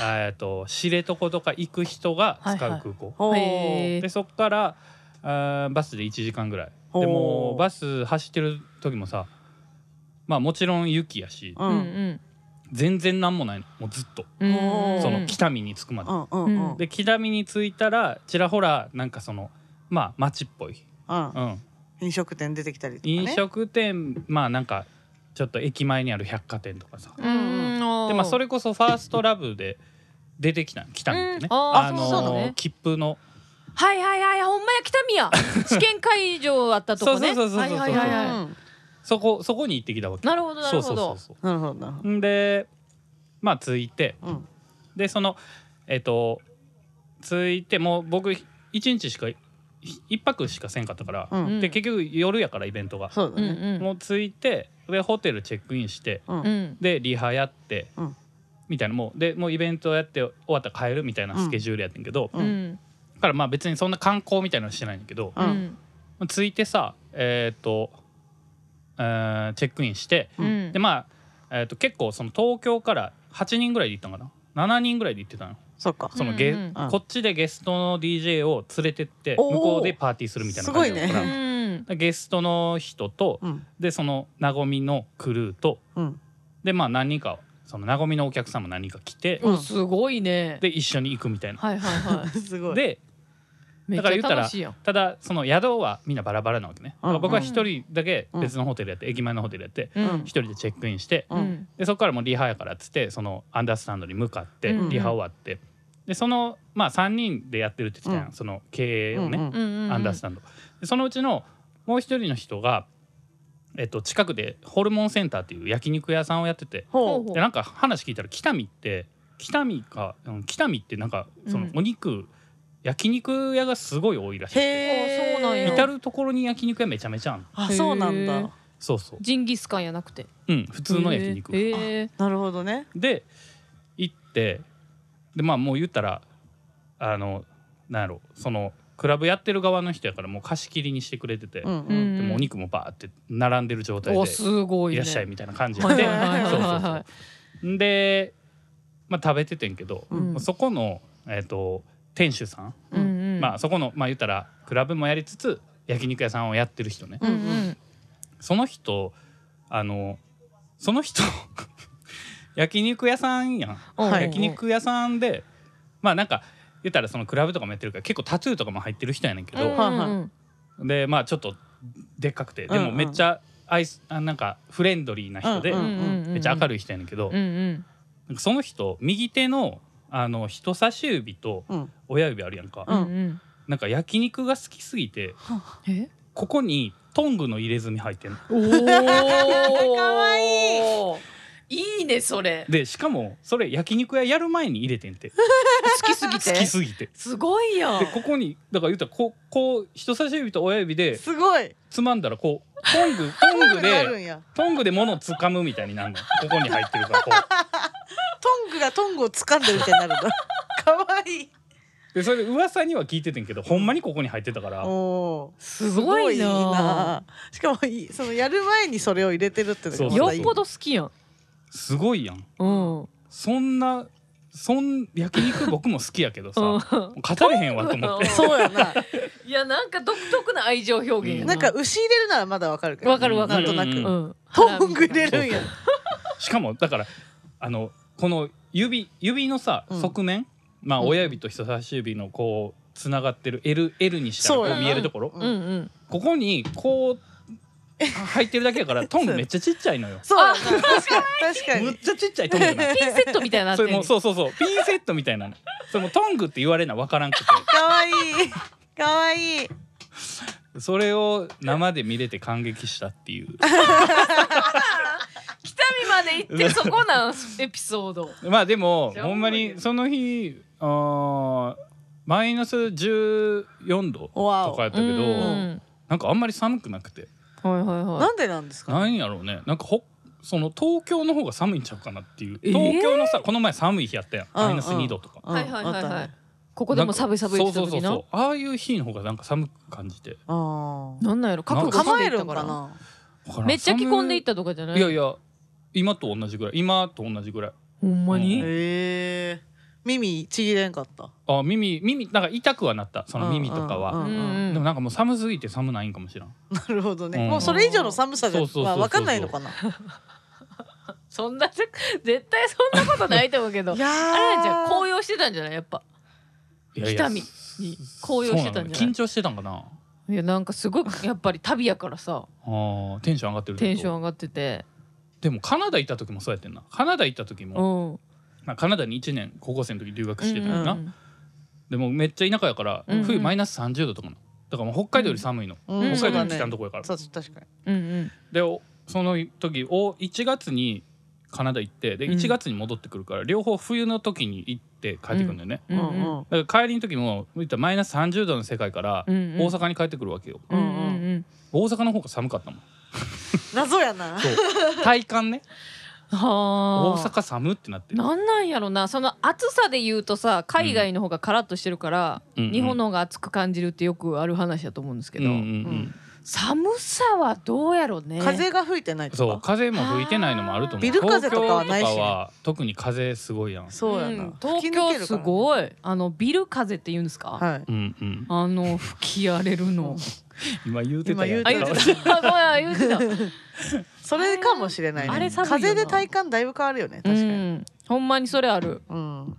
Speaker 3: えっと知床とか行く人が使う空港、
Speaker 2: ほう。
Speaker 1: へー
Speaker 3: でそっからあーバスで1時間ぐらい
Speaker 2: ほう
Speaker 3: でもうバス走ってる時もさまあもちろん雪やし
Speaker 2: う
Speaker 1: うん
Speaker 2: ん。
Speaker 3: 全然なんもないのもうずっと
Speaker 1: うんうん
Speaker 3: その
Speaker 1: うん
Speaker 3: 北見に着くまで
Speaker 2: う。んうんうん。
Speaker 3: で北見に着いたらちらほらなんかそのまあ町っぽい、
Speaker 2: うん
Speaker 3: うん、
Speaker 2: 飲食店出てきたりとかね。
Speaker 3: 飲食店まあなんかちょっと駅前にある百貨店とかさ
Speaker 1: うん
Speaker 3: でまあそ
Speaker 1: れ
Speaker 3: れこそ「ファーストラブで出てきた北見ってね、
Speaker 1: うんあー
Speaker 3: の
Speaker 1: そうなのね
Speaker 3: 切符の
Speaker 1: はいはいはいほんまや北見 や試験会場あったとこね
Speaker 3: そうそうそうそうそう
Speaker 1: はいはいはいは
Speaker 2: うん
Speaker 3: そこそこに行ってきたわけ
Speaker 1: いなるほどなるほ
Speaker 3: そう
Speaker 1: ど
Speaker 3: そうそう
Speaker 2: なるほどなるほ
Speaker 3: そうんでまあ着いて
Speaker 2: ど。うん。
Speaker 3: でそのえっ、と着いてもう僕一日しかひ一泊しかせんかったから、
Speaker 2: うん
Speaker 1: うん
Speaker 3: で結局夜やからイベントが、
Speaker 2: そうだ
Speaker 1: うんう
Speaker 2: ね。
Speaker 1: ん
Speaker 3: もう着いてでホテルチェックインして
Speaker 2: うん
Speaker 1: う。ん
Speaker 3: でリハやって、
Speaker 2: うん
Speaker 3: みたいなもうでもうイベントやって終わったら帰るみたいなスケジュールやってんけど、
Speaker 2: う
Speaker 1: うんん
Speaker 3: だからまあ別にそんな観光みたいなのしてないんだけど、
Speaker 2: う
Speaker 1: うんん
Speaker 3: 着いてさえっ、と、えーチェックインして、
Speaker 1: うんうん
Speaker 3: でまあ、えー、と結構その東京から8人ぐらいで行ったんかな7人ぐらいで行ってたの
Speaker 2: そっか。
Speaker 3: そのゲ、
Speaker 1: うんうん
Speaker 3: こっちでゲストの DJ を連れてって
Speaker 2: お
Speaker 3: 向
Speaker 2: ー
Speaker 3: こうでパーティーするみたいな感じだった
Speaker 2: す
Speaker 3: か
Speaker 2: ご
Speaker 3: ら
Speaker 2: いね
Speaker 3: ゲストの人と
Speaker 2: うん
Speaker 3: でそのなごみのクルーと
Speaker 2: うん。
Speaker 3: でまあ何人かそのなごみのお客さんも何人か来て、
Speaker 1: うんすごいね
Speaker 3: で一緒に行くみたいな。
Speaker 1: はいはいは
Speaker 2: すごい。
Speaker 3: で
Speaker 1: いめっ
Speaker 3: だから言っ
Speaker 1: ちゃ
Speaker 3: たら
Speaker 1: 楽しいやん
Speaker 3: ただその宿はみんなバラバラなわけね、
Speaker 2: うん
Speaker 3: 僕は一人だけ別のホテルやって、駅前のホテルやって
Speaker 1: う
Speaker 2: うん
Speaker 3: 一人でチェックインして、
Speaker 2: うん
Speaker 1: うん
Speaker 3: でそこからもうリハやからっつってそのアンダースタンドに向かって
Speaker 1: うん
Speaker 3: リハ終わって、でそのまあ3人でやってるって言ってたやん、
Speaker 2: うん
Speaker 3: その経営をね、
Speaker 1: うんうんうん
Speaker 3: アンダースタンドでそのうちのもう一人の人が、えっと、近くでホルモンセンターっていう焼肉屋さんをやってて
Speaker 1: ほうほ
Speaker 2: ほ
Speaker 1: う
Speaker 3: でなんか話聞いたら北見って北見かうん北見ってなんかその
Speaker 1: うん
Speaker 3: お肉、焼肉屋がすごい多いらし
Speaker 2: う。
Speaker 3: くて
Speaker 2: へえ。
Speaker 1: あそうなんや
Speaker 3: 至る所に焼肉屋めちゃめちゃある
Speaker 2: あそうなん
Speaker 1: へー
Speaker 2: だ。
Speaker 3: そうそう
Speaker 1: ジンギスカンやなくて
Speaker 3: うん普通の焼肉、
Speaker 1: へーへー
Speaker 2: なるほどね。
Speaker 3: で行ってでまあもう言ったらあのなんやろそのクラブやってる側の人やからもう貸し切りにしてくれてて、
Speaker 2: うんう。
Speaker 1: うん
Speaker 3: でもうお肉もバーって並んでる状態
Speaker 1: お
Speaker 3: です
Speaker 1: ごいね
Speaker 3: いらっしゃいみたいな感じで、
Speaker 1: はい
Speaker 3: で
Speaker 1: はいはいはいはい
Speaker 3: そうそうそうで、まあ、食べててんけど、
Speaker 1: うん
Speaker 3: そこの、えー、と店主さん、
Speaker 1: うんうん
Speaker 3: まあそこのまあ言ったらクラブもやりつつ焼肉屋さんをやってる人ね、
Speaker 1: うんうん
Speaker 3: その人あのその人 焼肉屋さんやん
Speaker 1: うん
Speaker 2: はい
Speaker 3: 焼肉屋さんでまあなんか言ったらそのクラブとかもやってるから結構タトゥーとかも入ってる人やねんけ
Speaker 1: うんう
Speaker 3: ど、
Speaker 1: んうん
Speaker 2: は
Speaker 3: でまあちょっとでっかくて
Speaker 2: ん
Speaker 3: でもめっちゃアイスあなんかフレンドリーな人で
Speaker 2: うんうん
Speaker 3: めっちゃ明
Speaker 1: い。
Speaker 3: るい人やねんけど
Speaker 1: うんうん。
Speaker 3: なんかその人右手のあの人差し指と
Speaker 2: うん
Speaker 3: 親指あるやんか、
Speaker 1: うんうん。
Speaker 3: なんか焼肉が好きすぎて
Speaker 1: え？
Speaker 3: ここにトングの入れ墨入ってんの
Speaker 1: おお。
Speaker 4: 可
Speaker 2: 愛い
Speaker 4: いいいねそれ
Speaker 3: でしかもそれ焼肉屋やる前に入れてんて
Speaker 4: 好きすぎ
Speaker 3: 好きすぎて
Speaker 4: すごいよ
Speaker 3: でここにだから言ったらこうこう人差し指と親指です
Speaker 2: ごい
Speaker 3: つまんだらこうトングトング
Speaker 2: なる
Speaker 3: で
Speaker 2: んや
Speaker 3: トングで物を掴むみたいになるのここに入ってるからこう
Speaker 2: トングがトングを掴んでるみたい になるの可愛い
Speaker 3: でそれで噂には聞いててんけどほんまにここに入ってたから
Speaker 2: おおー
Speaker 1: す
Speaker 2: す
Speaker 1: ごいな。
Speaker 2: しかもいいそのやる前にそれを入れてるってのが
Speaker 3: そう
Speaker 2: ま
Speaker 1: よ
Speaker 2: たいい
Speaker 1: っぽど好きやん。
Speaker 3: すごいやん
Speaker 1: うん。うん。
Speaker 3: そんなそん焼肉僕も好きやけどさもう語れへんわと思って
Speaker 2: そうやな
Speaker 4: いやなん か独特な愛情表現や
Speaker 2: なんか牛入れるならまだわかるけど
Speaker 1: わかるわかる
Speaker 2: なんとな
Speaker 3: う
Speaker 2: く、
Speaker 3: んうん
Speaker 1: うん。
Speaker 2: トング入れるんや
Speaker 3: そうしかもだからあのこの指指のさ
Speaker 2: うん
Speaker 3: 側面、まあ
Speaker 2: うん
Speaker 3: 親指と人差し指のこうつながってる L, L にしたらこ
Speaker 2: そうや
Speaker 3: う
Speaker 2: な
Speaker 3: 見えるところ
Speaker 2: う
Speaker 1: うんうん。
Speaker 3: ここにこう入ってるだけやからトングめっちゃちっちゃいのよ。
Speaker 2: そうやな確かに確か
Speaker 3: むっ
Speaker 2: に
Speaker 3: ちゃちっちゃいトングな
Speaker 1: ピンセットみたいにな
Speaker 3: の
Speaker 1: って
Speaker 3: そ
Speaker 1: ん
Speaker 3: れ
Speaker 1: ね。
Speaker 3: もうんそうそうそうピンセットみたいなのそれもうトングって言われな分からんく
Speaker 2: 可愛い可愛い
Speaker 3: てそれを生で見れて感激したっていう
Speaker 4: 北見まで行ってそこなんエピソード
Speaker 3: まあでも
Speaker 4: じゃあ
Speaker 3: ほんまにその日あーマイナス14度
Speaker 2: わお
Speaker 3: とかやったけど
Speaker 1: うん
Speaker 3: なんかあんまり寒くなくて
Speaker 1: はいはいは
Speaker 2: なんでなんですか
Speaker 3: なんやろうねなんかほその東京の方が寒いんちゃうかなっていう
Speaker 1: えー
Speaker 3: 東京のさこの前寒い日やったやん
Speaker 2: うんうん
Speaker 3: マイナス2度とか。
Speaker 2: うん
Speaker 4: はいはいはい
Speaker 2: あった
Speaker 4: は
Speaker 2: ね
Speaker 4: い
Speaker 1: い。ここでもサブサブ言ってた
Speaker 3: そうそう
Speaker 1: 時
Speaker 3: そ
Speaker 1: な
Speaker 3: うそう。ああいう日の方がなんか寒く感じて
Speaker 2: あ
Speaker 1: なんなんやろ。覚
Speaker 2: あ
Speaker 1: 悟
Speaker 2: 構
Speaker 1: して
Speaker 2: え
Speaker 1: いっ
Speaker 2: る
Speaker 1: た
Speaker 2: ん
Speaker 1: か。
Speaker 2: からな
Speaker 3: わからん
Speaker 1: めっちゃ着込んでいったとかじゃな
Speaker 3: 寒
Speaker 1: い？
Speaker 3: いいやいや今と同じぐらい今と同じぐらい
Speaker 1: ほんまに。
Speaker 2: へえ耳ちぎれんかった
Speaker 3: あ耳耳なんか痛くはなったその耳とか
Speaker 2: うん
Speaker 3: は
Speaker 2: うんうん
Speaker 1: うんうん
Speaker 3: でもなんかもう寒すぎて寒ないんかもしらん
Speaker 2: なるほどね、
Speaker 3: うん
Speaker 2: もうそれ以上の寒さが
Speaker 3: そうそうそうそう
Speaker 2: まあわかんないのかな
Speaker 4: そんな絶対そんなことないと思うけ どあれ
Speaker 2: や
Speaker 4: なんじゃん紅葉してたんじゃないやっぱ
Speaker 3: いやいや
Speaker 4: 北見に紅葉してたんじゃ
Speaker 3: そうなの
Speaker 4: な
Speaker 3: 緊
Speaker 4: い
Speaker 3: 張してたんかない
Speaker 1: やなんかすごい やっぱり旅やからさ
Speaker 3: あーテンション上がってる
Speaker 1: テンション
Speaker 3: ン
Speaker 1: 上がってて。
Speaker 3: でもカナダ行った時もそうやってんなカナダ行った時
Speaker 1: う
Speaker 3: も、
Speaker 1: ん。
Speaker 3: まあ、カナダに1年高校生の時留学してた
Speaker 1: うん
Speaker 3: よ
Speaker 1: うんう
Speaker 3: な、
Speaker 1: ん
Speaker 3: でもめっちゃ田舎やから、
Speaker 1: うんうん
Speaker 3: 冬マイナス30度とかなだからもう北海道より寒いの、
Speaker 2: う
Speaker 1: うん
Speaker 3: 北
Speaker 2: そう
Speaker 3: 海道
Speaker 2: だ
Speaker 3: に
Speaker 2: ね
Speaker 3: 来たとこやから、
Speaker 2: そう確かに
Speaker 1: うん
Speaker 3: でおその時を1月にカナダ行ってで
Speaker 1: うん
Speaker 3: 1月に戻ってくるから、両方冬の時に行って帰ってくるんだよね、
Speaker 1: うんうん
Speaker 2: うんうん
Speaker 3: だから帰りの時も言ったらマイナス30度の世界から
Speaker 1: う
Speaker 3: 大
Speaker 1: んうん
Speaker 3: 阪に帰ってくるわけよ、
Speaker 1: うんうん
Speaker 3: 大阪の方が寒かったもん
Speaker 2: 謎やな
Speaker 3: そう 体感ね
Speaker 1: は
Speaker 3: 大
Speaker 1: あ
Speaker 3: 阪寒ってなってる
Speaker 1: なんなんやろなその暑さで言うとさ海外の方がカラッとしてるから、
Speaker 3: うんうん
Speaker 1: 日本の方が暑く感じるってよくある話だと思うんですけど、
Speaker 3: うんうんうん
Speaker 1: 寒さはどうやろね
Speaker 2: 風が吹いてないと
Speaker 3: そう
Speaker 2: か
Speaker 3: 風も吹いてないのもあると思う
Speaker 2: ビル風とかはないしね
Speaker 3: 東京とかは特に風すごいやん
Speaker 2: そうやな、
Speaker 1: ん東京す
Speaker 2: い
Speaker 1: ごいあのビル風って言うんですか、
Speaker 2: はい
Speaker 3: うんうん
Speaker 1: あの吹き荒れるの
Speaker 3: 今言うてたやん
Speaker 2: 今
Speaker 1: あ言ってた あごめん言ってた
Speaker 2: それかもしれないね
Speaker 1: あれ寒いよな
Speaker 2: 風で体感だいぶ変わるよね
Speaker 1: う
Speaker 2: 確かに
Speaker 1: んほんまにそれある
Speaker 2: うん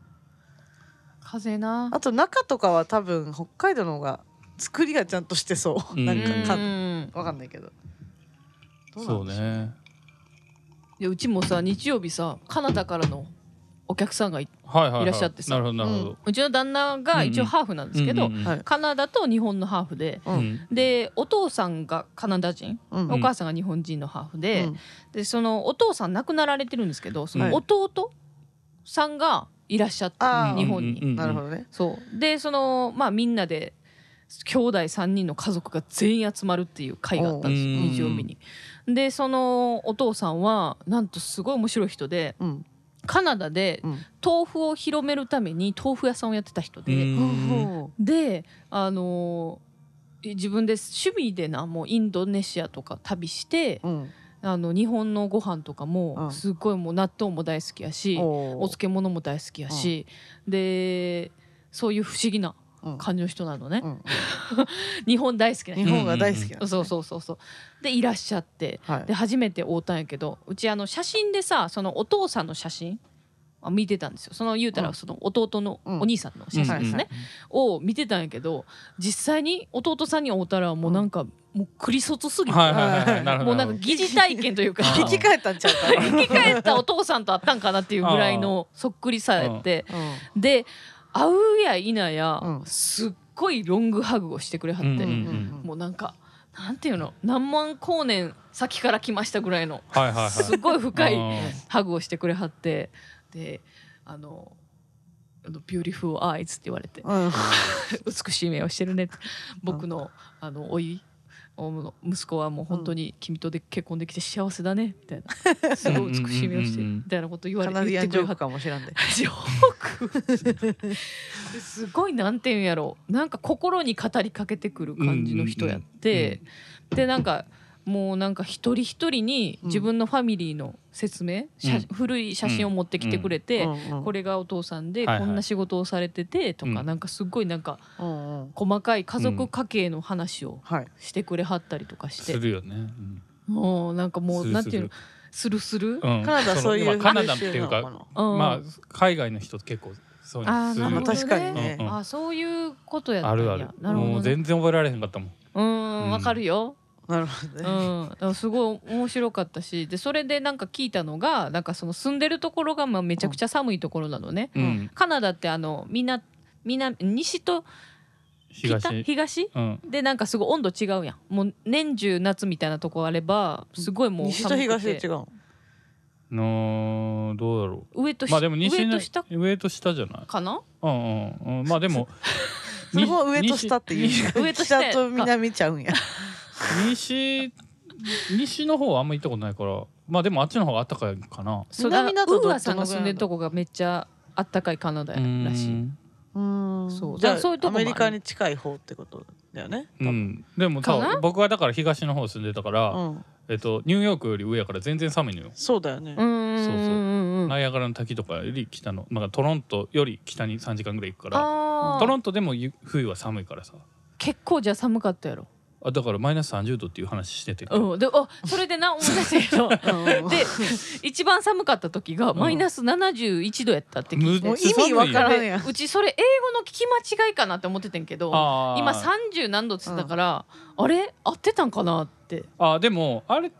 Speaker 1: 風な
Speaker 2: あと中とかは多分北海道の方が作りがちゃんとしてそう
Speaker 3: うん
Speaker 2: なんか
Speaker 1: う
Speaker 2: か
Speaker 1: ん
Speaker 2: わかんないけどどな
Speaker 3: そうん
Speaker 2: でしょ
Speaker 3: ね
Speaker 1: でうちもさ日曜日さカナダからのお客さんがい
Speaker 3: はいはいはい
Speaker 1: いらっしゃってさ
Speaker 3: なるほどなるほど
Speaker 1: うちの旦那が一応ハーフなんですけど、
Speaker 3: うんうんうん
Speaker 2: はい
Speaker 1: カナダと日本のハーフで
Speaker 2: う
Speaker 3: うんん
Speaker 1: でお父さんがカナダ人、
Speaker 2: うん
Speaker 1: お母さんが日本人のハーフで,、
Speaker 2: うん
Speaker 1: でそのお父さん亡くなられてるんですけどその
Speaker 2: はい
Speaker 1: 弟さんがいらっしゃって
Speaker 2: あー
Speaker 1: 日本に。
Speaker 3: うんうんうん
Speaker 2: なるほどね
Speaker 1: そうでそのまあみんなで兄弟3人の家族が全員集まるっていう会があったんですよ
Speaker 3: おう
Speaker 1: 日曜日に。でそのお父さんはなんとすごい面白い人で
Speaker 2: うん
Speaker 1: カナダで
Speaker 2: うん
Speaker 1: 豆腐を広めるために豆腐屋さんをやってた人で。
Speaker 3: うん
Speaker 2: ほ
Speaker 1: であのー自分で趣味でなもうインドネシアとか旅して
Speaker 2: ううん
Speaker 1: あの日本のご飯とか
Speaker 2: う
Speaker 1: も
Speaker 2: ん
Speaker 1: すっごいもう納豆も大好きやし、お
Speaker 2: おー
Speaker 1: 漬物も大好きやし、でそういう不思議な
Speaker 2: うん
Speaker 1: 感じの人なのね、
Speaker 2: うん
Speaker 1: 日本大好きな
Speaker 2: 日
Speaker 1: 人、
Speaker 2: 本が大好きな
Speaker 1: そうそうそうそうでいらっしゃって
Speaker 2: はい
Speaker 1: で初めて会うたんやけどうちあの写真でさそのお父さんの写真あ見てたんですよその言うた
Speaker 2: う
Speaker 1: ら
Speaker 2: ん
Speaker 1: その弟の
Speaker 2: うん
Speaker 1: お兄さんの写真ですね、を見てたんやけど実際に弟さんに会うたらもうなんかもうクリソツすぎて、
Speaker 3: はいはいはいはいなるほど
Speaker 1: もうなんか疑似体験というか
Speaker 3: あー
Speaker 2: 生き返ったんちゃうか
Speaker 1: 生き返ったお父さんと会ったんかなっていうぐらいのそっくりさやって
Speaker 2: な。
Speaker 1: で会うや否や、
Speaker 2: うん
Speaker 1: すっごいロングハグをしてくれはって、
Speaker 3: うんうん
Speaker 1: もうなんかなんていうの何万光年先から来ましたぐらいの
Speaker 3: はいはいはい
Speaker 1: すごい深
Speaker 3: うん
Speaker 1: いハグをしてくれはってであの「あの Beautiful Eyes」って言われて
Speaker 2: うん。
Speaker 1: 美しい目をしてるねって僕のあのおいおの息子はもう本当に君とで結婚できて幸せだねみたいな すごい美しい目をしてる
Speaker 3: うんうんうんうん
Speaker 1: みたいなこと言わ
Speaker 2: カ
Speaker 1: れ
Speaker 2: ナデ
Speaker 1: 言
Speaker 2: ィ
Speaker 1: っ
Speaker 2: ア
Speaker 1: てくれはっ
Speaker 2: ンジョークかもしらんで。
Speaker 1: ジョ ークすごいなんていうんやろなんか心に語りかけてくる感じの人やって、でなんかもうなんか一人一人に自分のファミリーの説明、写
Speaker 3: うん
Speaker 1: 古い写真を持ってきてくれて、これがお父さんで、
Speaker 3: はいはい
Speaker 1: こんな仕事をされててとか、
Speaker 3: うん
Speaker 1: なんかすっごいなんか
Speaker 2: うんうんうん
Speaker 1: 細かい家族家計の話を
Speaker 2: はい。
Speaker 1: してくれはったりとかして、
Speaker 3: するよね。うん
Speaker 1: もうなんかもうなんていうのスルスル、
Speaker 3: うん
Speaker 2: カナダはそうい
Speaker 3: の
Speaker 2: う
Speaker 3: まあカナダっていう
Speaker 2: 風習なの
Speaker 3: か、
Speaker 2: な。
Speaker 1: うん
Speaker 3: まあ海外の人結構そういう
Speaker 1: あ
Speaker 3: の
Speaker 1: ー
Speaker 3: す
Speaker 1: なる
Speaker 2: まあ
Speaker 1: ほど
Speaker 3: る。
Speaker 2: 確かにね
Speaker 3: う。ん
Speaker 1: あそういうことやった
Speaker 3: あ
Speaker 1: んや
Speaker 3: るある。
Speaker 1: なるほどね、
Speaker 3: もう全然覚えられへんかったもん。
Speaker 1: うー、
Speaker 3: うんん
Speaker 1: わかるよ。
Speaker 2: なるほ
Speaker 1: う
Speaker 2: ど
Speaker 1: ん、
Speaker 2: ね。
Speaker 1: だからすごい面白かったし、で、それでなんか聞いたのが、なんかその住んでるところが、まあ、めちゃくちゃ寒いところなのね。
Speaker 3: う
Speaker 2: うん
Speaker 3: ん。
Speaker 1: カナダって、あの、みな、みな、西と北、
Speaker 3: 東。
Speaker 1: 東。
Speaker 3: うん。
Speaker 1: で、なんかすごい温度違うやん。もう年中夏みたいなとこあれば、すごいもう
Speaker 2: 西
Speaker 1: 寒く
Speaker 2: と
Speaker 1: て。
Speaker 2: 東で違うの。
Speaker 3: のどうだろ
Speaker 1: 上と
Speaker 3: う。
Speaker 1: 下、
Speaker 3: まあでも西
Speaker 1: 上
Speaker 3: の
Speaker 1: と下
Speaker 3: 上と下じゃない。
Speaker 1: かな。
Speaker 3: うんうんうん。まあ でも
Speaker 2: それも上と下っていう。
Speaker 1: 西上と下
Speaker 2: 北と南ち ゃうんや。
Speaker 3: 西西の方はあんま行ったことないからまあでもあっちの方が暖かいかな
Speaker 1: そうだから
Speaker 2: 南だと
Speaker 1: ウ
Speaker 2: ど
Speaker 1: ーアさんが
Speaker 2: どのぐ
Speaker 1: 住
Speaker 2: らい
Speaker 1: ん
Speaker 2: なの
Speaker 1: でるとこがめっちゃあったかいカナダ
Speaker 3: う
Speaker 1: やらしい。
Speaker 3: ん
Speaker 2: うん
Speaker 1: そう
Speaker 2: じ
Speaker 1: だか
Speaker 2: ゃ
Speaker 1: らそういう
Speaker 2: あ
Speaker 1: と
Speaker 2: ア
Speaker 1: こもあ
Speaker 2: メ
Speaker 1: る
Speaker 2: リカに近い方ってことだよね。
Speaker 3: うん、でも
Speaker 1: かな
Speaker 3: さ僕はだから東の方住んでたから、
Speaker 2: うん。
Speaker 3: えっと、ニューヨークより上やから全然寒いのよ、
Speaker 2: そうだよね
Speaker 1: う。んうんうんうん。
Speaker 3: ナイアガラの滝とかより北のなんかトロントより北に3時間ぐらい行くから
Speaker 1: あ
Speaker 3: トロ
Speaker 1: あ、
Speaker 3: ントでもゆ冬は寒いからさ
Speaker 1: 結構じゃあ寒かったやろ。
Speaker 3: あだからマイナス30度っていう話してて、
Speaker 1: うん、であそれでな思い出したけ ど
Speaker 2: うんうん
Speaker 1: で一番寒かった時が
Speaker 3: ん
Speaker 1: マイナス71度やったって聞いて、
Speaker 2: もう
Speaker 3: む
Speaker 2: 意味わから
Speaker 1: で
Speaker 2: んやん。
Speaker 1: うちそれ英語の聞き間違いかなって思っててんけど
Speaker 3: あー
Speaker 1: 今30何度っつってたから、あれ合ってたんかなって
Speaker 3: あでもあれ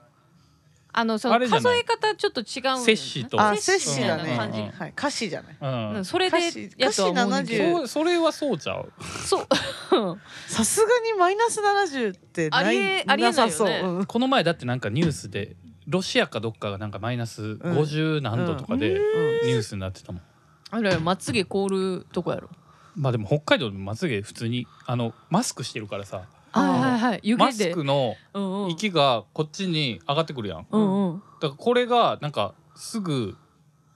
Speaker 1: あのそ
Speaker 3: あ
Speaker 1: の
Speaker 3: れじゃ
Speaker 1: 数
Speaker 3: ない
Speaker 1: え方ちょっと違うん
Speaker 3: 摂氏と
Speaker 2: あ、
Speaker 1: 摂
Speaker 2: 摂
Speaker 1: 氏
Speaker 2: 氏
Speaker 1: みた
Speaker 2: だ
Speaker 1: いな
Speaker 2: ね。
Speaker 1: 感じ、
Speaker 3: うん
Speaker 2: はい、歌詞じゃない。
Speaker 3: う
Speaker 1: うん
Speaker 3: ん、
Speaker 1: それで
Speaker 2: 歌詞
Speaker 1: やとは思うねんけど
Speaker 2: 歌
Speaker 3: そそれはそうちゃう
Speaker 1: そううん
Speaker 2: さすがにマイナス七十ってな
Speaker 1: あり
Speaker 2: い
Speaker 1: えありえ
Speaker 2: な
Speaker 1: ないよね
Speaker 2: さそう。うん
Speaker 3: この前だってなんかニュースでロシアかどっかがなんかマイナス50何度とかでニュースになってたもん、
Speaker 1: あれまつげ凍るとこやろ
Speaker 3: まあでも北海道でもまつげ普通にあのマスクしてるからさ
Speaker 1: はいはいはい湯気で
Speaker 3: マスクの
Speaker 1: うんうん
Speaker 3: 息がこっちに上がってくるやんだか
Speaker 1: うんうん
Speaker 3: らこれがなんかすぐ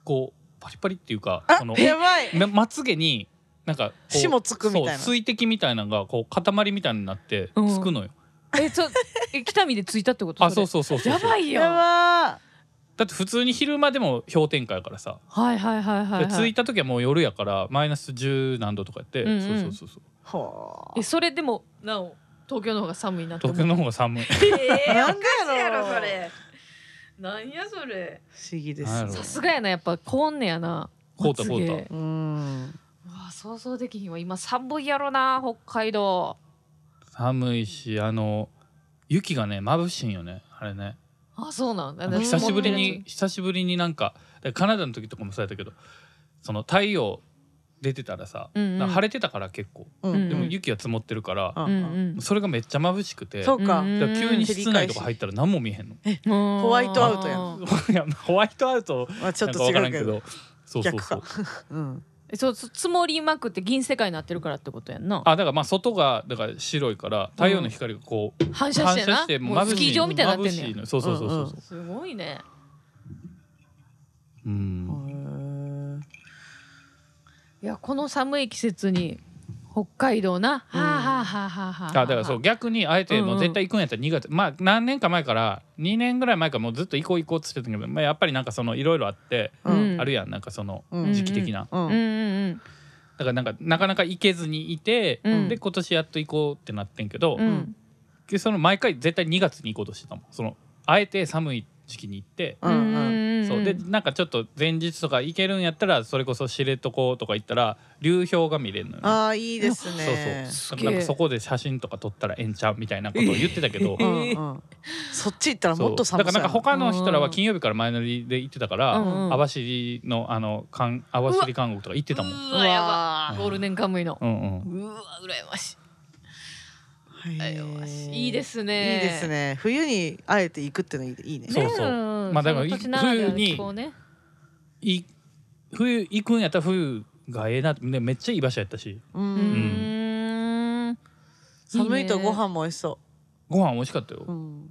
Speaker 3: こうパリパリっていうか その
Speaker 2: やばい。
Speaker 3: ままつげになんかこう
Speaker 2: 霜つくみたいな
Speaker 3: そう水滴みたいなのがこう塊みたいになって
Speaker 1: うん
Speaker 3: つくのよ、
Speaker 1: えちょえ北見で着いたってこと
Speaker 3: あそう
Speaker 1: そ
Speaker 3: そうそうそう
Speaker 1: れやばいよ
Speaker 2: やば
Speaker 3: だって普通に昼間でも氷点下やからさ
Speaker 1: はいはいはいはい、
Speaker 3: で
Speaker 1: はい、
Speaker 3: 着いた時はもう夜やからマイナス10何度とかやって、
Speaker 1: うんうん
Speaker 3: そうそうそうそ
Speaker 2: ー。
Speaker 3: う
Speaker 2: は
Speaker 1: えそれでもなお東京の方が寒いなと思
Speaker 3: 東京
Speaker 1: う
Speaker 3: の方 が寒い
Speaker 4: えー、
Speaker 2: な
Speaker 4: お
Speaker 2: んでやろ
Speaker 4: かしいやろそれなんやそれ
Speaker 2: 不思議で
Speaker 3: なんや
Speaker 2: す
Speaker 3: ろ。
Speaker 1: さすがやなやっぱ凍んねやな
Speaker 3: 凍った
Speaker 1: まつげ
Speaker 3: 凍っ
Speaker 2: うーん。
Speaker 1: うわ想像できひんわ今寒いやろな北海道
Speaker 3: 寒いしあの雪がね眩しいんよねあれね
Speaker 1: あそうなんだ
Speaker 3: あの久しぶりに久しぶりになんかだからカナダの時とかもそうやったけどその太陽出てたらさ、
Speaker 1: うんうん
Speaker 3: なんか晴れてたから結構
Speaker 2: うん
Speaker 3: でも雪が積もってるから、
Speaker 2: う
Speaker 1: うんんうん
Speaker 3: それがめっちゃ眩しくて
Speaker 2: そうか。
Speaker 1: うん
Speaker 3: だから急に室内とか入ったら何も見えへんの
Speaker 1: ホ
Speaker 2: ワイトアウトやん
Speaker 3: いやホワイトアウト
Speaker 2: まあち
Speaker 3: な
Speaker 2: ょ
Speaker 3: ん
Speaker 2: っ
Speaker 3: か
Speaker 2: と
Speaker 3: 分から
Speaker 2: 違うんけ
Speaker 3: け
Speaker 2: ど。
Speaker 3: どそうそうそう
Speaker 2: 逆うん。
Speaker 1: そうそう積もりまくって銀世界になってるからってことやんな
Speaker 3: あだからまあ外がだから白いから太陽の光がこう、
Speaker 1: 反射し
Speaker 3: 反
Speaker 1: て
Speaker 3: 射
Speaker 1: な
Speaker 3: してもう
Speaker 1: もう
Speaker 3: 眩
Speaker 1: スキ
Speaker 3: し
Speaker 1: ー
Speaker 3: い
Speaker 1: 場みたいになってん
Speaker 3: 眩し
Speaker 1: ね
Speaker 3: い
Speaker 1: ん
Speaker 3: のそうそうそうそう
Speaker 1: すごいね
Speaker 3: う
Speaker 2: う
Speaker 3: ん、
Speaker 2: ん
Speaker 1: いやこの寒い季節に北海道な、はあはあはあはあはあ
Speaker 3: あだからそう逆にあえてもう絶対行くんやったら2月、まあ何年か前から2年ぐらい前からもうずっと行こう行こうっつってたけど、まあ、やっぱりなんかそのいろいろあって、
Speaker 1: うん
Speaker 3: あるやんなんかその
Speaker 2: うん
Speaker 3: 時期的な、
Speaker 2: うん
Speaker 1: うんうん
Speaker 3: だからなんかなかなか行けずにいて、
Speaker 1: うん
Speaker 3: で今年やっと行こうってなってんけど、
Speaker 1: うんうん
Speaker 3: でその毎回絶対2月に行こうとしてたもんそのあえて寒い時期に行って
Speaker 2: うんうん。
Speaker 1: うん
Speaker 3: そうでなんかちょっと前日とか行けるんやったらそれこそ知床とか行ったら流氷が見れるのよね、
Speaker 2: ああいいですね。
Speaker 3: そ
Speaker 1: げ
Speaker 3: うそ
Speaker 1: え
Speaker 3: うなんかそこで写真とか撮ったらええんちゃうみたいなことを言ってたけど
Speaker 1: う
Speaker 2: うんうん、そっち行ったら
Speaker 3: そう
Speaker 2: もっと寒
Speaker 3: だからなんか
Speaker 2: そうや
Speaker 3: 他の人らは金曜日から前乗りで行ってたから、
Speaker 1: うんうん
Speaker 3: 網走のあの韓網走韓国とか行ってたもん。
Speaker 4: う
Speaker 1: う
Speaker 4: わ
Speaker 1: わ
Speaker 4: や
Speaker 1: や
Speaker 4: ば
Speaker 2: ば
Speaker 1: ばゴールデンカムイの
Speaker 3: うんうん
Speaker 4: うわ羨ましい
Speaker 2: なへ
Speaker 4: 羨まし
Speaker 2: ー
Speaker 4: いいいですね
Speaker 2: いいですね冬にあえて行くってのいいいいね
Speaker 3: そうそう
Speaker 1: ね
Speaker 3: まあだから
Speaker 1: その土地ならではの
Speaker 3: 冬に
Speaker 1: 気候ね
Speaker 3: い冬行くんやったら冬がええなってねめっちゃいい場所やったし
Speaker 2: う
Speaker 1: うんーん
Speaker 2: 寒いとご
Speaker 1: ね
Speaker 2: 飯も美味しそ
Speaker 3: ご飯美味しかったよ、
Speaker 2: う、うん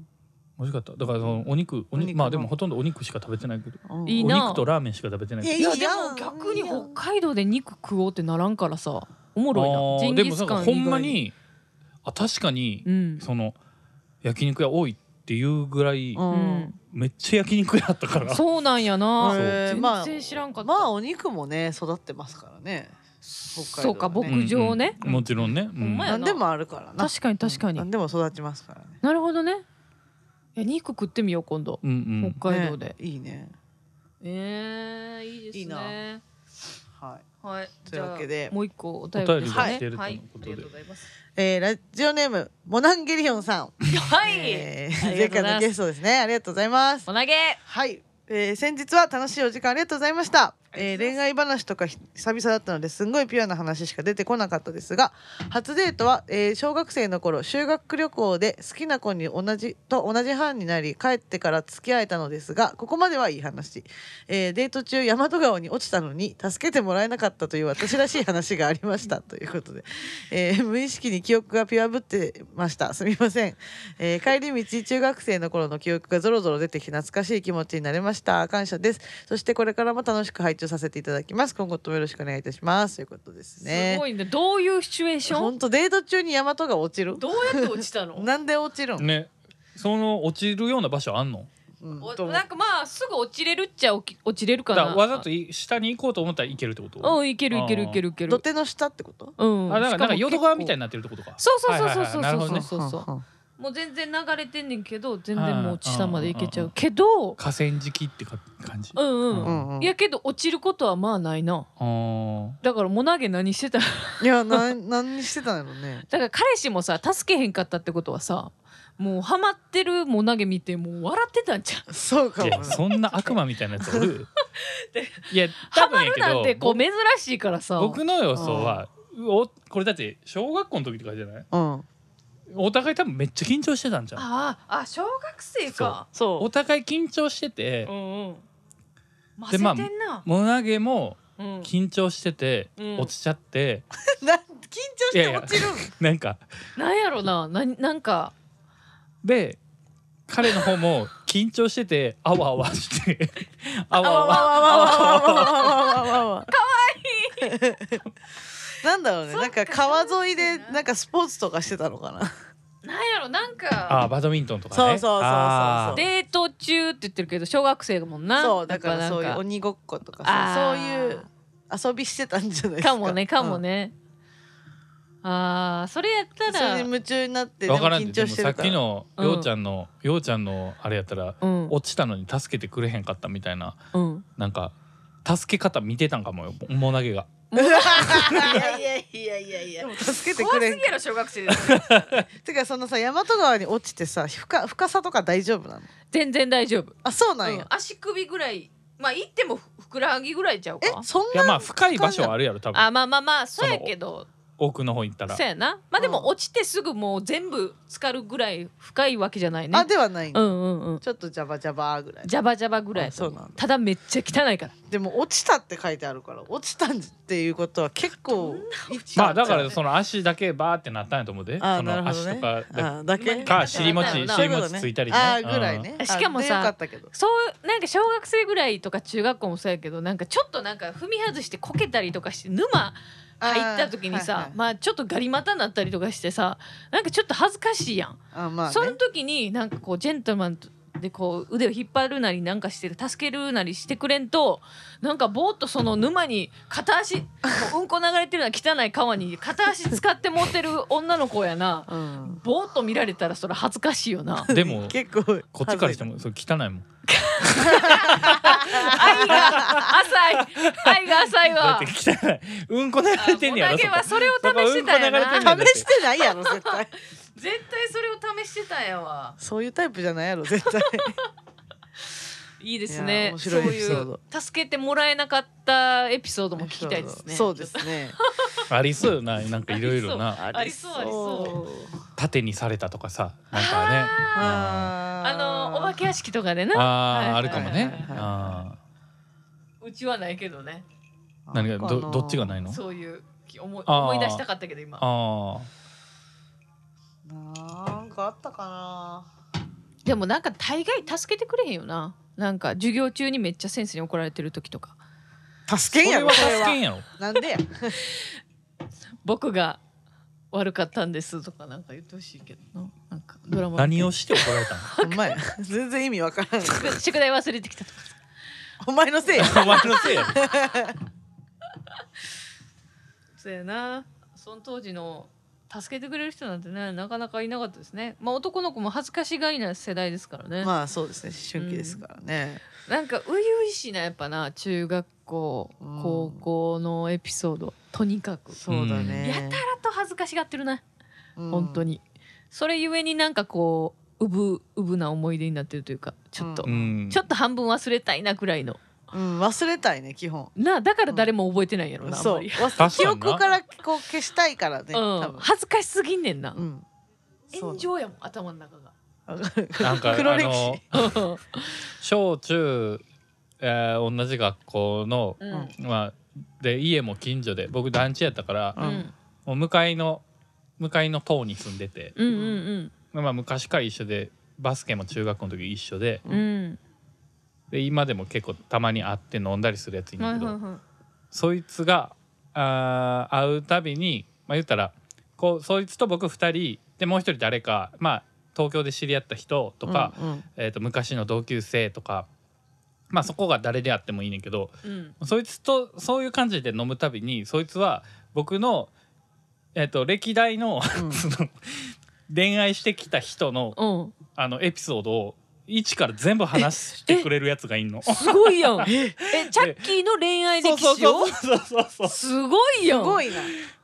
Speaker 3: 美味しかっただからそのお肉お
Speaker 2: お肉
Speaker 3: 肉
Speaker 2: の
Speaker 3: まあでもほとんどお肉しか食べてないけど
Speaker 2: うん
Speaker 1: いい
Speaker 3: お
Speaker 1: な
Speaker 3: 肉とラーメンしか食べてないけど
Speaker 1: いや
Speaker 2: いい
Speaker 1: で
Speaker 2: や
Speaker 1: も
Speaker 2: ん
Speaker 1: 逆に北海道で肉食おうってならんからさおもろ
Speaker 3: あ
Speaker 1: い
Speaker 3: ー
Speaker 1: なジ
Speaker 3: で
Speaker 1: ンギ
Speaker 3: もな
Speaker 1: ス
Speaker 3: んか
Speaker 1: カン
Speaker 3: ほんま
Speaker 1: 以
Speaker 3: にあ確かに
Speaker 1: 外、うん
Speaker 3: その焼肉屋多いっていうぐらい、
Speaker 2: うん
Speaker 3: めっちゃ焼肉屋あったから
Speaker 1: そうなんや
Speaker 2: うん
Speaker 1: な
Speaker 3: そう
Speaker 2: へーまあ
Speaker 1: 全然知らんかった
Speaker 2: まあお肉もね育ってますからね北
Speaker 1: そ
Speaker 2: 海
Speaker 1: うか
Speaker 2: 道はね
Speaker 1: 牧場ね
Speaker 3: うんうんもちろんね、
Speaker 1: ほんまやな
Speaker 2: 何でもあるからな
Speaker 1: 確かに確かに
Speaker 2: 何でも育ちますからね
Speaker 1: なるほどねいや肉食ってみよう今度
Speaker 3: うんうん
Speaker 1: 北海道で
Speaker 2: ねいいね
Speaker 4: えー、いいですね
Speaker 2: いいなは
Speaker 4: はい
Speaker 2: いとい
Speaker 4: じ
Speaker 2: う
Speaker 4: ゃあ
Speaker 2: わけで
Speaker 1: もう一個お
Speaker 3: お
Speaker 1: 便り
Speaker 3: 便
Speaker 1: で
Speaker 3: り
Speaker 1: す
Speaker 3: が
Speaker 1: か
Speaker 3: 来
Speaker 1: ね
Speaker 3: てると
Speaker 4: は
Speaker 3: いう
Speaker 4: い
Speaker 3: こ
Speaker 4: あ
Speaker 3: と
Speaker 4: り
Speaker 3: で、
Speaker 4: がとうございます
Speaker 2: えーラジオネームモナンゲリオンさん
Speaker 4: はい、
Speaker 2: え
Speaker 1: あ
Speaker 2: ー
Speaker 1: りが
Speaker 2: 前
Speaker 1: とうございます
Speaker 2: 回のゲストですねありがとうございます
Speaker 1: お投げ
Speaker 2: はい、えー先日は楽しいお時間ありがとうございました、え
Speaker 4: あ
Speaker 2: ー
Speaker 4: りがとうございます
Speaker 2: 恋愛話とかひ久々だったのですんごいピュアな話しか出てこなかったですが初デートは、えー小学生の頃修学旅行で好きな子に同じと同じ班になり帰ってから付き合えたのですがここまではいい話、えーデート中大和川に落ちたのに助けてもらえなかったという私らしい話がありました ということで、えー無意識に記憶がピュアぶってましたすみませんえー帰り道中学生の頃の記憶がぞろぞろ出てき懐かしい気持ちになれました感謝ですそしてこれからも楽しく拝聴させていただきます今後ともよろしくお願いいたしますということですね
Speaker 1: すごいねどういうシチュエーション
Speaker 2: 本当デート中に大和が落ちる
Speaker 4: どうやって落ちたの
Speaker 2: なんで落ちるん、
Speaker 3: ねその落ちるような場所あんの
Speaker 2: うん
Speaker 1: お
Speaker 2: と思う
Speaker 1: なんかまあすぐ落ちれるっちゃ落ち落ちれるか
Speaker 3: だ
Speaker 1: な
Speaker 3: からわざとい下に行こうと思ったら行けるってこと
Speaker 1: うんいけるいけるいけるいけ
Speaker 2: 土
Speaker 1: る
Speaker 2: 手の下ってこと
Speaker 1: うん
Speaker 3: あだからなんか
Speaker 1: しも結構
Speaker 3: 淀川みたいになってるってことか
Speaker 1: そうそうそうそう
Speaker 3: はいはいはいなるほどね
Speaker 1: そうそう
Speaker 2: はんはん
Speaker 1: もう全然流れてんねんけど全然もう下まで行けちゃ
Speaker 3: うんうんうんう
Speaker 1: うんけど
Speaker 3: 河川敷ってか感じ、
Speaker 1: うんうん、
Speaker 3: う
Speaker 2: うんうん
Speaker 1: いやけど落ちることはまあないな
Speaker 3: あ
Speaker 1: だから もなげ何してただ
Speaker 2: いやなん何してたんだろうね
Speaker 1: から彼氏もさ助けへんかったってことはさもうハマってるもなげ見てもう笑ってたんちゃう
Speaker 2: そう
Speaker 3: ー
Speaker 2: か
Speaker 3: い
Speaker 2: も
Speaker 3: や
Speaker 2: な
Speaker 3: そんな悪魔みたいなやつ おる
Speaker 1: で
Speaker 3: いや多
Speaker 1: ハマ
Speaker 3: 分や
Speaker 1: る
Speaker 3: け
Speaker 1: なんてこ
Speaker 3: ど
Speaker 1: う珍しいからさ
Speaker 3: 僕の予想はおこれだって小学校の時とかじゃない
Speaker 2: うん
Speaker 3: お互い多分めっちゃ緊張してたんじゃん
Speaker 4: あああ小学生か
Speaker 1: そ
Speaker 3: お互い緊張してて
Speaker 4: う、んうん
Speaker 1: う
Speaker 3: でまあ
Speaker 1: 混ぜてんな、
Speaker 3: もなげも
Speaker 1: うん
Speaker 3: 緊張してて、
Speaker 1: うん
Speaker 3: 落ちちゃって
Speaker 2: な緊張し
Speaker 3: いや
Speaker 2: て
Speaker 3: いや
Speaker 2: 落ちるん
Speaker 3: なんか
Speaker 1: なんやろなななんか
Speaker 3: で彼の方も緊張しててあわあわしてあわ
Speaker 2: わわ
Speaker 3: あ
Speaker 2: わ
Speaker 3: わ
Speaker 2: わわわわわわわわわかわいいなんだろうね
Speaker 4: そっか
Speaker 2: なんか川沿いで
Speaker 4: そうですね
Speaker 2: なんかスポーツとかしてたのかな
Speaker 4: なんやろなん
Speaker 3: あ
Speaker 4: か
Speaker 3: バドミントンとかね
Speaker 2: そうそうそうそうそう
Speaker 3: あー
Speaker 1: デート中って言ってるけど小学生だもんな
Speaker 2: そうだから
Speaker 1: やっ
Speaker 2: そう
Speaker 1: ぱな
Speaker 2: い
Speaker 1: ん
Speaker 2: う
Speaker 1: か
Speaker 2: 鬼ごっことか
Speaker 1: あ
Speaker 2: さ
Speaker 1: ー
Speaker 2: そういう遊びしてたんじゃないですか
Speaker 1: かもねかもね、ああそれやっ
Speaker 2: うん
Speaker 1: た
Speaker 2: それ
Speaker 1: ら
Speaker 2: に夢中になってで
Speaker 3: わ
Speaker 2: も
Speaker 3: からん
Speaker 2: 緊
Speaker 3: で
Speaker 2: 張
Speaker 3: でも
Speaker 2: して
Speaker 3: さ
Speaker 2: る
Speaker 3: っ
Speaker 2: か
Speaker 3: き
Speaker 2: ら
Speaker 3: の
Speaker 1: うん
Speaker 3: ようちゃんの、ようちゃんのあれやったら、
Speaker 1: うん
Speaker 3: 落ちたのに助けてくれへんかったみたいな
Speaker 1: うん
Speaker 3: なんか助け方見てたんかもよももなげが
Speaker 4: いやいやいやいや
Speaker 2: 助けてく
Speaker 4: 怖す
Speaker 2: れ
Speaker 4: ぎやろ小学生ですね
Speaker 2: てかそのさ大和川に落ちてさ深深さとか大丈夫なの
Speaker 1: 全然大丈夫
Speaker 2: あそうなん
Speaker 4: うん
Speaker 2: や
Speaker 4: 足首ぐらいまあ行ってもふふくらはぎぐらいちゃう
Speaker 2: え
Speaker 4: か
Speaker 2: そん
Speaker 3: いや
Speaker 2: な
Speaker 3: まあ深い場所はあるやろ多分
Speaker 1: あまあまあまあそうやけど
Speaker 3: 奥の方行ったら
Speaker 1: そうやなまあで
Speaker 2: う
Speaker 1: も
Speaker 2: ん
Speaker 1: 落ちてすぐもう全部浸かるぐらい深いわけじゃないね
Speaker 2: あではないん
Speaker 1: う
Speaker 2: だ
Speaker 1: んうんうん
Speaker 2: ちょっとジャバジャバぐらい
Speaker 1: ジャバジャバぐらい
Speaker 2: あそうなんだ
Speaker 1: ただめっちゃ汚いから
Speaker 2: でも落ちたって書いてあるから落ちたっていうことは結構
Speaker 3: まあだからその足だけバーってなったんやと思うで
Speaker 2: あ
Speaker 3: そ
Speaker 2: なる
Speaker 3: の
Speaker 2: ほど
Speaker 3: 足
Speaker 2: ね
Speaker 3: とかだ
Speaker 2: あだけ
Speaker 3: か尻
Speaker 4: 餅
Speaker 2: あ
Speaker 4: 尻
Speaker 3: 餅ついたりね
Speaker 2: あぐらいね
Speaker 1: うんしかもさ
Speaker 2: あでよかったけど
Speaker 1: そうなんか小学生ぐらいとか中学校もそうやけどなんかちょっとなんか踏み外してこけたりとかして沼入った時にさ
Speaker 2: あーはいはい
Speaker 1: まあちょっとガリ股になったりとかしてさなんかちょっと恥ずかしいやん、
Speaker 2: あまあね
Speaker 1: その時になんかこうジェントルマンでこう腕を引っ張るなりなんかして助けるなりしてくれんとなんかぼーっとその沼に片足もううんこ流れてるような汚い川に片足使って持ってる女の子やな
Speaker 2: うん
Speaker 1: ぼーっと見られたらそれ恥ずかしいよな。
Speaker 3: でも
Speaker 2: 結構
Speaker 3: こっちからしてもそれ汚いもん
Speaker 1: 愛が 浅い愛が浅い
Speaker 3: だっ
Speaker 1: わ
Speaker 3: て汚いうんこ流れてんねや
Speaker 1: あ
Speaker 3: ろ
Speaker 1: もだけは
Speaker 3: そこ
Speaker 1: それを試してたんや
Speaker 3: そこうんこ流れてん
Speaker 1: な
Speaker 3: ねや
Speaker 2: 試してないやろ絶対
Speaker 4: 絶対それを試してたんやわ
Speaker 2: そういうタイプじゃないやろ絶対
Speaker 1: いいです
Speaker 2: いや
Speaker 1: ね
Speaker 2: 面
Speaker 1: そう
Speaker 2: 白いエピ
Speaker 1: い
Speaker 2: ソード
Speaker 1: う助けてもらえなかったエピソードも聞きたいですね
Speaker 2: そうですね
Speaker 3: ありそうよななんかいろいろな
Speaker 1: ありそうありそう
Speaker 3: 縦にされたとかさなんかね
Speaker 2: あ
Speaker 1: あのお化け屋敷とかでな
Speaker 3: あ
Speaker 1: はい
Speaker 3: ーあるかも
Speaker 2: はい
Speaker 3: ね
Speaker 2: はいはい
Speaker 3: あ
Speaker 1: うちはないけどね
Speaker 3: ー何がどどっちがないの
Speaker 4: そういうき思い
Speaker 3: あー
Speaker 4: 思い出したかったけど今
Speaker 3: あ
Speaker 2: なんかあったかな
Speaker 1: でもなんか大概助けてくれへんよななんか授業中にめっちゃ先生に怒られてる時とか
Speaker 2: 助
Speaker 3: ー
Speaker 2: けん
Speaker 3: そ
Speaker 2: や
Speaker 3: れ
Speaker 2: ろ
Speaker 3: は
Speaker 2: そ
Speaker 3: 助
Speaker 2: れ
Speaker 3: けん
Speaker 2: は
Speaker 3: やろ
Speaker 2: なんでや
Speaker 1: 僕が悪かったんですとかなんか言ってほしいけどななんかドラマ
Speaker 3: 何をして怒られたの
Speaker 2: お前全然意味わからん
Speaker 1: 宿題忘れてきたとか
Speaker 2: お前のせい や
Speaker 3: お前のせいやろ
Speaker 4: そうやなその当時の助けてくれる人なんてねなかなかいなかったですねまあ男の子も恥ずかしがりな世代ですからね、
Speaker 2: まあそうですね思春期ですからね、
Speaker 1: なんか初々しいなやっぱな中学校
Speaker 2: うん
Speaker 1: 高校のエピソードとにかく
Speaker 2: そうだね、
Speaker 1: やたらと恥ずかしがってるな
Speaker 2: うん
Speaker 1: 本当にそれゆえになんかこううぶうぶな思い出になってるというかちょっと、
Speaker 2: う
Speaker 3: うん
Speaker 1: ちょっと半分忘れたいなくらいの
Speaker 2: うん忘れたいね基本
Speaker 1: なあだから誰も覚えてないんやろな、あん
Speaker 2: そ
Speaker 1: ま
Speaker 2: う
Speaker 1: り
Speaker 2: 忘れ
Speaker 3: かにな
Speaker 2: 記憶からこう消したいからね、
Speaker 1: う
Speaker 2: 多
Speaker 1: ん、
Speaker 2: 分
Speaker 1: 恥ずかしすぎんねんな、
Speaker 2: うんそう
Speaker 4: 炎上やもん頭の中が
Speaker 2: わかる
Speaker 3: なんかあ
Speaker 2: 黒歴史
Speaker 3: の小中、えー同じ学校の、
Speaker 1: うん
Speaker 2: ん
Speaker 3: まあ、で家も近所で僕団地やったから、
Speaker 1: うんうん
Speaker 3: もう向かいの向かいの棟に住んでて、
Speaker 1: うんうん
Speaker 3: まあ、昔から一緒でバスケも中学校の時一緒で
Speaker 1: うんうん
Speaker 3: で今でも結構たまに会って飲んだりするやついる
Speaker 4: はい
Speaker 3: け
Speaker 4: はい
Speaker 3: ど、
Speaker 4: は
Speaker 3: そいつがあー会うたびに、まあ、言ったらこうそいつと僕2人でもう一人誰か、まあ、東京で知り合った人とか、
Speaker 2: うんうん
Speaker 3: えー、と昔の同級生とか、まあ、そこが誰であってもいいねんけど
Speaker 1: うん
Speaker 3: そいつとそういう感じで飲むたびにそいつは僕の、えー、と歴代の
Speaker 2: うん
Speaker 3: その恋愛してきた人の
Speaker 1: うん
Speaker 3: あのエピソードを一から全部話してくれるやつがいんの。
Speaker 1: すごいやん えチャッキーの恋愛
Speaker 3: そう
Speaker 1: 歴
Speaker 3: そう
Speaker 1: 史
Speaker 3: そ
Speaker 1: を
Speaker 3: うそうそうそう
Speaker 1: すごいやん
Speaker 2: すごいな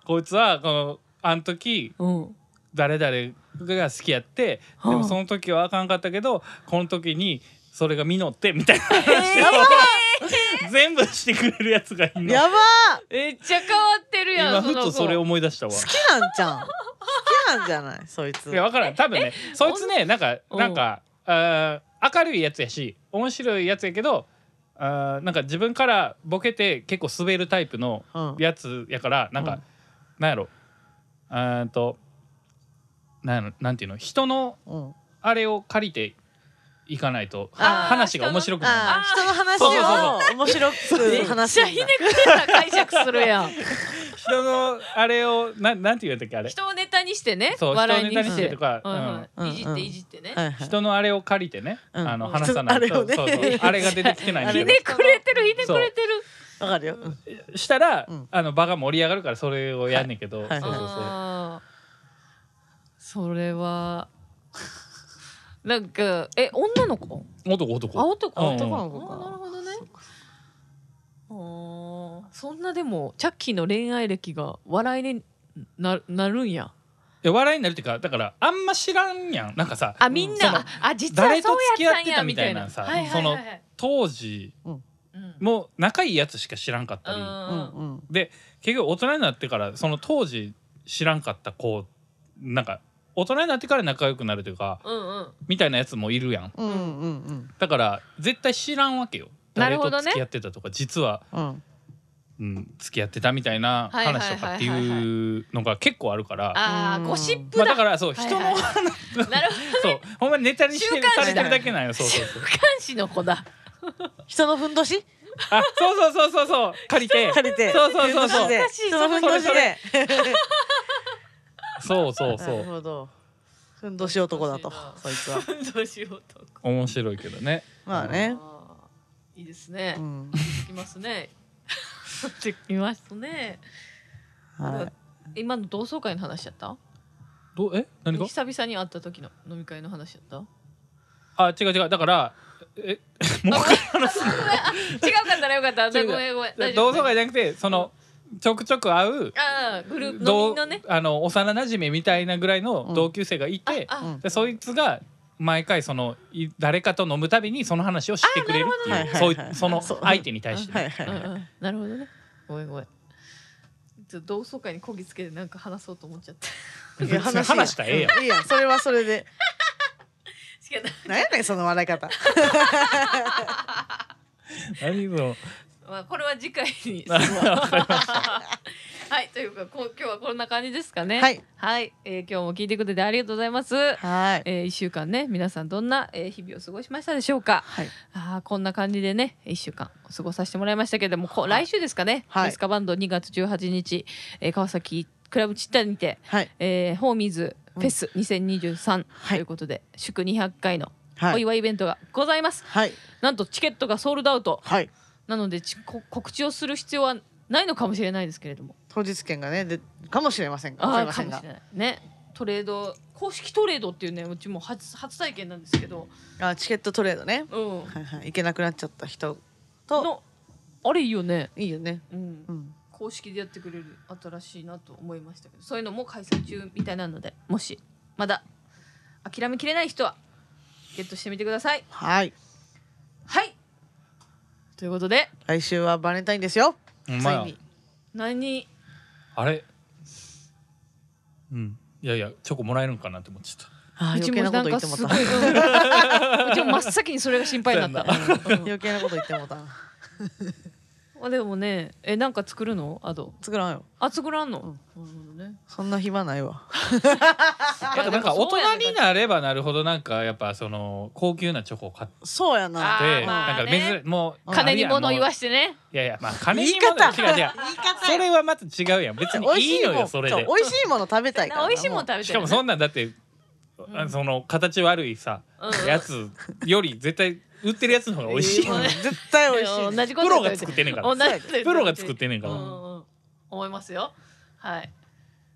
Speaker 3: こいつはこのあの時
Speaker 1: うん
Speaker 3: 誰々が好きやってでも
Speaker 1: はあ
Speaker 3: その時はあかんかったけどこの時にそれが実ってみたいな
Speaker 1: え
Speaker 3: 全部してくれるやつがいんの。
Speaker 2: やば
Speaker 1: ーめっちゃ変わってるや
Speaker 3: 今
Speaker 1: ん
Speaker 3: ふとそれ
Speaker 1: を
Speaker 3: 思い出したわ
Speaker 2: ー。好きなんじゃん好きなんじゃないそいつ
Speaker 3: いや分からん多分ねそいつねなんか
Speaker 1: うん
Speaker 3: なんかあー明るいやつやし面白いやつやけどあーなんか自分からボケて結構滑るタイプの
Speaker 2: うん
Speaker 3: やつやからなん
Speaker 2: う
Speaker 3: か
Speaker 2: ん
Speaker 3: なんやろうーんとなんやろなんていうの人の
Speaker 2: うん
Speaker 3: あれを借りていかないと
Speaker 2: あー
Speaker 3: 話が面白くな
Speaker 2: あー人の話
Speaker 3: そうそうそ
Speaker 2: を面白
Speaker 1: め
Speaker 2: く
Speaker 1: っ
Speaker 2: 話
Speaker 1: ち
Speaker 2: す
Speaker 1: ゃ
Speaker 2: ん
Speaker 1: ひね
Speaker 2: だ
Speaker 1: くれた解釈するや ん
Speaker 3: い人のあれをなんなんていうんだっけあれ
Speaker 1: 人をネタにしてね
Speaker 3: そう人
Speaker 1: 笑
Speaker 3: の
Speaker 1: い
Speaker 3: ネタ
Speaker 1: に
Speaker 3: に
Speaker 1: し
Speaker 3: して
Speaker 1: て
Speaker 3: とか、うん
Speaker 4: いはいいじっ
Speaker 2: うんう
Speaker 4: て
Speaker 2: ん
Speaker 4: いじってね
Speaker 2: はいはい
Speaker 3: 人のあれを借りてね、
Speaker 2: うん
Speaker 3: あの
Speaker 2: うん
Speaker 3: 話さない
Speaker 2: 人の
Speaker 3: と
Speaker 2: あれをね
Speaker 3: そうそうあれが出てきてない
Speaker 2: あ
Speaker 3: みた
Speaker 1: ひ
Speaker 3: いな
Speaker 1: ねくれてるひねくれてる
Speaker 2: わかるようん
Speaker 3: したら、
Speaker 2: うん
Speaker 3: あの場が盛り上がるからそれをやんねんけど、
Speaker 2: はいはい
Speaker 3: そうそうそう
Speaker 1: あーそれはなんかえ女の子
Speaker 3: 男男
Speaker 1: あ男
Speaker 3: うん
Speaker 1: 男の
Speaker 2: 子か
Speaker 1: あーなるほどねあーそんなでもチャッキーの恋愛歴が笑いにななるんや
Speaker 3: いや笑いになるっていうかだからあんま知らんやんなんかさ
Speaker 1: あみんな、
Speaker 3: その
Speaker 1: ああ実はそう
Speaker 3: 誰と付き
Speaker 1: や
Speaker 3: 合
Speaker 1: った
Speaker 3: っ
Speaker 1: ん
Speaker 3: て
Speaker 1: や
Speaker 3: た
Speaker 1: み
Speaker 3: み
Speaker 1: た
Speaker 3: た
Speaker 1: い
Speaker 3: い
Speaker 1: な
Speaker 3: なさ
Speaker 1: はいはい
Speaker 3: その
Speaker 1: はいはい
Speaker 3: 当時
Speaker 4: うん
Speaker 3: もう仲いいやつしか知らんかったり、
Speaker 2: うんうん
Speaker 3: 結局大人になってからその当時知らんかった子なんか大人になってから仲良くなるというか
Speaker 4: うんうん
Speaker 3: みたいなやつもいるやん
Speaker 2: うんうんうん
Speaker 3: だから絶対知らんわけよ
Speaker 1: なる
Speaker 3: 誰
Speaker 1: ほ
Speaker 3: と
Speaker 1: どね
Speaker 3: 付き合ってたとか、実は、
Speaker 2: うん
Speaker 3: うん、付き合ってたみたいな話とかって
Speaker 1: はいはいはいはい
Speaker 3: いうのが結構あるから、
Speaker 1: あ
Speaker 2: う
Speaker 1: ー
Speaker 2: ん
Speaker 1: ゴシップ
Speaker 3: まあ、
Speaker 1: だ、
Speaker 3: だからそう人の、
Speaker 1: はいはいなるほど
Speaker 3: そうほんまにネタにしてる
Speaker 1: 週刊誌
Speaker 3: されてるだけなんよそうそうそう
Speaker 1: 不士の子 だ
Speaker 2: 人のふんどし
Speaker 3: あそうそうそうそうそう借りて
Speaker 2: 借りて
Speaker 3: そうそうそうそう
Speaker 2: ふんどしで
Speaker 1: しい
Speaker 2: 人のふんどし
Speaker 3: そ
Speaker 2: で
Speaker 3: れそうそ
Speaker 2: な
Speaker 3: うそ
Speaker 2: る
Speaker 3: う
Speaker 2: ほどふんどし男だとそいつは
Speaker 4: どうしようとか
Speaker 3: 面白いけどね
Speaker 2: まあね
Speaker 4: あーいいですね
Speaker 2: うん
Speaker 4: いきます ね
Speaker 1: って言いまし
Speaker 4: ね
Speaker 2: はい
Speaker 1: た今の同窓会の話やった
Speaker 3: どうえ何か
Speaker 1: 久々に会った時の飲み会の話やった
Speaker 3: あ違う違うだからえもう一回話す
Speaker 1: 違うかったらよかった。ごめんごめんごめん。大丈夫
Speaker 3: 同窓会じゃなくてそのちょくちょく会う
Speaker 1: ああ、グループ。
Speaker 5: 飲
Speaker 3: ど
Speaker 5: み
Speaker 3: う
Speaker 5: のね
Speaker 3: あの幼馴染みたいなぐらいの同級生がいて、
Speaker 1: あ、
Speaker 2: うん
Speaker 3: でそいつが毎回そのい誰かと飲むたびにその話をしてくれるって
Speaker 2: あな
Speaker 3: いう
Speaker 2: るほど
Speaker 3: そう
Speaker 2: ね
Speaker 3: いその
Speaker 2: そう
Speaker 3: 相手に対して、
Speaker 2: はいは
Speaker 5: う
Speaker 2: い
Speaker 5: んう
Speaker 2: はい
Speaker 5: んなるほどね
Speaker 1: ごめんごめん。ちょっと同窓会にこぎつけてなんか話そうと思っちゃった。
Speaker 2: いや話
Speaker 3: 話したらええや
Speaker 2: いいやんそれはそれで
Speaker 1: 違った。
Speaker 2: なんやねんその笑い方
Speaker 3: 何その
Speaker 1: まあこれは次回に。
Speaker 3: わ
Speaker 1: はい、というかこう今日はこんな感じですかね。
Speaker 2: はい。
Speaker 1: えー今日も聞いてくれてありがとうございます。
Speaker 2: はい
Speaker 1: えー、1週間ね皆さんどんな、えー日々を過ごしましたでしょうか
Speaker 2: はい
Speaker 1: あーこんな感じでね1週間過ごさせてもらいましたけれどもこう来週ですかね、
Speaker 2: はい
Speaker 1: ディスカバンド2月18日、えー川崎クラブチッタにて、
Speaker 2: はい
Speaker 1: えーホーミーズフェス2023
Speaker 2: は
Speaker 1: と
Speaker 2: い
Speaker 1: いうことで、祝200回の
Speaker 2: は
Speaker 1: お
Speaker 2: い
Speaker 1: 祝いイベントがございます、
Speaker 2: はい
Speaker 1: なんとチケットがソールドアウト
Speaker 2: はい
Speaker 1: なのでちこ告知をする必要はないのかもしれないですけれども
Speaker 2: 当日券がねでかもしれませんがわか
Speaker 1: あ
Speaker 2: り
Speaker 1: ーか
Speaker 2: ませ
Speaker 1: も
Speaker 2: ん
Speaker 1: し
Speaker 2: が
Speaker 1: れないねトレード公式トレードっていうねうちも初初体験なんですけど
Speaker 2: あチケットトレードね
Speaker 1: うん
Speaker 2: はいはい行けなくなっちゃった人と
Speaker 1: のあれいいよね、
Speaker 2: いいよね
Speaker 1: うん
Speaker 2: う、ん
Speaker 1: 公式でやってくれる新しいなと思いましたけどそういうのも開催中みたいなのでもしまだ諦めきれない人はゲットしてみてください
Speaker 2: はい
Speaker 1: はいということで
Speaker 2: 来週はバレンタインですよ
Speaker 3: ほんまや
Speaker 2: ついに
Speaker 1: 何
Speaker 3: あれうんいやいやチョコもらえるんかなって思っちゃっ
Speaker 2: あー
Speaker 1: うち
Speaker 2: 余
Speaker 1: も
Speaker 2: 計
Speaker 1: な
Speaker 2: なこと
Speaker 1: んか
Speaker 2: 言っても
Speaker 1: す
Speaker 2: うた
Speaker 1: ごい、 うんうちも真っ先にそれが心配になった、うん
Speaker 2: 余計なこと言ってもうた
Speaker 1: まあでもねえなんか作るのアド
Speaker 2: 作らんよ
Speaker 1: あ作らんの、なる
Speaker 2: そんな暇ないわ
Speaker 1: ほど
Speaker 3: た
Speaker 1: ね
Speaker 3: なんか大人に
Speaker 1: る
Speaker 3: なればなるほどなんかやっぱその高級なチョコを買って
Speaker 2: そうやな
Speaker 1: あーまあ
Speaker 3: なんか
Speaker 1: ね
Speaker 3: 珍もう
Speaker 1: 金に物言わ
Speaker 3: し
Speaker 1: してね
Speaker 3: いやいやまあ金
Speaker 2: 言
Speaker 3: に
Speaker 2: い
Speaker 3: 物
Speaker 2: 方
Speaker 3: 違う違う
Speaker 2: 言い方
Speaker 3: それはまた違うやん別に
Speaker 2: 美味
Speaker 3: い
Speaker 2: し
Speaker 3: い
Speaker 2: い
Speaker 3: の
Speaker 2: も
Speaker 3: よ
Speaker 2: ん
Speaker 3: それ
Speaker 2: そう
Speaker 3: で
Speaker 2: 美味しいもの食べたいから
Speaker 1: 美味しいもん食べてる、ね、
Speaker 3: しかもそんなんだって、あその形悪いさ、
Speaker 1: うん
Speaker 3: やつより絶対売ってるやつの方が美味しい、
Speaker 1: も
Speaker 2: も うん
Speaker 1: ね
Speaker 2: 絶対美味し い
Speaker 1: 同じこ
Speaker 3: プ
Speaker 1: と
Speaker 3: ロ
Speaker 1: 言
Speaker 3: が
Speaker 1: うて
Speaker 3: 作ってんねんか
Speaker 1: 同
Speaker 3: ら
Speaker 1: じこと言う
Speaker 3: プロが作ってんねんか
Speaker 1: う
Speaker 3: ら、
Speaker 1: んうんうん思いますよはい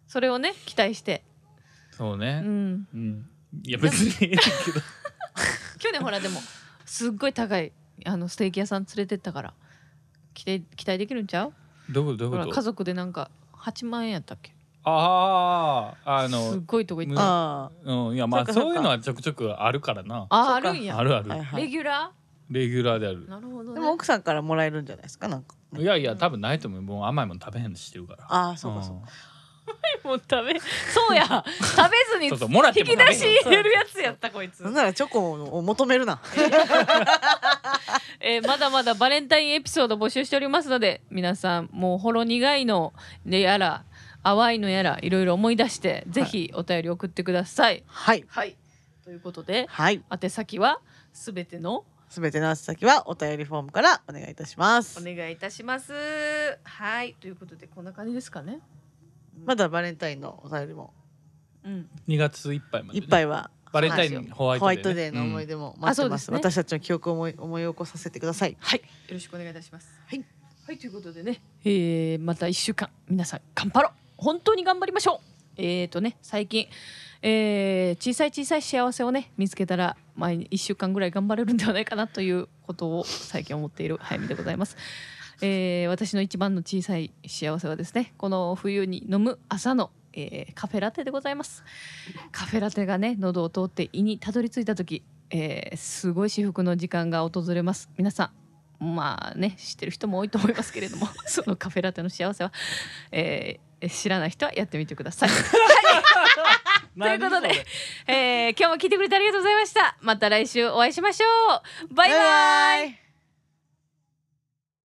Speaker 1: それをね期待して、
Speaker 3: そう
Speaker 1: う
Speaker 3: ね、
Speaker 1: ん、
Speaker 3: うんいや別にいいけど
Speaker 1: 去年ほらでもすっごい高いあのステーキ屋さん連れてったから期待期待できるんちゃう
Speaker 3: どういうこと
Speaker 1: ほ
Speaker 3: どう
Speaker 1: ら
Speaker 3: いうこ
Speaker 1: 家
Speaker 3: と
Speaker 1: 族でなんか8万円やったっけ
Speaker 3: あああ
Speaker 1: すっ
Speaker 3: の
Speaker 1: ごいとこ行っ
Speaker 3: うん
Speaker 1: た
Speaker 2: あ
Speaker 3: うんいやま
Speaker 2: そ
Speaker 3: あ
Speaker 2: っかそっか
Speaker 3: そういうのはちょくちょくあるからな
Speaker 1: あ
Speaker 2: そ
Speaker 1: あ
Speaker 2: うか
Speaker 1: るん
Speaker 3: あ
Speaker 1: や
Speaker 3: るある
Speaker 2: あ、はいは
Speaker 1: レ
Speaker 2: い、
Speaker 1: ギュラ
Speaker 3: レギュラーである
Speaker 1: ーなるほど
Speaker 2: でも
Speaker 1: ね
Speaker 2: 奥さんからもらえるんじゃないですかなんか
Speaker 3: いやいや多分ないと思うもう甘いもの食べへんのしてるから
Speaker 2: ああそうかそうか、
Speaker 1: もう食べそうや 食べずに
Speaker 3: そうそうもらって
Speaker 1: 引
Speaker 3: も食
Speaker 1: き
Speaker 3: べへん
Speaker 1: 出し入れるやつやったこいつ
Speaker 2: なんならチョコを求めるな
Speaker 1: えーまだまだバレンタインエピソード募集しておりますので皆さんもうほろ苦いのやら淡いのやらいろいろ思い出してぜひお便り送ってください。
Speaker 2: はい
Speaker 1: はい、ということで
Speaker 2: はい
Speaker 1: 宛先はすべての
Speaker 2: すべての宛先はお便りフォームからお願いいたします
Speaker 1: お願いいたします。はいということでこんな感じですかね。
Speaker 2: まだバレンタインのお便りも
Speaker 1: うん、
Speaker 3: 2月いっぱいまで、
Speaker 2: い
Speaker 3: ね、
Speaker 2: っぱいは
Speaker 3: バレンタインのホワイ
Speaker 2: ホワイト
Speaker 3: ト
Speaker 2: デ
Speaker 3: デーね,
Speaker 2: ー
Speaker 3: うん、
Speaker 2: の思い出も待ってます,、
Speaker 1: うんあそうですね
Speaker 2: 私たちの記憶を思い思い起こさせてください
Speaker 1: はいよろしくお願いいたします。
Speaker 2: はい、
Speaker 1: はい、ということでね、えーまた1週間皆さん頑張ろう本当に頑張りましょうえーとね最近、えー小さい小さい幸せをね見つけたら毎1週間ぐらい頑張れるんではないかなということを最近思っている早見でございます。えー私の一番の小さい幸せはですねこの冬に飲む朝の、えーカフェラテでございますカフェラテがね喉を通って胃にたどり着いた時、えーすごい至福の時間が訪れます皆さんまあね知ってる人も多いと思いますけれど もそのカフェラテの幸せは、えー知らない人はやってみてくだ さい。ということで
Speaker 3: 何それ、
Speaker 1: えー今日も聞いてくれてありがとうございましたまた来週お会いしましょうバイバイ
Speaker 2: イ